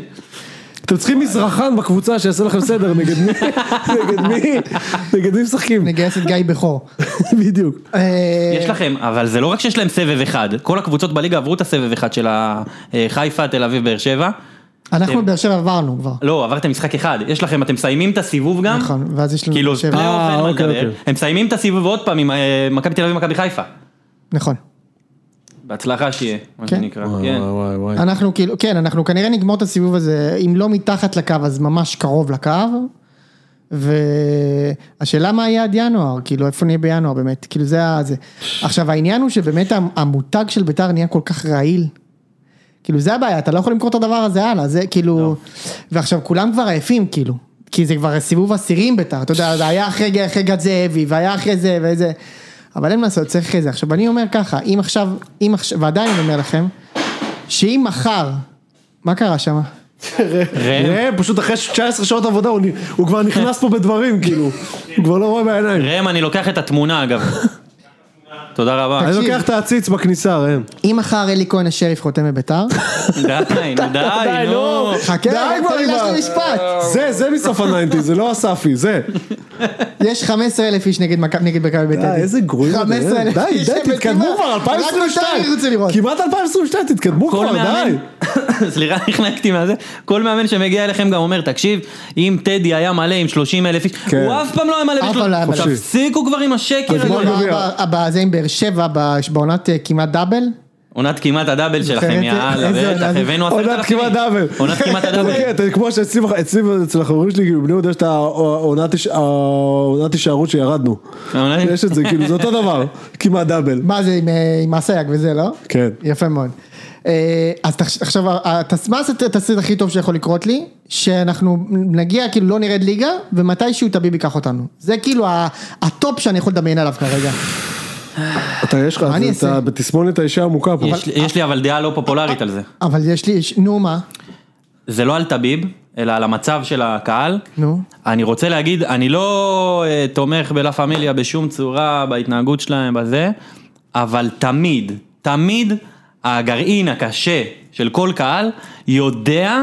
[SPEAKER 2] אתם צריכים מזרחן בקבוצה שיעשה לכם סדר, נגד מי, נגד מי, נגד מי משחקים.
[SPEAKER 3] נגייס את גיא בכור.
[SPEAKER 2] בדיוק.
[SPEAKER 3] אה,
[SPEAKER 1] יש לכם, אבל זה לא רק שיש להם סבב אחד, כל הקבוצות בליגה עברו את הסבב אחד של ה- אה, חיפה, תל אביב, באר שבע.
[SPEAKER 3] אנחנו באר שבע עברנו כבר.
[SPEAKER 1] לא, עברתם משחק אחד, יש לכם, אתם מסיימים את הסיבוב גם,
[SPEAKER 3] נכון, ואז יש לנו...
[SPEAKER 1] כאילו,
[SPEAKER 3] באר שבע.
[SPEAKER 1] פלייאוף
[SPEAKER 2] אה,
[SPEAKER 1] אין מה
[SPEAKER 2] אוקיי,
[SPEAKER 1] לדבר,
[SPEAKER 2] אוקיי.
[SPEAKER 1] הם מסיימים את הסיבוב עוד פעם עם אה, מכבי תל אביב ומכבי חיפה.
[SPEAKER 3] נכון.
[SPEAKER 1] בהצלחה שיהיה, מה
[SPEAKER 3] כן.
[SPEAKER 1] שנקרא,
[SPEAKER 2] וואי
[SPEAKER 1] כן.
[SPEAKER 2] וואי וואי.
[SPEAKER 3] אנחנו כאילו, כן, אנחנו כנראה נגמור את הסיבוב הזה, אם לא מתחת לקו, אז ממש קרוב לקו. והשאלה מה יהיה עד ינואר, כאילו איפה נהיה בינואר באמת, כאילו זה ה... זה. עכשיו העניין הוא שבאמת המ- המותג של ביתר נהיה כל כך רעיל. כאילו זה הבעיה, אתה לא יכול למכור את הדבר הזה הלאה, זה כאילו... ועכשיו כולם כבר עייפים כאילו, כי זה כבר סיבוב עשירים ביתר, אתה יודע, זה היה אחרי ג- אחרי גד זאבי, והיה אחרי זה וזה, אבל אין מה לעשות, צריך אחרי זה. עכשיו אני אומר ככה, אם עכשיו, אם עכשיו, ועדיין אני אומר לכם, שאם מחר, מה קרה שם?
[SPEAKER 1] ראם,
[SPEAKER 2] אה, פשוט אחרי 19 שעות עבודה הוא נ- הוא כבר נכנס פה בדברים, כאילו. הוא כבר לא רואה בעיניים.
[SPEAKER 1] ראם, אני לוקח את התמונה אגב. תודה רבה.
[SPEAKER 2] אני
[SPEAKER 3] תקשיב.
[SPEAKER 2] לוקח את העציץ בכניסה, ראם.
[SPEAKER 3] אם מחר אלי כהן השריף חותם בביתר,
[SPEAKER 1] די, נו די,
[SPEAKER 2] די,
[SPEAKER 1] נו.
[SPEAKER 2] נו.
[SPEAKER 3] חכה,
[SPEAKER 2] די כבר
[SPEAKER 3] תן לי
[SPEAKER 2] עם ה- אה.
[SPEAKER 3] להשלים משפט.
[SPEAKER 2] זה, זה מסוף הניינטיז, זה לא אספי, זה.
[SPEAKER 3] יש 15 אלף איש נגד מכבי נגד מכבי ביתר.
[SPEAKER 2] די, אה, איזה גרועים. אתם. אה.
[SPEAKER 3] 15 אלף
[SPEAKER 2] די,
[SPEAKER 3] איש.
[SPEAKER 2] די, תתקדמו כבר,
[SPEAKER 3] רק
[SPEAKER 2] 2022.
[SPEAKER 3] אותם ירצו לראות.
[SPEAKER 2] כמעט 2022, תתקדמו
[SPEAKER 1] כל
[SPEAKER 2] כבר, די.
[SPEAKER 1] מאמן, סליחה נחנקתי מהזה, כל מאמן שמגיע אליכם גם אומר, תקשיב, אם טדי היה מלא עם 30 אלף איש,
[SPEAKER 2] כן.
[SPEAKER 1] הוא אף פעם לא היה מלא
[SPEAKER 3] אף פעם לא היה
[SPEAKER 1] עם
[SPEAKER 3] מלא.
[SPEAKER 1] 30 תפסיקו כבר עם השקר
[SPEAKER 2] אתמול
[SPEAKER 1] הזה.
[SPEAKER 2] גם- גביע.
[SPEAKER 3] ב- ב- זה עם באר שבע ב- בעונת אה, כמעט דאבל.
[SPEAKER 1] עונת כמעט הדאבל שלכם,
[SPEAKER 3] איזה-
[SPEAKER 1] יאללה,
[SPEAKER 3] איזה
[SPEAKER 1] בטח,
[SPEAKER 3] עונה?
[SPEAKER 1] הבאנו עשרת
[SPEAKER 2] עונת
[SPEAKER 1] אלפים.
[SPEAKER 2] כמעט דאבל.
[SPEAKER 1] עונת כמעט הדאבל.
[SPEAKER 2] כן, אתה- כמו שאצלי אצלי ואצל החברים שלי, כאילו, בני יהודה יש את העונת היש- העונת הישארות שירדנו.
[SPEAKER 1] העונה-
[SPEAKER 2] יש את זה, כאילו, זה אותו דבר. כמעט דאבל.
[SPEAKER 3] מה זה עם, אה, עם אסייג וזה, לא?
[SPEAKER 2] כן.
[SPEAKER 3] יפה מאוד. אה, אז תחש- עכשיו, ה- ה- תס- מה זה התסריט הכי טוב שיכול לקרות לי? שאנחנו נגיע, כאילו לא נרד ליגה, ומתישהו תביב ייקח אותנו. זה כאילו ה- הטופ שאני יכול לדמיין עליו כרגע.
[SPEAKER 2] אתה, יש לך,
[SPEAKER 3] מה אני
[SPEAKER 2] אתה-
[SPEAKER 3] אעשה?
[SPEAKER 2] אתה בתסמונת האישה העמוקה פה.
[SPEAKER 1] יש לי- יש לי אבל דעה לא פופולרית על זה.
[SPEAKER 3] אבל יש לי, יש- נו מה?
[SPEAKER 1] זה לא על טביב, אלא על המצב של הקהל.
[SPEAKER 3] נו.
[SPEAKER 1] אני רוצה להגיד, אני לא אה, תומך בלה פמיליה בשום צורה, בהתנהגות שלהם, בזה, אבל תמיד, תמיד הגרעין הקשה של כל קהל יודע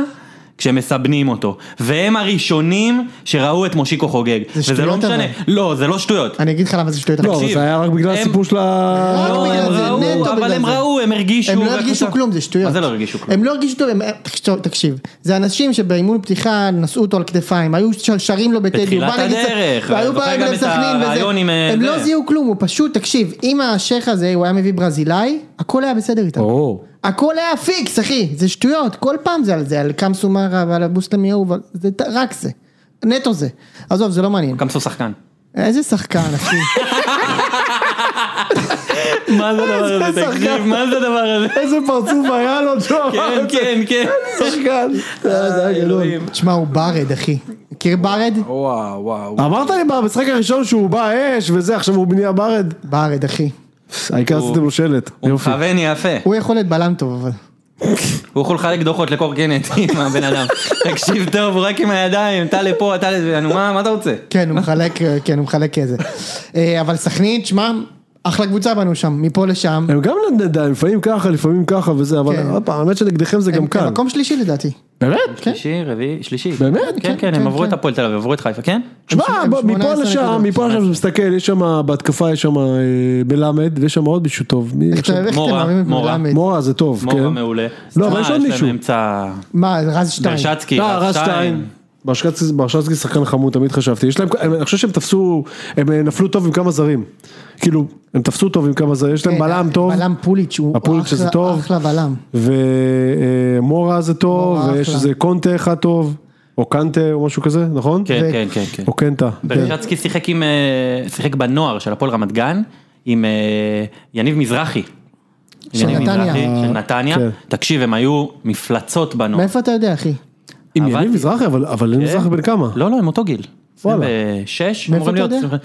[SPEAKER 1] כשמסבנים אותו. והם הראשונים שראו את מושיקו חוגג. וזה לא
[SPEAKER 3] שטויות
[SPEAKER 1] משנה,
[SPEAKER 3] אבל.
[SPEAKER 1] לא, זה לא שטויות.
[SPEAKER 3] אני אגיד לך למה זה שטויות.
[SPEAKER 2] לא, אבל
[SPEAKER 1] תקשיב,
[SPEAKER 2] זה היה רק בגלל
[SPEAKER 1] הם-
[SPEAKER 2] הסיפור של ה...
[SPEAKER 1] לא,
[SPEAKER 3] בגלל
[SPEAKER 1] הם
[SPEAKER 3] זה,
[SPEAKER 1] ראו,
[SPEAKER 3] נטו
[SPEAKER 1] אבל
[SPEAKER 3] בגלל
[SPEAKER 1] הם
[SPEAKER 3] זה.
[SPEAKER 1] ראו, הם הרגישו.
[SPEAKER 3] הם לא
[SPEAKER 1] והקבוצה-
[SPEAKER 3] הרגישו כלום, זה שטויות.
[SPEAKER 1] מה זה לא הרגישו כלום?
[SPEAKER 3] הם לא הרגישו טוב, הם- תקשיב- תקשיב, זה אנשים שבאימון פתיחה נשאו אותו על כתפיים, היו ש- שרים לו בטדי,
[SPEAKER 1] בתחילת
[SPEAKER 3] הוא בא נגד-
[SPEAKER 1] הדרך,
[SPEAKER 3] והיו
[SPEAKER 1] זוכר
[SPEAKER 3] באים
[SPEAKER 1] גם
[SPEAKER 3] לב
[SPEAKER 1] את
[SPEAKER 3] סכנין וזה,
[SPEAKER 1] הרעיון עם, אה,
[SPEAKER 3] הם
[SPEAKER 1] זה.
[SPEAKER 3] לא זיהו כלום, הוא פשוט, תקשיב, אם השייח הזה, הוא היה מביא ברזילאי, הכל היה בסדר איתם.
[SPEAKER 2] ברור.
[SPEAKER 3] הכל היה פיקס, אחי, זה שטויות, כל פעם זה על זה, על קמסו מרה ועל הבוסלמי ההוא, ועל- זה ת- רק זה, נטו זה. עזוב, זה לא מעניין.
[SPEAKER 1] קמסו שחקן.
[SPEAKER 3] איזה שחקן, אחי.
[SPEAKER 1] מה זה הדבר
[SPEAKER 2] הזה?
[SPEAKER 1] הזה?
[SPEAKER 2] תקשיב,
[SPEAKER 1] תקשיב, מה זה הדבר הזה?
[SPEAKER 2] איזה פרצוף היה לו, ג'ו.
[SPEAKER 1] כן, כן, כן.
[SPEAKER 2] שחקן. זה היה גדול.
[SPEAKER 1] אלוהים.
[SPEAKER 3] תשמע, הוא ברד, אחי. מכיר ברד?
[SPEAKER 4] וואו, וואו.
[SPEAKER 2] אמרת לי במשחק הראשון שהוא בא אש וזה, עכשיו הוא בנייה ברד.
[SPEAKER 3] ברד, אחי.
[SPEAKER 2] העיקר עשיתם לו שלט.
[SPEAKER 1] הוא
[SPEAKER 2] יופי.
[SPEAKER 1] מכוון יפה.
[SPEAKER 3] הוא יכול להיות בלם טוב, אבל.
[SPEAKER 1] הוא יכול לחלק דוחות לקורקינטים, הבן אדם. תקשיב טוב, הוא רק עם הידיים, אתה לפה, אתה לזה, נו, מה מה אתה רוצה?
[SPEAKER 3] כן, הוא מחלק, אה, כן, הוא מחלק איזה. אה, אבל סכנין, תשמע, אחלה קבוצה בנו שם, מפה לשם.
[SPEAKER 2] הם גם לא נדע, לפעמים ככה, לפעמים ככה וזה, אבל
[SPEAKER 3] כן.
[SPEAKER 2] עוד פעם, האמת שנגדכם זה גם
[SPEAKER 3] הם
[SPEAKER 2] קל.
[SPEAKER 3] מקום שלישי לדעתי.
[SPEAKER 2] באמת?
[SPEAKER 1] שלישי, רביעי, שלישי.
[SPEAKER 2] כן. באמת?
[SPEAKER 1] כן,
[SPEAKER 3] כן,
[SPEAKER 1] כן, הם
[SPEAKER 3] כן,
[SPEAKER 1] עברו את
[SPEAKER 3] כן.
[SPEAKER 1] הפועל תל אביב, עברו את חיפה, כן?
[SPEAKER 2] שמע,
[SPEAKER 3] הם
[SPEAKER 2] בוא, מפה
[SPEAKER 3] 18
[SPEAKER 2] לשם,
[SPEAKER 3] נקודות.
[SPEAKER 2] מפה לשם, מסתכל, יש שם, בהתקפה יש שם אה, בלמד, ויש שם עוד מישהו טוב. מי
[SPEAKER 3] איך
[SPEAKER 2] עכשיו?
[SPEAKER 3] אתה- איך
[SPEAKER 1] מורה,
[SPEAKER 3] אתם מאמינים את
[SPEAKER 1] מורה.
[SPEAKER 3] מלמד?
[SPEAKER 2] מורה זה טוב,
[SPEAKER 1] מורה
[SPEAKER 2] כן.
[SPEAKER 1] מעולה.
[SPEAKER 2] לא, אבל
[SPEAKER 1] אה,
[SPEAKER 2] יש עוד
[SPEAKER 1] להם
[SPEAKER 2] מישהו.
[SPEAKER 1] אמצע...
[SPEAKER 3] מה, רז שתיים.
[SPEAKER 1] ברשצקי,
[SPEAKER 2] אה, רז שתיים. ברשצקי- ברשצקי שחקן חמוד, תמיד חשבתי. יש להם, הם- אני חושב שהם תפסו, הם אה, נפלו טוב עם כמה זרים. כאילו, הם תפסו טוב עם כמה זרים, יש להם
[SPEAKER 3] כן,
[SPEAKER 2] בלם טוב.
[SPEAKER 3] בלם פוליץ', הוא
[SPEAKER 2] הפוליץ'
[SPEAKER 3] אחלה-
[SPEAKER 2] שזה טוב.
[SPEAKER 3] אחלה בלם.
[SPEAKER 2] ומורה זה טוב,
[SPEAKER 3] מורה
[SPEAKER 2] ויש
[SPEAKER 3] אחלה.
[SPEAKER 2] איזה קונטה אחד טוב, או קנטה או משהו כזה, נכון?
[SPEAKER 1] כן,
[SPEAKER 3] ו-
[SPEAKER 1] כן, כן, כן.
[SPEAKER 2] או קנטה. כן.
[SPEAKER 1] ברשצקי שיחק עם... אה, שיחק בנוער של הפועל רמת גן, עם אה, יניב מזרחי.
[SPEAKER 3] של
[SPEAKER 1] יניב
[SPEAKER 3] נתניה.
[SPEAKER 1] מזרחי, של נתניה.
[SPEAKER 2] כן.
[SPEAKER 1] תקשיב, הם היו מפלצות בנוער.
[SPEAKER 3] מאיפה אתה יודע, אחי?
[SPEAKER 2] עם
[SPEAKER 1] עבדתי.
[SPEAKER 2] יניב מזרחי, אבל- אבל יניב מזרחי בן כמה?
[SPEAKER 1] לא, לא, הם אותו גיל.
[SPEAKER 2] וואלה.
[SPEAKER 1] 26,
[SPEAKER 3] אה. מאיפה
[SPEAKER 1] אמורים
[SPEAKER 3] אתה
[SPEAKER 1] להיות.
[SPEAKER 3] יודע?
[SPEAKER 1] 25.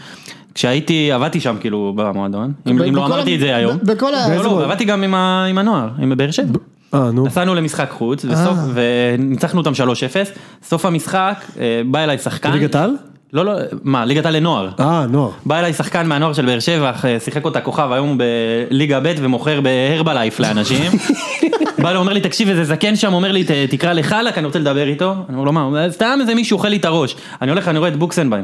[SPEAKER 1] כשהייתי, עבדתי שם כאילו במועדון, אם
[SPEAKER 3] ב-
[SPEAKER 1] אם לא
[SPEAKER 3] בכל
[SPEAKER 1] אמרתי
[SPEAKER 3] המ-
[SPEAKER 1] את זה היום.
[SPEAKER 3] ב- בכל ה-
[SPEAKER 1] לא,
[SPEAKER 3] באיזה
[SPEAKER 1] לא,
[SPEAKER 3] מועדון?
[SPEAKER 1] עבדתי גם עם ה- עם הנוער, עם באר שבע.
[SPEAKER 2] אה, נו.
[SPEAKER 1] נסענו למשחק חוץ, וסוף-
[SPEAKER 3] אה.
[SPEAKER 1] וניצחנו אותם 3-0, סוף המשחק, אה, בא אליי שחקן.
[SPEAKER 2] ליגת העל?
[SPEAKER 1] לא, לא, מה, ליגת העל לנוער.
[SPEAKER 2] אה, נוער.
[SPEAKER 1] בא אליי שחקן מהנוער של באר שבע, אה, שיחק אותה כוכב, היום הוא בליגה ב' ומוכר בהרבלייף לאנשים. בא אליי, אומר לי, תקשיב, איזה זקן שם, אומר לי, "ת- תקרא לחלק, אני רוצה לדבר איתו. אני אומר לו, מה? הוא אומר, סתם איזה מישהו אוכל לי את הראש. אני הולך, אני רואה את בוקסנביים.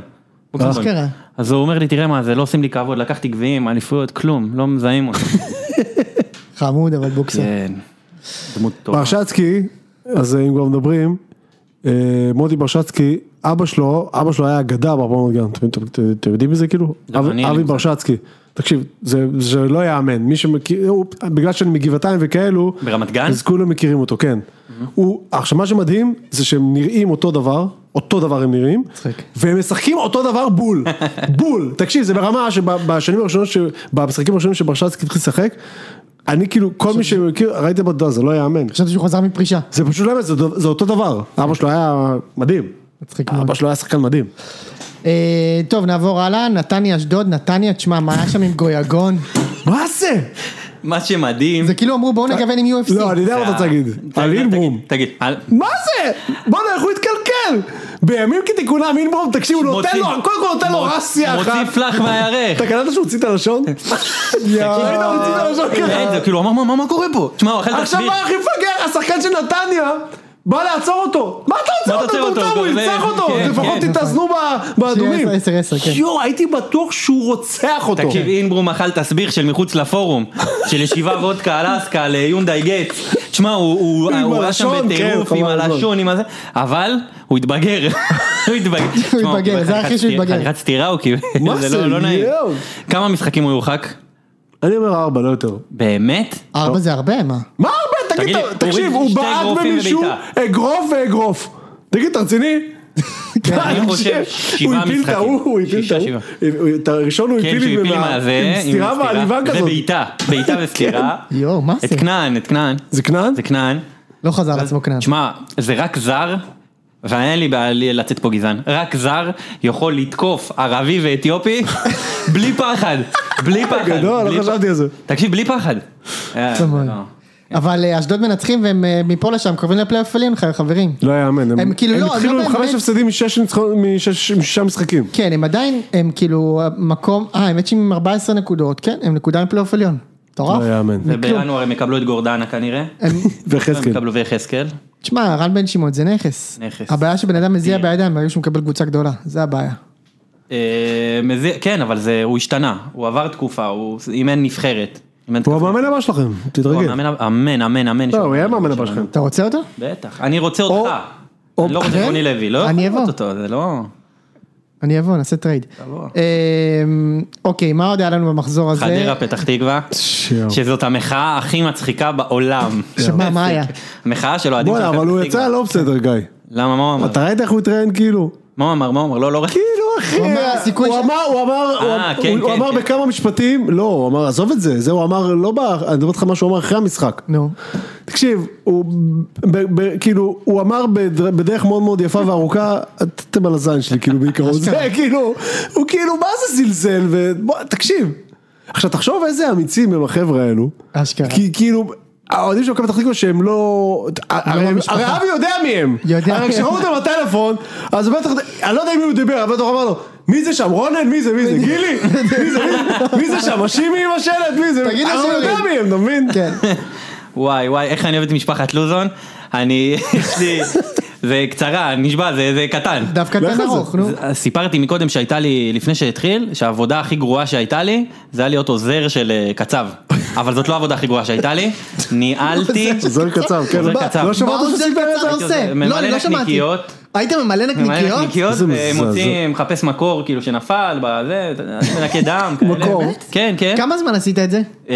[SPEAKER 1] בוקסנביים.
[SPEAKER 3] אשכרה.
[SPEAKER 1] אז הוא אומר לי, תראה מה, זה לא עושים לי כבוד, לקחתי גביעים, אליפויות, כלום, לא מזהים אותי.
[SPEAKER 3] חמוד, אבל בוקסר.
[SPEAKER 1] כן. דמות טובה.
[SPEAKER 2] ברשצקי, אז אם כבר מדברים, אה, מוטי ברשצקי, אבא שלו, אבא שלו היה אגדה בארבעונות גן, אתם- אתם- אתם- אתם יודעים מזה כאילו?
[SPEAKER 1] לא,
[SPEAKER 2] אב-
[SPEAKER 1] אני אין לי
[SPEAKER 2] אבי
[SPEAKER 1] מושג.
[SPEAKER 2] ברשצקי, תקשיב, זה זה לא יאמן, מי שמכיר, הוא- בגלל שאני מגבעתיים וכאלו,
[SPEAKER 1] ברמת גן? Mm-hmm.
[SPEAKER 2] אז כולם מכירים אותו, כן. הוא, עכשיו מה שמדהים, זה שהם נראים אותו דבר, אותו דבר הם נראים,
[SPEAKER 3] מצחיק.
[SPEAKER 2] והם משחקים אותו דבר בול, בול. תקשיב, זה ברמה שבשנים הראשונות, ש- במשחקים הראשונים שברשצקי התחיל לשחק, אני כאילו, כל מי שמכיר, ראית בדודה, זה לא יאמן.
[SPEAKER 3] חשבתי שהוא חזר מפרישה.
[SPEAKER 2] זה פשוט לא יאמן, זה דו- זה אותו דבר. אבא שלו היה מדהים.
[SPEAKER 3] מצחיק מאוד.
[SPEAKER 2] אבא שלו היה שחקן מדהים.
[SPEAKER 3] אה, טוב, נעבור הלאה, נתניה אשדוד, נתניה, תשמע, מה היה שם עם גויגון?
[SPEAKER 2] מה זה?
[SPEAKER 1] מה שמדהים...
[SPEAKER 3] זה כאילו אמרו בואו נגוון עם UFC.
[SPEAKER 2] לא, אני יודע מה אתה
[SPEAKER 1] אה,
[SPEAKER 2] רוצה להגיד.
[SPEAKER 1] תגיד,
[SPEAKER 2] על אינברום.
[SPEAKER 1] תגיד, תגיד, על-
[SPEAKER 2] מה זה? בואנה, איך הוא התקלקל? בימים כתיקונם, אינברום, תקשיב, הוא נותן
[SPEAKER 1] מוציא-
[SPEAKER 2] לו, קודם כל נותן לו
[SPEAKER 1] מוצ-
[SPEAKER 2] רסיה אחת.
[SPEAKER 1] מוציא פלח מהירך.
[SPEAKER 2] אתה קלטת שהוא הוציא את הלשון? יואו. ראית, הוא הוציא את הלשון
[SPEAKER 1] אין, זה
[SPEAKER 2] ככה.
[SPEAKER 1] כאילו, הוא אמר, "מה- מה- מה קורה פה? תשמע, הוא אכל את
[SPEAKER 2] עכשיו
[SPEAKER 1] הצבי.
[SPEAKER 2] מה הכי מפגר? השחקן של נתניה בא לעצור אותו. מה אתה
[SPEAKER 1] מה אתה
[SPEAKER 2] עוצר
[SPEAKER 1] עוצר אותו?
[SPEAKER 2] אותו? טומטם, הוא
[SPEAKER 1] גובל.
[SPEAKER 2] ירצח אותו.
[SPEAKER 1] כן,
[SPEAKER 2] לפחות
[SPEAKER 1] כן.
[SPEAKER 2] תתאזנו ב- באדומים.
[SPEAKER 3] שיהיה עשר, עשר, כן.
[SPEAKER 2] יואו, הייתי בטוח שהוא רוצח אותו.
[SPEAKER 1] תקשיב, אינברום אכל תסביך של מחוץ לפורום, של ישיבה וודקה אלסקה ליונדאי גץ. תשמע, הוא- הוא
[SPEAKER 2] עם
[SPEAKER 1] הוא היה שם
[SPEAKER 2] הלשון,
[SPEAKER 1] בטירוף
[SPEAKER 2] כן,
[SPEAKER 1] עם
[SPEAKER 2] חבל על הזמן.
[SPEAKER 1] הלשון, עם הזה, אבל הוא התבגר. הוא התבגר. תשמע,
[SPEAKER 3] התבגר,
[SPEAKER 1] קיבל
[SPEAKER 3] זה
[SPEAKER 1] חתיכת
[SPEAKER 3] הכי שהוא
[SPEAKER 1] סטירה-
[SPEAKER 3] התבגר.
[SPEAKER 1] חתיכת סטירה הוא קיבל,
[SPEAKER 2] מה
[SPEAKER 1] זה
[SPEAKER 2] זה,
[SPEAKER 1] לא- לא נעים.
[SPEAKER 2] יואו.
[SPEAKER 1] כמה משחקים הוא יורחק?
[SPEAKER 2] אני אומר ארבע, לא יותר.
[SPEAKER 1] באמת?
[SPEAKER 2] לא.
[SPEAKER 3] ארבע זה הרבה, מה?
[SPEAKER 2] מה הרבה? תגיד,
[SPEAKER 1] תגיד,
[SPEAKER 2] אתה- תקשיב,
[SPEAKER 1] הוריד
[SPEAKER 2] הוא
[SPEAKER 1] שתי
[SPEAKER 2] בעט
[SPEAKER 1] אגרופים
[SPEAKER 2] במישהו,
[SPEAKER 1] ובעיטה.
[SPEAKER 2] אגרוף ואגרוף. תגיד, אתה רציני?
[SPEAKER 1] כן, אני חושב
[SPEAKER 2] הוא
[SPEAKER 1] שבעה
[SPEAKER 2] הפיל את
[SPEAKER 1] משחקים.
[SPEAKER 2] ההוא, הוא הפיל את
[SPEAKER 1] שישה,
[SPEAKER 2] ההוא. אה,
[SPEAKER 1] שבעה.
[SPEAKER 2] הוא- את הראשון הוא
[SPEAKER 1] כן,
[SPEAKER 2] הפיל
[SPEAKER 1] שהוא
[SPEAKER 2] עם-
[SPEAKER 1] הפיל עם
[SPEAKER 2] עם
[SPEAKER 1] הזה, עם
[SPEAKER 2] סטירה מעליבה כזאת.
[SPEAKER 1] ובעיטה, בעיטה וסטירה.
[SPEAKER 3] יואו, מה
[SPEAKER 1] את
[SPEAKER 3] זה?
[SPEAKER 1] כנען, את כנען.
[SPEAKER 2] זה כנען?
[SPEAKER 1] זה כנען.
[SPEAKER 3] לא חזר על עצמו כנען.
[SPEAKER 1] תשמע, זה רק זר, ואין לי בעיה לי- לצאת פה גזען, רק זר יכול לתקוף ערבי ואתיופי בלי פחד, בלי פחד.
[SPEAKER 2] גדול,
[SPEAKER 1] בלי
[SPEAKER 2] לא
[SPEAKER 1] פ-
[SPEAKER 2] חשבתי על זה.
[SPEAKER 1] תקשיב, בלי פחד. אה,
[SPEAKER 3] יפה מאוד.
[SPEAKER 1] לא.
[SPEAKER 3] אבל אה, אשדוד מנצחים והם אה, מפה לשם קרובים לפלייאוף עליון ח- חברים.
[SPEAKER 2] לא יאמן,
[SPEAKER 3] הם כאילו לא,
[SPEAKER 2] הם
[SPEAKER 3] אני
[SPEAKER 2] התחילו
[SPEAKER 3] לא
[SPEAKER 2] עם
[SPEAKER 3] באמת-
[SPEAKER 2] חמש הפסדים משש ניצחון- משש- משישה משחקים.
[SPEAKER 3] כן הם עדיין הם כאילו מקום אה האמת שהם עם 14 נקודות כן הם נקודה מפלייאוף עליון. מטורף.
[SPEAKER 2] לא יאמן.
[SPEAKER 1] ובינואר הם יקבלו את גורדנה כנראה. הם
[SPEAKER 2] וחזקאל.
[SPEAKER 1] יקבלו ויחזקאל.
[SPEAKER 3] תשמע רן בן שמעון זה נכס.
[SPEAKER 1] נכס. כן.
[SPEAKER 3] הבעיה שבן אדם מזיע בידיים היו שהוא מקבל קבוצה גדולה זה הבעיה.
[SPEAKER 1] אה, מזה- כן, אבל זה- הוא השתנה, הוא עבר תקופה, הוא אימן נבחרת. אימן
[SPEAKER 2] הוא
[SPEAKER 1] תקופה.
[SPEAKER 2] המאמן הבא שלכם,
[SPEAKER 1] הוא
[SPEAKER 2] תתרגל.
[SPEAKER 1] המאמן הבא- אמן, אמן, אמן.
[SPEAKER 2] לא,
[SPEAKER 1] שלנו.
[SPEAKER 2] הוא יהיה המאמן הבא שלכם.
[SPEAKER 3] אתה רוצה אותו?
[SPEAKER 1] בטח, אני רוצה
[SPEAKER 2] או-
[SPEAKER 1] אותך.
[SPEAKER 2] או-
[SPEAKER 1] אני לא רוצה
[SPEAKER 3] כן?
[SPEAKER 1] רוני לוי, לא יכול
[SPEAKER 3] אני אבוא.
[SPEAKER 1] לראות אותו, זה לא...
[SPEAKER 3] אני אבוא נעשה טרייד.
[SPEAKER 1] תבוא.
[SPEAKER 3] אמ, אוקיי מה עוד היה לנו במחזור הזה?
[SPEAKER 1] חדרה, פתח תקווה.
[SPEAKER 2] יואו.
[SPEAKER 1] שזאת המחאה הכי מצחיקה בעולם.
[SPEAKER 3] שמה מה היה?
[SPEAKER 1] המחאה של אוהדים
[SPEAKER 2] בוא'נה,
[SPEAKER 1] מכבי
[SPEAKER 2] אבל הוא
[SPEAKER 1] פתח תקווה.
[SPEAKER 2] יצא לא בסדר, גיא.
[SPEAKER 1] למה, מה הוא אמר?
[SPEAKER 2] אתה ראית איך הוא התראיין כאילו?
[SPEAKER 1] מה הוא אמר? מה הוא אמר? לא, לא ראיתי.
[SPEAKER 2] כאילו אחי,
[SPEAKER 3] הוא אמר, הסיכוי
[SPEAKER 2] הוא
[SPEAKER 3] ש-
[SPEAKER 2] אמר, הוא אמר, הוא-
[SPEAKER 1] אה, כן,
[SPEAKER 2] הוא- הוא
[SPEAKER 1] כן,
[SPEAKER 2] אמר
[SPEAKER 1] כן.
[SPEAKER 2] בכמה משפטים, לא, הוא אמר, עזוב את זה, זה הוא אמר, לא ב... אני מדבר איתך מה שהוא אמר אחרי המשחק.
[SPEAKER 3] נו.
[SPEAKER 2] תקשיב, הוא ב- ב- כאילו, הוא אמר בדר- בדרך מאוד מאוד יפה וארוכה, אתם על הזין שלי, כאילו בעיקרון, זה כאילו, הוא כאילו, מה זה זלזל, ובוא, תקשיב. עכשיו תחשוב איזה אמיצים הם החבר'ה האלו.
[SPEAKER 3] אשכרה.
[SPEAKER 2] כי כאילו... האוהדים של מכבי פתח תקווה שהם לא... הרי
[SPEAKER 3] במשפחה.
[SPEAKER 2] הרי אבי יודע מי הם.
[SPEAKER 3] יודע.
[SPEAKER 2] הרי כשראו אותו בטלפון, אז בטח, אני לא יודע עם מי הוא דיבר, אבל בטח הוא אמר לו, מי זה שם? רונן? מי זה? מי זה? גילי? מי זה? מי זה שם? השימי עם השלט? מי זה?
[SPEAKER 3] תגיד
[SPEAKER 2] אני
[SPEAKER 3] לשירי.
[SPEAKER 2] לא יודע מי הם, אתה מבין?
[SPEAKER 3] כן.
[SPEAKER 1] וואי, וואי, איך אני אוהב את משפחת לוזון. אני, יש לי, זה קצרה, אני נשבע, זה זה קטן.
[SPEAKER 3] דווקא
[SPEAKER 2] לך
[SPEAKER 3] תן
[SPEAKER 2] לא זה.
[SPEAKER 3] ארוך נו.
[SPEAKER 1] אז סיפרתי מקודם שהייתה לי, לפני שהתחיל, שהעבודה הכי גרועה שהייתה לי, זה היה להיות עוזר של אה, קצב. אבל זאת לא העבודה הכי גרועה שהייתה לי. ניהלתי,
[SPEAKER 2] עוזר קצב, כן.
[SPEAKER 1] עוזר
[SPEAKER 2] מה,
[SPEAKER 1] קצב.
[SPEAKER 2] לא
[SPEAKER 3] מה
[SPEAKER 2] שמעת
[SPEAKER 3] עוזר
[SPEAKER 2] שסיפר את
[SPEAKER 3] קצר
[SPEAKER 2] זה?
[SPEAKER 3] עושה?
[SPEAKER 1] ממלא
[SPEAKER 3] לא, אני לא שמעתי.
[SPEAKER 1] נקניקיות.
[SPEAKER 3] היית ממלא
[SPEAKER 1] ממלא
[SPEAKER 3] נקניקיות?
[SPEAKER 1] נקניקיות,
[SPEAKER 2] איזה מזעזע.
[SPEAKER 1] ומוציא, מחפש מקור כאילו שנפל, בזה, אתה יודע, מנקי דם, כאלה.
[SPEAKER 2] מקור?
[SPEAKER 1] כן, כן.
[SPEAKER 3] כמה זמן עשית את זה?
[SPEAKER 1] אה,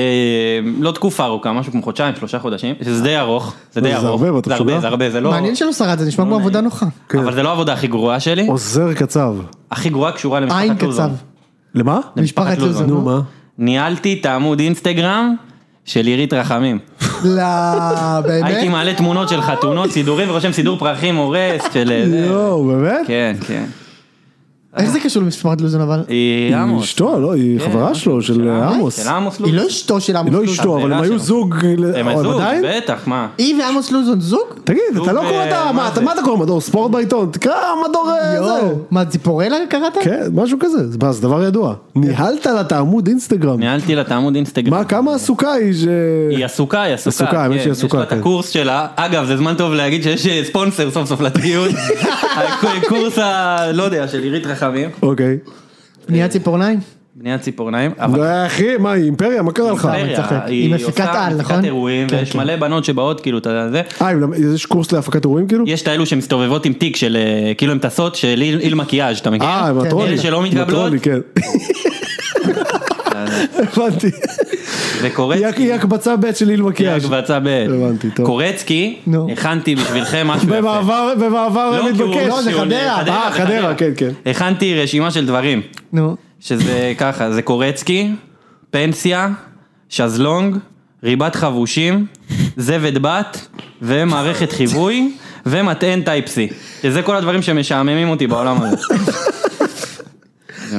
[SPEAKER 1] לא תקופה ארוכה, משהו כמו חודשיים, שלושה חודשים, שזה די ארוך, זה די
[SPEAKER 2] זה
[SPEAKER 1] ארוך.
[SPEAKER 2] הרבה, כן. ואתה
[SPEAKER 1] זה הרבה,
[SPEAKER 2] שולח?
[SPEAKER 1] זה הרבה, זה לא...
[SPEAKER 3] מעניין שלא שרד, זה נשמע כמו
[SPEAKER 1] נעים.
[SPEAKER 3] עבודה נוחה.
[SPEAKER 1] אבל זה לא העבודה הכי גרועה שלי,
[SPEAKER 2] עוזר קצב.
[SPEAKER 1] הכי גרועה קשורה
[SPEAKER 3] עין
[SPEAKER 1] למשפחת לוזון.
[SPEAKER 3] קצב.
[SPEAKER 2] למה?
[SPEAKER 3] משפחת לוזון.
[SPEAKER 2] נו מה?
[SPEAKER 1] ניהלתי את העמוד אינסטגרם של עירית רחמים.
[SPEAKER 3] לא,
[SPEAKER 1] הייתי
[SPEAKER 3] באמת?
[SPEAKER 1] מעלה תמונות של חתונות, סידורים, ורושם סידור פרחים הורס, של... אה,
[SPEAKER 3] לא.
[SPEAKER 1] זה.
[SPEAKER 2] יואו, באמת?
[SPEAKER 1] כן, כן.
[SPEAKER 3] איך זה קשור למשפחת לוזון אבל?
[SPEAKER 1] היא
[SPEAKER 2] היא
[SPEAKER 1] עמוס.
[SPEAKER 2] אשתו, לא, היא
[SPEAKER 1] כן,
[SPEAKER 2] חברה
[SPEAKER 1] עמוס,
[SPEAKER 2] שלו, של עמוס.
[SPEAKER 1] של עמוס
[SPEAKER 3] היא
[SPEAKER 1] לוזון.
[SPEAKER 3] לא אשתו של עמוס
[SPEAKER 2] היא לא
[SPEAKER 3] לוזון.
[SPEAKER 2] אשתו, אבל הם
[SPEAKER 1] חברה
[SPEAKER 2] היו
[SPEAKER 1] שלו.
[SPEAKER 2] זוג,
[SPEAKER 1] הם
[SPEAKER 2] אבל
[SPEAKER 1] הזוג,
[SPEAKER 2] עדיין?
[SPEAKER 1] בטח, מה.
[SPEAKER 3] היא ועמוס לוזון זוג?
[SPEAKER 2] תגיד, אתה לא
[SPEAKER 1] זוג,
[SPEAKER 2] קורא את
[SPEAKER 1] אה,
[SPEAKER 2] ה... מה
[SPEAKER 1] מה
[SPEAKER 2] אתה
[SPEAKER 1] זה?
[SPEAKER 2] מה אתה קורא? מדור ספורט בעיתון? תקרא מדור... אה, זה.
[SPEAKER 3] יואו. מה, ציפורלה קראת?
[SPEAKER 2] כן, משהו כזה, זה- מה, זה דבר ידוע. ניהלת לה את העמוד אינסטגרם.
[SPEAKER 1] ניהלתי לה את העמוד אינסטגרם.
[SPEAKER 2] מה, כמה עסוקה היא ש...
[SPEAKER 1] היא עסוקה, היא עסוקה.
[SPEAKER 2] עסוקה, האמת
[SPEAKER 1] כן,
[SPEAKER 2] שהיא עסוקה,
[SPEAKER 1] יש לה
[SPEAKER 2] כן.
[SPEAKER 1] את הקורס שלה. אגב, זה זמן טוב להגיד שיש אה, ספונסר סוף סוף לציון. הקורס ה... לא יודע, של עירית רחמים.
[SPEAKER 2] אוקיי.
[SPEAKER 3] פנייה ציפורניים?
[SPEAKER 1] בניית ציפורניים, אבל
[SPEAKER 2] די, אחי, מה, היא אימפריה? מה קרה לך?
[SPEAKER 1] אימפריה,
[SPEAKER 3] צחק. היא מפיקת
[SPEAKER 1] עושה
[SPEAKER 3] על,
[SPEAKER 1] מפיקת
[SPEAKER 3] נכון?
[SPEAKER 1] אירועים,
[SPEAKER 3] כן,
[SPEAKER 1] ויש
[SPEAKER 3] כן.
[SPEAKER 1] מלא בנות שבאות, כאילו, אתה זה.
[SPEAKER 2] אה, הם למ- יש קורס להפקת אירועים כאילו?
[SPEAKER 1] יש את האלו שמסתובבות עם תיק של, אה, כאילו הן טסות, של איל איל מקיאז', אתה מכיר?
[SPEAKER 2] אה,
[SPEAKER 3] כן.
[SPEAKER 2] מטרוני.
[SPEAKER 1] אלה שלא מתקבלות,
[SPEAKER 2] מטרוני, כן. הבנתי. אה,
[SPEAKER 1] זה קורה.
[SPEAKER 2] היא הק- היא הקבצה ב' של איל מקיאז'.
[SPEAKER 1] הקבצה ב'.
[SPEAKER 2] הבנתי, טוב.
[SPEAKER 1] קורצקי,
[SPEAKER 3] נו.
[SPEAKER 1] אה, הכנתי בשבילכם משהו יפה.
[SPEAKER 2] במעבר, במעבר
[SPEAKER 1] כי הוא-
[SPEAKER 2] מתבקש.
[SPEAKER 3] לא, זה
[SPEAKER 1] שהוא-
[SPEAKER 3] חדרה.
[SPEAKER 2] אה, חדרה, כן, כן.
[SPEAKER 1] הכנתי רשימה של דברים,
[SPEAKER 2] אה,
[SPEAKER 3] נו.
[SPEAKER 1] שזה ככה, זה קורצקי, פנסיה, שזלונג, ריבת חבושים, זבד בת, ומערכת חיווי, ומטען טייפסי. שזה כל הדברים שמשעממים אותי בעולם הזה.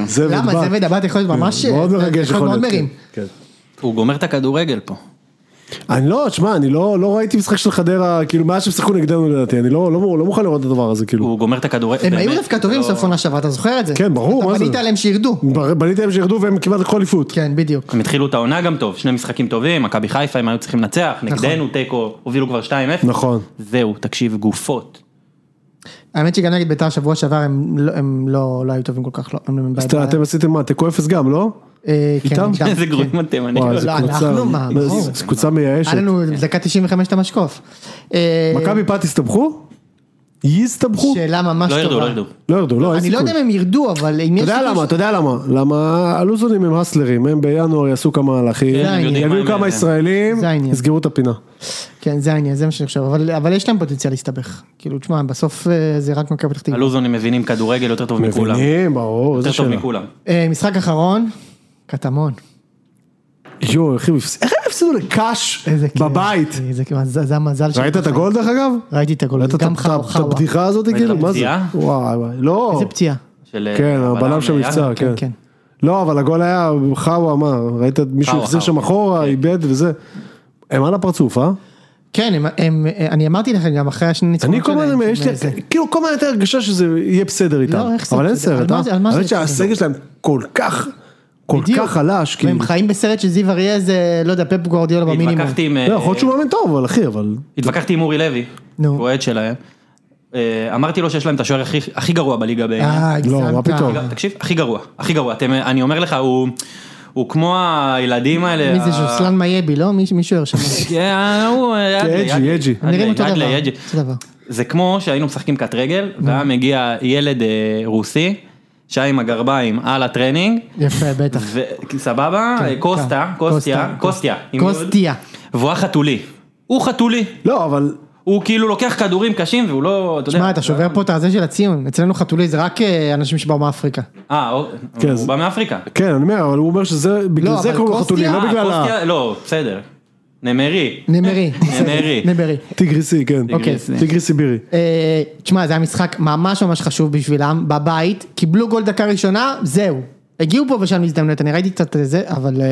[SPEAKER 2] זבד
[SPEAKER 3] כן. למה?
[SPEAKER 2] בת. אה,
[SPEAKER 3] זבד הבת יכול להיות ממש...
[SPEAKER 2] מאוד מרגש
[SPEAKER 3] יכול
[SPEAKER 2] יכול
[SPEAKER 3] מאוד
[SPEAKER 2] להיות.
[SPEAKER 3] מרים.
[SPEAKER 2] כן, כן.
[SPEAKER 1] הוא גומר את הכדורגל פה.
[SPEAKER 2] אני לא, תשמע, אני לא לא ראיתי משחק של חדרה, כאילו, מאז שהם שיחקו נגדנו לדעתי, אני לא לא- לא מוכן לראות את הדבר הזה, כאילו.
[SPEAKER 1] הוא גומר את הכדורגל.
[SPEAKER 3] הם
[SPEAKER 1] באמת,
[SPEAKER 3] היו דווקא טובים
[SPEAKER 1] לא-
[SPEAKER 3] סוף עונה שעברה, אתה זוכר את זה?
[SPEAKER 2] כן, ברור, מה
[SPEAKER 3] אתה
[SPEAKER 2] זה?
[SPEAKER 3] פנית עליהם שירדו.
[SPEAKER 2] בר- בניתי להם שירדו והם כמעט לקחו אליפות.
[SPEAKER 3] כן, בדיוק.
[SPEAKER 1] הם התחילו את העונה גם טוב, שני משחקים טובים, מכבי חיפה הם היו צריכים לנצח,
[SPEAKER 3] נכון.
[SPEAKER 1] נגדנו תיקו, הובילו כבר 2-0.
[SPEAKER 2] נכון.
[SPEAKER 1] זהו, תקשיב, גופות.
[SPEAKER 3] האמת שגם נגד ביתר שבוע שעבר הם לא- הם לא לא היו טובים כל כך, לא. הם- הם
[SPEAKER 2] אז
[SPEAKER 3] בעיה.
[SPEAKER 2] אתה- אתם עשיתם מה, תיקו אפס גם, לא?
[SPEAKER 3] אה, כן,
[SPEAKER 2] איתם?
[SPEAKER 3] נגדם,
[SPEAKER 1] איזה
[SPEAKER 3] כן.
[SPEAKER 1] גרועים אתם, אני
[SPEAKER 2] וואי,
[SPEAKER 1] לא...
[SPEAKER 2] איזה
[SPEAKER 3] לא, אנחנו, מה,
[SPEAKER 2] איזה-
[SPEAKER 3] ברור.
[SPEAKER 2] איזה קבוצה מייאשת.
[SPEAKER 3] היה לנו
[SPEAKER 1] כן.
[SPEAKER 3] דקה 95 את המשקוף. אה,
[SPEAKER 2] מכבי פת הסתבכו? יסתבכו?
[SPEAKER 3] שאלה ממש
[SPEAKER 1] לא
[SPEAKER 3] טובה.
[SPEAKER 1] ירדו, לא ירדו.
[SPEAKER 2] לא ירדו, לא, אין
[SPEAKER 3] אני לא
[SPEAKER 2] סיכוי.
[SPEAKER 3] יודע אם הם ירדו, אבל אם יש...
[SPEAKER 2] אתה יודע
[SPEAKER 3] סיכוי
[SPEAKER 2] למה,
[SPEAKER 3] ש-
[SPEAKER 2] אתה יודע למה, למה הלוזונים הם הסלרים, הם בינואר יעשו כמה מהלכים,
[SPEAKER 3] זה העניין.
[SPEAKER 1] יודעים מה
[SPEAKER 2] יביאו
[SPEAKER 1] הם
[SPEAKER 2] כמה
[SPEAKER 1] אלה.
[SPEAKER 2] ישראלים,
[SPEAKER 3] זה העניין.
[SPEAKER 2] יסגרו את הפינה.
[SPEAKER 3] כן, זה העניין, זה מה שאני חושב, אבל, אבל יש להם פוטנציאל להסתבך. כאילו, תשמע, בסוף אה, זה רק מכבי פתח תקווה.
[SPEAKER 1] הלוזונים מבינים כדורגל יותר טוב מכולם.
[SPEAKER 2] מבינים, ברור, איזה
[SPEAKER 1] יותר טוב
[SPEAKER 2] שאלה.
[SPEAKER 1] מכולם.
[SPEAKER 3] אה, משחק אחרון, קטמון.
[SPEAKER 2] יואו, איך הם הפס- איך הם הפסידו לקאש
[SPEAKER 3] איזה כיף.
[SPEAKER 2] בבית?
[SPEAKER 3] איזה כיף, זה, זה המזל
[SPEAKER 2] ראית את הגול דרך אגב?
[SPEAKER 3] ראיתי את הגול,
[SPEAKER 2] ראית את
[SPEAKER 3] גם
[SPEAKER 2] ה-
[SPEAKER 3] חאווה.
[SPEAKER 2] את הבדיחה הזאת כאילו? מה זה?
[SPEAKER 1] הפציעה?
[SPEAKER 2] וואי וואי, לא.
[SPEAKER 3] איזה פציעה.
[SPEAKER 1] של,
[SPEAKER 2] כן,
[SPEAKER 1] אה,
[SPEAKER 2] הבלם שם
[SPEAKER 1] היה.
[SPEAKER 2] נפצע,
[SPEAKER 3] כן,
[SPEAKER 2] כן.
[SPEAKER 3] כן.
[SPEAKER 2] לא, אבל הגול היה חאווה, מה? ראית את מישהו
[SPEAKER 1] חאווה,
[SPEAKER 2] החזיר שם
[SPEAKER 1] חאווה.
[SPEAKER 2] אחורה, איבד וזה. הם על הפרצוף, אה?
[SPEAKER 3] כן, הם, הם, אה, אני אמרתי לכם גם אחרי השני ניצחונות
[SPEAKER 2] אני כל הזמן, יש לי,
[SPEAKER 3] לא זה- לא,
[SPEAKER 2] כאילו כל הזמן הייתה הרגשה שזה יהיה בסדר איתם.
[SPEAKER 3] איך זה
[SPEAKER 2] אבל אין
[SPEAKER 3] בסדר? על
[SPEAKER 2] סרט,
[SPEAKER 3] מה
[SPEAKER 2] אה?
[SPEAKER 3] זה- על מה זה
[SPEAKER 2] האמת
[SPEAKER 3] בסדר?
[SPEAKER 2] שהסגל שלהם כל כך, כל
[SPEAKER 3] בדיוק.
[SPEAKER 2] כך חלש, כאילו.
[SPEAKER 3] והם חיים בסרט של זיו אריה זה, לא יודע, פפ גורדיאלה במינימום.
[SPEAKER 1] התווכחתי עם...
[SPEAKER 2] לא,
[SPEAKER 1] אה,
[SPEAKER 2] יכול להיות שהוא מאמן טוב, אבל אחי, אבל...
[SPEAKER 1] התווכחתי עם אורי לוי,
[SPEAKER 3] נו.
[SPEAKER 1] הוא אוהד שלהם. אה, אמרתי לו שיש להם את השוער הכי- הכי גרוע בליגה בעיניי.
[SPEAKER 3] אה,
[SPEAKER 2] לא,
[SPEAKER 3] הגזמת.
[SPEAKER 2] מה פתאום.
[SPEAKER 1] רגע, תקשיב, הכי גרוע, הכי גרוע, אתם, אה, אני אומר לך, הוא, הוא כמו הילדים האלה.
[SPEAKER 3] מי זה
[SPEAKER 1] ה-
[SPEAKER 3] ז'וסלן מייבי, לא? מי- מישהו הרשם.
[SPEAKER 1] כן, הוא, ידלי,
[SPEAKER 2] יג'י,
[SPEAKER 1] ידלי,
[SPEAKER 2] יג'י.
[SPEAKER 1] ידלי,
[SPEAKER 3] נראים אותו
[SPEAKER 1] ידלי,
[SPEAKER 3] דבר.
[SPEAKER 1] יג'י.
[SPEAKER 3] אותו דבר.
[SPEAKER 1] זה כמו שהיינו משחקים קט רגל, והיה מגיע ילד אה, רוסי, שהיה עם הגרביים על הטרנינג,
[SPEAKER 3] יפה, בטח.
[SPEAKER 1] ו- סבבה,
[SPEAKER 3] כן,
[SPEAKER 1] אה, קוסטה,
[SPEAKER 3] כן.
[SPEAKER 1] קוסטיה, קוסטיה, עם יוד.
[SPEAKER 3] קוסטיה.
[SPEAKER 1] והוא היה חתולי, הוא חתולי,
[SPEAKER 2] לא, אבל...
[SPEAKER 1] הוא כאילו לוקח כדורים קשים והוא לא, אתה יודע,
[SPEAKER 3] תשמע, אתה שובר פה את הזה של הציון, אצלנו חתולי זה רק אה, אנשים שבאו מאפריקה.
[SPEAKER 1] אה, הוא
[SPEAKER 2] כן,
[SPEAKER 1] הוא
[SPEAKER 2] אז-
[SPEAKER 1] בא מאפריקה,
[SPEAKER 2] כן, אני אומר, אבל הוא אומר שזה, בגלל
[SPEAKER 3] לא,
[SPEAKER 2] זה
[SPEAKER 3] אבל
[SPEAKER 2] קוראים לו
[SPEAKER 3] קוסטיה-
[SPEAKER 2] חתולים, לא
[SPEAKER 1] אה,
[SPEAKER 2] בגלל ה...
[SPEAKER 1] קוסטיה- לא, בסדר, נמרי,
[SPEAKER 3] נמרי.
[SPEAKER 1] נמרי.
[SPEAKER 3] נמרי.
[SPEAKER 2] טיגריסי, כן.
[SPEAKER 3] אוקיי.
[SPEAKER 2] טיגרי סיבירי.
[SPEAKER 3] אה, תשמע, זה היה משחק ממש ממש חשוב בשבילם, בבית, קיבלו גול דקה ראשונה, זהו. הגיעו פה ושם הזדמנויות, אני ראיתי קצת זה, אבל אה,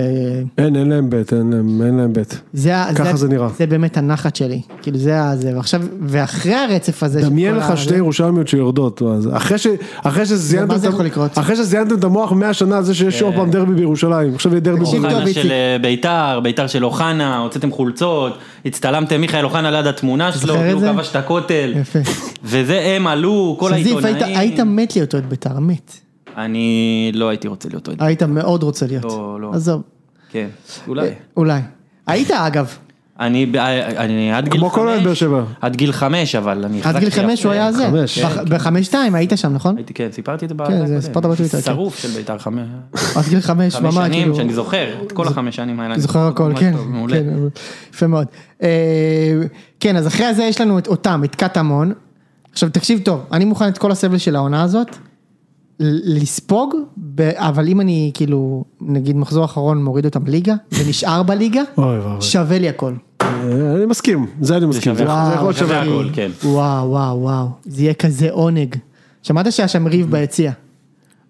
[SPEAKER 2] אין, אין להם בית, אין להם, אין להם בית.
[SPEAKER 3] זה ה-
[SPEAKER 2] ככה זה
[SPEAKER 3] ה-
[SPEAKER 2] נראה.
[SPEAKER 3] זה באמת הנחת שלי, כאילו זה ה- זה, ועכשיו, ואחרי הרצף הזה, של
[SPEAKER 2] דמיין
[SPEAKER 3] כל
[SPEAKER 2] לך
[SPEAKER 3] ה-
[SPEAKER 2] שתי ירושלמיות שיורדות, מה זה? אחרי ש- אחרי שזיינתם
[SPEAKER 3] מה זה
[SPEAKER 2] את ה-
[SPEAKER 3] יכול לקרות?
[SPEAKER 2] אחרי שזיינתם את המוח 100 שנה על זה
[SPEAKER 1] כן.
[SPEAKER 2] שיש עוד פעם דרבי בירושלים, עכשיו יהיה דרבי
[SPEAKER 3] תקשיב,
[SPEAKER 2] בירושלים.
[SPEAKER 3] טוב,
[SPEAKER 1] אוחנה
[SPEAKER 3] איציק.
[SPEAKER 1] של אה, ביתר, ביתר של אוחנה, הוצאתם חולצות, הצטלמתם מיכאל אוחנה ליד התמונה שלו,
[SPEAKER 3] זוכר את
[SPEAKER 1] כאילו
[SPEAKER 3] זה?
[SPEAKER 1] כבש את הכותל,
[SPEAKER 3] יפה.
[SPEAKER 1] וזה הם עלו, כל
[SPEAKER 3] שזיף, היית-
[SPEAKER 1] העיתונאים.
[SPEAKER 3] היית מת להיות אוהד בית"ר, מת.
[SPEAKER 1] אני לא הייתי רוצה להיות אוהד.
[SPEAKER 3] היית מאוד רוצה להיות.
[SPEAKER 1] לא, לא.
[SPEAKER 3] עזוב,
[SPEAKER 1] כן,
[SPEAKER 3] אה,
[SPEAKER 1] אולי.
[SPEAKER 3] אולי. היית אגב,
[SPEAKER 1] אני ב- אה, אני עד גיל חמש.
[SPEAKER 2] כמו כל אוהד באר שבע.
[SPEAKER 1] עד גיל חמש, אבל אני
[SPEAKER 3] עד גיל חמש הוא היה זה.
[SPEAKER 2] חמש.
[SPEAKER 3] בח- בחמש שתיים היית שם, נכון?
[SPEAKER 1] הייתי, כן, סיפרתי את זה
[SPEAKER 3] זה
[SPEAKER 1] הקודם.
[SPEAKER 3] סיפרת בטוויטר, כן.
[SPEAKER 1] שרוף של ביתר חמש.
[SPEAKER 3] עד גיל חמש,
[SPEAKER 1] חמש
[SPEAKER 3] ממש,
[SPEAKER 1] שנים,
[SPEAKER 3] כאילו,
[SPEAKER 1] שאני זוכר, את כל החמש שנים האלה. אני
[SPEAKER 3] זוכר הכל,
[SPEAKER 1] ממש
[SPEAKER 3] כן,
[SPEAKER 1] טוב, מעולה.
[SPEAKER 3] כן, יפה מאוד. אה, כן, אז אחרי זה יש לנו את אותם, את קטמון. עכשיו תקשיב טוב, אני מוכן את כל הסבל של העונה הזאת, ל- לספוג, ב- אבל אם אני כאילו, נגיד מחזור אחרון מוריד אותם ליגה, ונשאר בליגה,
[SPEAKER 2] אוי ואבוי.
[SPEAKER 3] שווה לי הכל.
[SPEAKER 2] אה, אני מסכים, זה אני מסכים.
[SPEAKER 1] שווה
[SPEAKER 2] זה
[SPEAKER 1] הכל.
[SPEAKER 2] זה יכול להיות
[SPEAKER 1] שווה
[SPEAKER 2] שווה.
[SPEAKER 1] הכל, כן.
[SPEAKER 3] וואו, וואו, וואו, זה יהיה כזה עונג. שמעת שהיה שם ריב ביציע?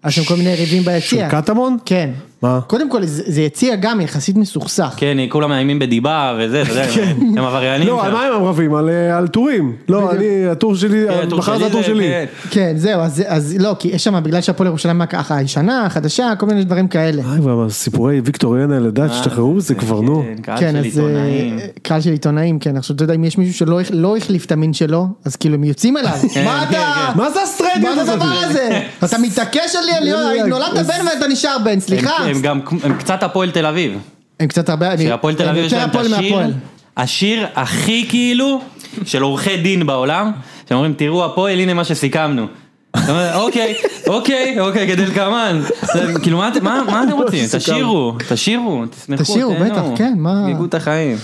[SPEAKER 3] היה שם כל מיני ריבים ביציע.
[SPEAKER 2] Mm-hmm. של קטמון?
[SPEAKER 3] כן.
[SPEAKER 2] מה?
[SPEAKER 3] קודם כל, זה זה יציע גם יחסית מסוכסך.
[SPEAKER 1] כן, כולם מאיימים בדיבה וזה, אתה יודע,
[SPEAKER 3] כן.
[SPEAKER 1] הם עבריינים.
[SPEAKER 2] לא, על
[SPEAKER 1] שם.
[SPEAKER 2] מה הם רבים? על, אה, על טורים. לא, אני, הטור שלי,
[SPEAKER 1] כן, הטור
[SPEAKER 2] מחר זה הטור
[SPEAKER 1] זה-
[SPEAKER 2] שלי.
[SPEAKER 1] כן.
[SPEAKER 3] כן, זהו, אז, אז לא, כי יש שם, בגלל שהפועל ירושלים ככה הישנה, החדשה, כל מיני דברים כאלה.
[SPEAKER 1] אה,
[SPEAKER 2] אוי ואבוי, סיפורי ויקטור יונה לדעת, תשתחררו מזה כבר, נו.
[SPEAKER 1] כן, קהל
[SPEAKER 3] כן,
[SPEAKER 1] של
[SPEAKER 3] אז אה,
[SPEAKER 1] עיתונאים.
[SPEAKER 3] קהל של עיתונאים, כן, עכשיו אתה יודע, אם יש מישהו שלא הח- לא החליף את המין שלו, אז כאילו הם יוצאים אליו, מה
[SPEAKER 1] כן,
[SPEAKER 3] אתה,
[SPEAKER 1] כן.
[SPEAKER 2] מה זה לא, הסטרדיות
[SPEAKER 3] מה זה
[SPEAKER 2] הזאת?
[SPEAKER 3] הדבר הזה, אתה מתעקש על להיות, נולדת בן ואתה נשאר בן, סליחה,
[SPEAKER 1] הם- הם גם, הם קצת הפועל תל אביב.
[SPEAKER 3] הם קצת הרבה... אני-
[SPEAKER 1] שהפועל תל
[SPEAKER 3] הם
[SPEAKER 1] אביב יש
[SPEAKER 3] יותר
[SPEAKER 1] להם את
[SPEAKER 3] הפועל
[SPEAKER 1] השיר,
[SPEAKER 3] מהפועל.
[SPEAKER 1] השיר הכי כאילו של עורכי דין בעולם, שהם אומרים תראו הפועל הנה מה שסיכמנו. אתה אומר, אוקיי, אוקיי, אוקיי, כדלקמן. זה, כאילו מה אתם- מה- מה אתם רוצים?
[SPEAKER 2] סיכמנו.
[SPEAKER 1] תשאירו, תשאירו, תשמחו,
[SPEAKER 3] תשאירו,
[SPEAKER 1] תהנו.
[SPEAKER 3] בטח, כן, מה-
[SPEAKER 1] חגגו את החיים.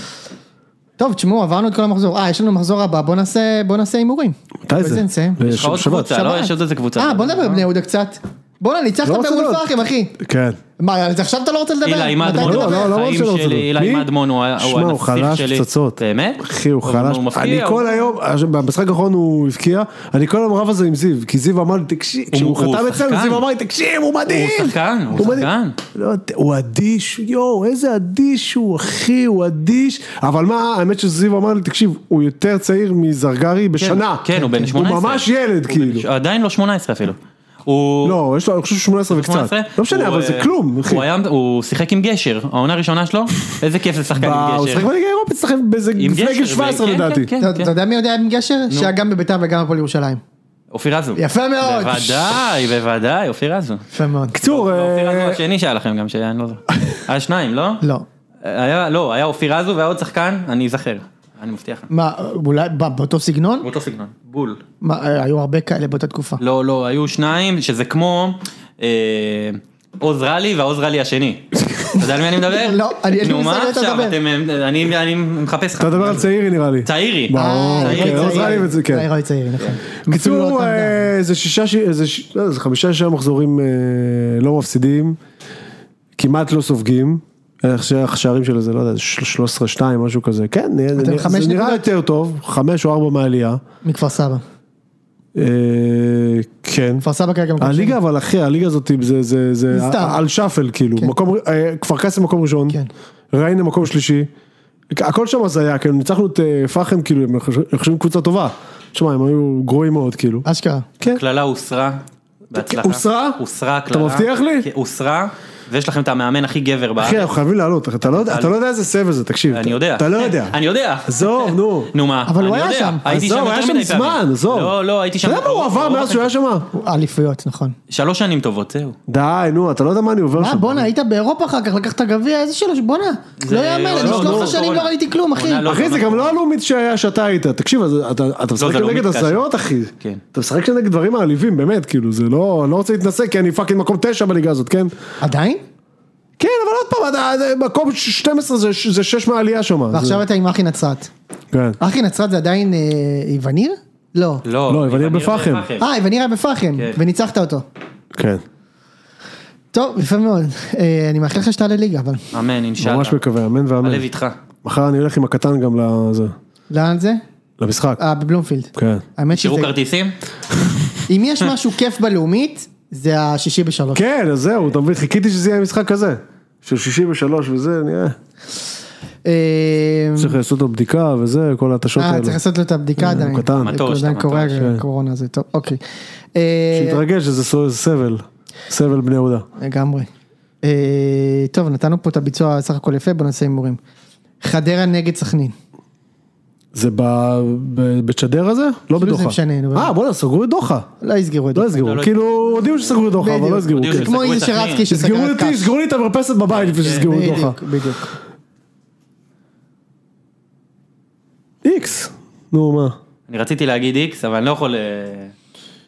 [SPEAKER 3] טוב, תשמעו, עברנו את כל המחזור. אה, יש לנו מחזור הבא, בוא נעשה בוא נעשה הימורים.
[SPEAKER 2] מתי
[SPEAKER 3] בזה
[SPEAKER 2] זה?
[SPEAKER 3] נסיים.
[SPEAKER 2] אה,
[SPEAKER 1] יש לך עוד
[SPEAKER 2] שבת.
[SPEAKER 1] קבוצה, לא?
[SPEAKER 3] שבת.
[SPEAKER 1] יש עוד איזה קבוצה.
[SPEAKER 3] אה, בוא נדבר על בני יהודה קצת. בואנה, ניצחת
[SPEAKER 2] לא רוצה
[SPEAKER 3] באום
[SPEAKER 2] לדעת.
[SPEAKER 3] פחם, אחי.
[SPEAKER 2] כן.
[SPEAKER 3] מה, אז עכשיו אתה לא רוצה לדבר?
[SPEAKER 1] אילי
[SPEAKER 3] מתי
[SPEAKER 1] מדמון,
[SPEAKER 3] תדבר?
[SPEAKER 2] לא, לא, לא,
[SPEAKER 1] החיים
[SPEAKER 2] לא, לא,
[SPEAKER 1] שלי,
[SPEAKER 2] לא.
[SPEAKER 1] אילי
[SPEAKER 2] מי?
[SPEAKER 1] מדמון הוא ה- הוא
[SPEAKER 2] שמע, הוא
[SPEAKER 1] הנסיך שלי.
[SPEAKER 2] חלש פצצות.
[SPEAKER 1] באמת?
[SPEAKER 2] אחי, הוא
[SPEAKER 1] אבל
[SPEAKER 2] חלש.
[SPEAKER 1] מפתיע,
[SPEAKER 2] אני
[SPEAKER 1] הוא- לא-
[SPEAKER 2] כל היום, אה, במשחק האחרון הוא הבקיע, אני כל היום רב על זה עם זיו, כי זיו אמר לי, תקשיב, כשהוא
[SPEAKER 1] הוא
[SPEAKER 2] חתם אצלנו,
[SPEAKER 1] שחקן.
[SPEAKER 2] זיו אמר לי, תקשיב, הוא מדהים.
[SPEAKER 1] הוא שחקן, הוא
[SPEAKER 2] מדהים."
[SPEAKER 1] שחקן.
[SPEAKER 2] לא יודע, הוא אדיש, יואו, איזה אדיש הוא, אחי, הוא אדיש. אבל מה, האמת שזיו אמר לי, תקשיב, הוא יותר צעיר מזרגרי בשנה.
[SPEAKER 1] כן, הוא בן 18.
[SPEAKER 2] הוא ממש ילד,
[SPEAKER 1] הוא
[SPEAKER 2] כאילו.
[SPEAKER 1] בן- עדיין לא 18 אפילו. הוא...
[SPEAKER 2] לא, יש לו, אני חושב שהוא 18 וקצת.
[SPEAKER 1] 18,
[SPEAKER 2] לא משנה,
[SPEAKER 1] הוא,
[SPEAKER 2] אבל זה
[SPEAKER 1] אה,
[SPEAKER 2] כלום, אחי.
[SPEAKER 1] הוא היה- הוא שיחק עם גשר, העונה הראשונה שלו, איזה כיף זה שחקן עם
[SPEAKER 2] הוא שיחק
[SPEAKER 1] גשר.
[SPEAKER 2] בליגה האירופית, שיחק באיזה
[SPEAKER 1] עם
[SPEAKER 2] לפני
[SPEAKER 1] גשר,
[SPEAKER 2] גיל 17
[SPEAKER 1] כן, כן,
[SPEAKER 2] לדעתי.
[SPEAKER 1] כן.
[SPEAKER 3] אתה- אתה יודע מי יודע עם גשר? שהיה גם בביתר וגם הפועל ירושלים.
[SPEAKER 1] אופיר אזו.
[SPEAKER 3] יפה מאוד.
[SPEAKER 1] בוודאי, בוודאי, אופיר אזו.
[SPEAKER 3] יפה מאוד.
[SPEAKER 2] קצור,
[SPEAKER 1] לא, אופיר אזו
[SPEAKER 2] אה,
[SPEAKER 1] השני שהיה לכם גם, שאני לא זוכר. היה שניים, לא?
[SPEAKER 3] לא.
[SPEAKER 1] היה, לא, היה אופיר אזו והיה עוד שחקן, אני אזכר. אני מבטיח. לך.
[SPEAKER 3] מה, אולי בא- באותו סגנון?
[SPEAKER 1] באותו סגנון. בול.
[SPEAKER 3] מה, אה, היו הרבה כאלה באותה תקופה.
[SPEAKER 1] לא, לא, היו שניים, שזה כמו אה, עוז רלי והעוז רלי השני. אתה יודע על מי אני מדבר?
[SPEAKER 3] לא, אני- אין לי
[SPEAKER 1] נו,
[SPEAKER 3] מושג על
[SPEAKER 1] מה
[SPEAKER 3] מי אתה מדבר.
[SPEAKER 1] עכשיו? אתם, אה, אני אני מחפש לך.
[SPEAKER 2] אתה מדבר על צעירי נראה לי.
[SPEAKER 1] צעירי.
[SPEAKER 2] ברור.
[SPEAKER 3] אה,
[SPEAKER 1] לא, צעיר, צעיר. כן.
[SPEAKER 3] אוקיי, צעיר.
[SPEAKER 2] עוזרני וזה, כן.
[SPEAKER 3] צעיר, אוי, צעיר, נכון. אפילו לא
[SPEAKER 2] קיצור,
[SPEAKER 3] אותם גם.
[SPEAKER 2] אה, זה שישה, ש- איזה ש- לא, זה חמישה שישה מחזורים אה, לא מפסידים, כמעט לא סופגים. איך שהשערים שלו זה, לא יודע, 13-2, משהו כזה. כן, נראה- זה
[SPEAKER 3] אתם
[SPEAKER 2] נראה-
[SPEAKER 3] חמש
[SPEAKER 2] זה נראה
[SPEAKER 3] נקודות?
[SPEAKER 2] יותר טוב, חמש או ארבע מהעלייה.
[SPEAKER 3] מכפר סבא.
[SPEAKER 2] אה, כן.
[SPEAKER 3] כפר סבא כרגע. מקום
[SPEAKER 2] הליגה, אבל אחי, הליגה הזאת זה- זה זה
[SPEAKER 3] זה סתם.
[SPEAKER 2] על שפל, כאילו. מקום ר- אה, כפר קאסם מקום ראשון,
[SPEAKER 3] כן.
[SPEAKER 2] ריינה מקום שלישי. הכל שם הזיה, כאילו, ניצחנו את אה, פחם, כאילו, הם נחשבים קבוצה טובה. שמע, הם היו גרועים מאוד, כאילו.
[SPEAKER 3] שני. אשכרה.
[SPEAKER 2] כן.
[SPEAKER 1] הקללה הוסרה. בהצלחה.
[SPEAKER 2] הוסרה?
[SPEAKER 1] הוסרה
[SPEAKER 2] אתה
[SPEAKER 1] הקללה.
[SPEAKER 2] מבטיח לי?
[SPEAKER 1] כן, הוסרה, ויש לכם את המאמן הכי גבר בארץ.
[SPEAKER 2] אחי, אנחנו חייבים לעלות, אתה לא יודע- אתה לא יודע איזה סבל זה, תקשיב.
[SPEAKER 1] אני
[SPEAKER 2] אתה-
[SPEAKER 1] יודע.
[SPEAKER 2] אתה לא יודע.
[SPEAKER 1] אני יודע.
[SPEAKER 2] עזוב, נו.
[SPEAKER 1] נו מה,
[SPEAKER 3] אבל הוא
[SPEAKER 1] אני
[SPEAKER 3] היה
[SPEAKER 1] יודע.
[SPEAKER 3] שם.
[SPEAKER 1] הייתי
[SPEAKER 2] עזוב,
[SPEAKER 1] שם
[SPEAKER 2] הוא היה
[SPEAKER 1] יותר
[SPEAKER 2] שם
[SPEAKER 1] מדי פעמים.
[SPEAKER 2] מזמן, עזוב.
[SPEAKER 1] לא, לא, אוקיי. הייתי שם.
[SPEAKER 2] אתה יודע מה הוא
[SPEAKER 1] רוב-
[SPEAKER 2] עבר
[SPEAKER 1] רוב
[SPEAKER 2] מאז שהוא היה
[SPEAKER 1] החיים.
[SPEAKER 2] שם?
[SPEAKER 3] אליפויות, נכון.
[SPEAKER 1] שלוש שנים טובות, זהו.
[SPEAKER 2] די, נו, אתה לא יודע מה אני עובר
[SPEAKER 3] מה,
[SPEAKER 2] שם.
[SPEAKER 3] בואנה, היית באירופה אחר כך, לקחת גביע, איזה שלוש, בואנה. לא יאמן,
[SPEAKER 1] לא,
[SPEAKER 3] אני
[SPEAKER 1] לא,
[SPEAKER 3] 13
[SPEAKER 1] לא,
[SPEAKER 3] שנים
[SPEAKER 1] קורונה.
[SPEAKER 3] לא ראיתי כלום, אחי.
[SPEAKER 1] קורונה, לא.
[SPEAKER 2] אחי, זה גם לא הלאומית שהיה, שאתה היית. תקשיב, אז אתה אתה משחק
[SPEAKER 1] זה לאומית
[SPEAKER 2] נגד
[SPEAKER 1] קשה.
[SPEAKER 2] הזיות, אחי.
[SPEAKER 1] כן.
[SPEAKER 2] אתה משחק שם נגד דברים מעליבים, באמת, כאילו, זה לא, אני לא רוצה להתנשא, כי אני פאקינג מקום תשע בליגה הזאת, כן?
[SPEAKER 3] עדיין?
[SPEAKER 2] כן, אבל עוד פעם, אתה- מקום ש- 12 זה- זה שש מהעלייה שם. זה-
[SPEAKER 3] ועכשיו אתה עם אחי נצרת.
[SPEAKER 2] כן.
[SPEAKER 3] אחי נצרת זה עדיין אה, וניר? לא.
[SPEAKER 1] לא,
[SPEAKER 2] לא, אבל אני
[SPEAKER 1] אני
[SPEAKER 2] בפחם.
[SPEAKER 1] בפחם.
[SPEAKER 3] אה, וניר היה בפחם,
[SPEAKER 1] כן.
[SPEAKER 3] וניצחת אותו.
[SPEAKER 2] כן.
[SPEAKER 3] טוב, יפה מאוד. אה, אני מאחל לך שתעלה ליגה, אבל.
[SPEAKER 1] אמן, אינשאללה.
[SPEAKER 2] ממש מקווה, אמן ואמן.
[SPEAKER 1] הלב איתך.
[SPEAKER 2] מחר אני הולך עם הקטן גם לזה,
[SPEAKER 3] לאן זה?
[SPEAKER 2] למשחק.
[SPEAKER 3] אה, בבלומפילד.
[SPEAKER 2] כן.
[SPEAKER 3] האמת שזה...
[SPEAKER 1] שירו כרטיסים?
[SPEAKER 3] אם יש משהו כיף בלאומית, זה השישי בשלוש.
[SPEAKER 2] כן, אז זהו, אתה מבין, חיכיתי שזה יהיה משחק כזה. של 63 וזה, נראה.
[SPEAKER 3] אה,
[SPEAKER 2] צריך לעשות לו בדיקה וזה, כל ההתשות
[SPEAKER 3] אה, צריך
[SPEAKER 2] האלה.
[SPEAKER 3] לעשות לו את הבדיקה
[SPEAKER 2] הוא
[SPEAKER 3] עדיין.
[SPEAKER 2] לא קטן.
[SPEAKER 3] זה
[SPEAKER 1] מטוש,
[SPEAKER 3] עדיין
[SPEAKER 1] אתה
[SPEAKER 3] קורה,
[SPEAKER 1] מטוש, כן.
[SPEAKER 3] הקורונה זה טוב, אוקיי. אה,
[SPEAKER 2] שיתרגש שזה סו- סבל. סבל בני יהודה.
[SPEAKER 3] לגמרי. אה, טוב, נתנו פה את הביצוע סך הכל יפה, בוא נעשה הימורים. חדרה נגד סכנין.
[SPEAKER 2] זה ב- ב- בצ'דר הזה? לא
[SPEAKER 3] זה
[SPEAKER 2] בדוחה.
[SPEAKER 3] משנה, נו,
[SPEAKER 2] אה,
[SPEAKER 3] באמת.
[SPEAKER 2] בואנה, סגרו את דוחה.
[SPEAKER 3] לא יסגרו את זה.
[SPEAKER 2] לא יסגרו,
[SPEAKER 1] לא, לא
[SPEAKER 2] כאילו, הודיעו שסגרו את דוחה, אבל
[SPEAKER 3] בדיוק.
[SPEAKER 2] לא יסגרו.
[SPEAKER 1] הודיעו
[SPEAKER 2] כן.
[SPEAKER 3] זה כמו
[SPEAKER 1] שסגרו
[SPEAKER 3] איזה
[SPEAKER 1] את סכנין.
[SPEAKER 3] שרצקי שסגר
[SPEAKER 2] סגרו
[SPEAKER 3] את
[SPEAKER 2] אותי,
[SPEAKER 3] קאש.
[SPEAKER 2] סגרו לי את המרפסת בבית לפני שסגרו את דוחה.
[SPEAKER 3] כן, בדיוק, בדיוק.
[SPEAKER 2] איקס. נו, מה?
[SPEAKER 1] אני רציתי להגיד איקס, אבל אני לא יכול... אה,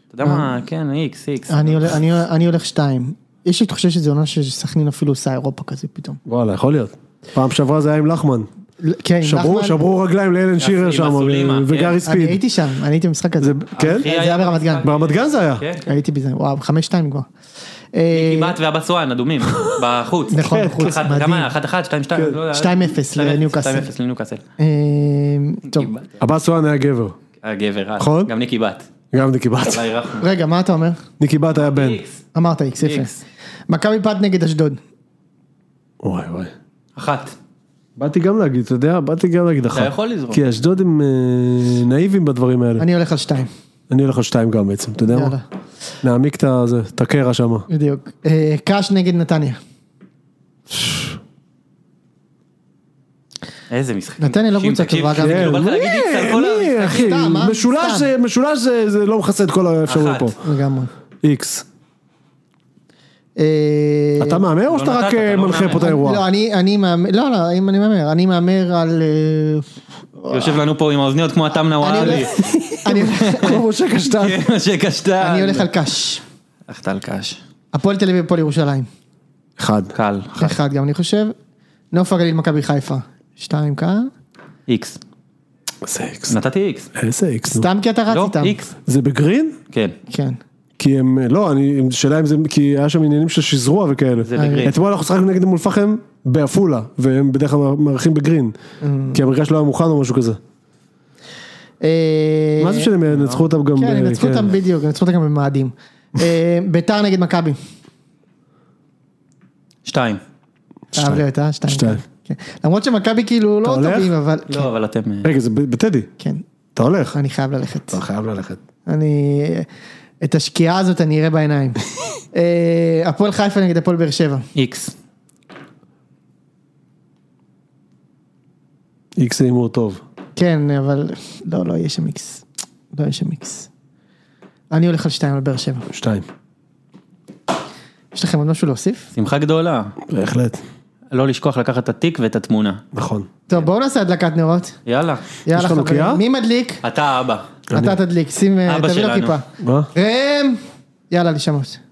[SPEAKER 1] אתה יודע מה, כן, איקס, איקס.
[SPEAKER 3] אני הולך- אני- אני הולך שתיים. יש לי תחושה שזו עונה שסכנין אפילו עושה אירופה כזה פתאום.
[SPEAKER 2] וואלה, יכול להיות. פעם שעברה זה היה עם לחמן.
[SPEAKER 3] לא, כן,
[SPEAKER 2] שברו,
[SPEAKER 3] נחמן,
[SPEAKER 2] שברו רגליים לאלן שירר
[SPEAKER 1] עם
[SPEAKER 2] שם,
[SPEAKER 1] הסולימה,
[SPEAKER 2] ו-
[SPEAKER 1] כן.
[SPEAKER 2] וגארי
[SPEAKER 3] אני
[SPEAKER 2] ספיד.
[SPEAKER 3] הייתי שם, אני הייתי במשחק הזה.
[SPEAKER 2] זה- כן?
[SPEAKER 1] אחי
[SPEAKER 3] זה
[SPEAKER 1] היה
[SPEAKER 3] היה ברמת גן.
[SPEAKER 1] במשחק.
[SPEAKER 2] ברמת גן זה היה.
[SPEAKER 1] כן, כן.
[SPEAKER 3] הייתי בזה, וואו, חמש שתיים כבר. אה,
[SPEAKER 1] כמעט והבסואן אדומים, בחוץ.
[SPEAKER 3] נכון,
[SPEAKER 2] כן,
[SPEAKER 3] בחוץ,
[SPEAKER 1] אחת-
[SPEAKER 3] מדהים.
[SPEAKER 1] כמה? אחת אחת, שתיים שתיים.
[SPEAKER 2] כן.
[SPEAKER 1] לא יודע.
[SPEAKER 3] 2-0 לניוקאסל.
[SPEAKER 1] 2-0 לניוקאסל.
[SPEAKER 3] אה, טוב,
[SPEAKER 2] עבאס סואן היה גבר.
[SPEAKER 1] הגבר, אה,
[SPEAKER 2] נכון.
[SPEAKER 1] גם ניקי בת.
[SPEAKER 2] גם ניקי בת.
[SPEAKER 1] אללה ירחם.
[SPEAKER 3] רגע, מה אתה אומר?
[SPEAKER 2] ניקי בת היה בן.
[SPEAKER 1] איקס.
[SPEAKER 3] אמרת איקס, יפה.
[SPEAKER 1] איקס.
[SPEAKER 3] מכבי פת נגד אשדוד.
[SPEAKER 2] וואי וואי.
[SPEAKER 1] אחת.
[SPEAKER 2] באתי גם להגיד, אתה יודע, באתי גם להגיד אחת.
[SPEAKER 1] יכול לזרום.
[SPEAKER 2] כי אשדוד הם אה, נאיבים בדברים האלה.
[SPEAKER 3] אני הולך על שתיים.
[SPEAKER 2] אני הולך על שתיים גם בעצם, אתה יודע
[SPEAKER 3] יאללה.
[SPEAKER 2] מה? נעמיק את הזה, את הקרע שם.
[SPEAKER 3] בדיוק. אה, קאש נגד נתניה.
[SPEAKER 1] איזה משחק.
[SPEAKER 3] נתניה לא
[SPEAKER 1] תקשיב,
[SPEAKER 3] קבוצה
[SPEAKER 1] תקשיב,
[SPEAKER 3] טובה, גם.
[SPEAKER 1] תקשיב,
[SPEAKER 3] כן,
[SPEAKER 1] אני בא לך להגיד איקס על כל
[SPEAKER 2] מי,
[SPEAKER 1] המשחקים.
[SPEAKER 2] אחי?
[SPEAKER 3] סתם, אה?
[SPEAKER 2] משולש
[SPEAKER 3] סתם.
[SPEAKER 2] זה- משולש זה זה לא מכסה את כל האפשרויות
[SPEAKER 1] אחת.
[SPEAKER 2] פה.
[SPEAKER 3] לגמרי.
[SPEAKER 2] איקס.
[SPEAKER 3] אה,
[SPEAKER 2] אתה מהמר או
[SPEAKER 1] לא
[SPEAKER 2] שאתה
[SPEAKER 1] נתת,
[SPEAKER 2] רק
[SPEAKER 1] אתה
[SPEAKER 2] אה,
[SPEAKER 1] לא
[SPEAKER 2] מנחה
[SPEAKER 1] מהמר.
[SPEAKER 2] פה את האירוע?
[SPEAKER 3] לא, אני, אני מהמר, לא, לא, אם אני מהמר, אני מהמר על... אה,
[SPEAKER 1] יושב לנו פה עם האוזניות כמו התמנה
[SPEAKER 3] אני
[SPEAKER 1] וואלי.
[SPEAKER 3] הולך- אני הולך-
[SPEAKER 2] כמו משה קשטן.
[SPEAKER 1] כן, משה קשטן.
[SPEAKER 3] אני הולך על קאש.
[SPEAKER 1] איך טל קש?
[SPEAKER 3] הפועל תל אביב, הפועל ירושלים.
[SPEAKER 2] אחד.
[SPEAKER 1] קל.
[SPEAKER 3] אחד גם אני חושב. נוף הגליל, מכבי חיפה. שתיים כאן.
[SPEAKER 1] איקס.
[SPEAKER 2] איזה איקס.
[SPEAKER 1] נתתי איקס.
[SPEAKER 2] איזה איקס. נו.
[SPEAKER 3] סתם כי אתה רץ
[SPEAKER 1] לא?
[SPEAKER 3] איתם.
[SPEAKER 1] איקס?
[SPEAKER 2] זה בגרין?
[SPEAKER 1] כן.
[SPEAKER 3] כן.
[SPEAKER 2] כי הם, לא, אני, שאלה אם זה, כי היה שם עניינים של שזרוע וכאלה.
[SPEAKER 1] זה בגרין.
[SPEAKER 2] אתמול אנחנו שחקנו נגד אום אל-פחם בעפולה, והם בדרך כלל מארחים בגרין. כי המרכז לא היה מוכן או משהו כזה.
[SPEAKER 3] אה,
[SPEAKER 2] מה זה שהם ינצחו אותם גם...
[SPEAKER 3] כן,
[SPEAKER 2] ב-
[SPEAKER 3] הם ינצחו
[SPEAKER 2] כן.
[SPEAKER 3] אותם בדיוק, הם ינצחו אותם גם במאדים. אה, ביתר נגד מכבי.
[SPEAKER 1] שתיים.
[SPEAKER 3] חייב להיות, אה? שתיים.
[SPEAKER 2] שתיים.
[SPEAKER 3] כן. למרות שמכבי כאילו לא
[SPEAKER 2] אתה הולך?
[SPEAKER 3] טובים, אבל... כן,
[SPEAKER 1] לא, אבל אתם... אה,
[SPEAKER 2] רגע, זה ב- בטדי.
[SPEAKER 3] כן,
[SPEAKER 2] אתה הולך.
[SPEAKER 3] אני חייב ללכת.
[SPEAKER 2] אתה חייב ללכת.
[SPEAKER 3] אני... את השקיעה הזאת אני אראה בעיניים. אה, הפועל חיפה נגד הפועל באר שבע.
[SPEAKER 1] איקס.
[SPEAKER 2] איקס זה הימור טוב.
[SPEAKER 3] כן, אבל לא, לא יהיה שם איקס. לא יהיה שם איקס. אני הולך על שתיים על באר שבע.
[SPEAKER 2] שתיים.
[SPEAKER 3] יש לכם עוד משהו להוסיף?
[SPEAKER 1] שמחה גדולה.
[SPEAKER 2] בהחלט.
[SPEAKER 1] לא לשכוח לקחת את התיק ואת התמונה.
[SPEAKER 2] נכון.
[SPEAKER 3] טוב, בואו נעשה הדלקת נרות.
[SPEAKER 1] יאללה.
[SPEAKER 3] יאללה
[SPEAKER 2] לך נוקייה?
[SPEAKER 3] חברים. מי מדליק?
[SPEAKER 1] אתה אבא.
[SPEAKER 3] אתה תדליק, שים, אה,
[SPEAKER 1] אבא
[SPEAKER 3] תביא לו
[SPEAKER 1] שלנו.
[SPEAKER 3] כיפה.
[SPEAKER 2] מה?
[SPEAKER 3] ראם! יאללה, נשמות.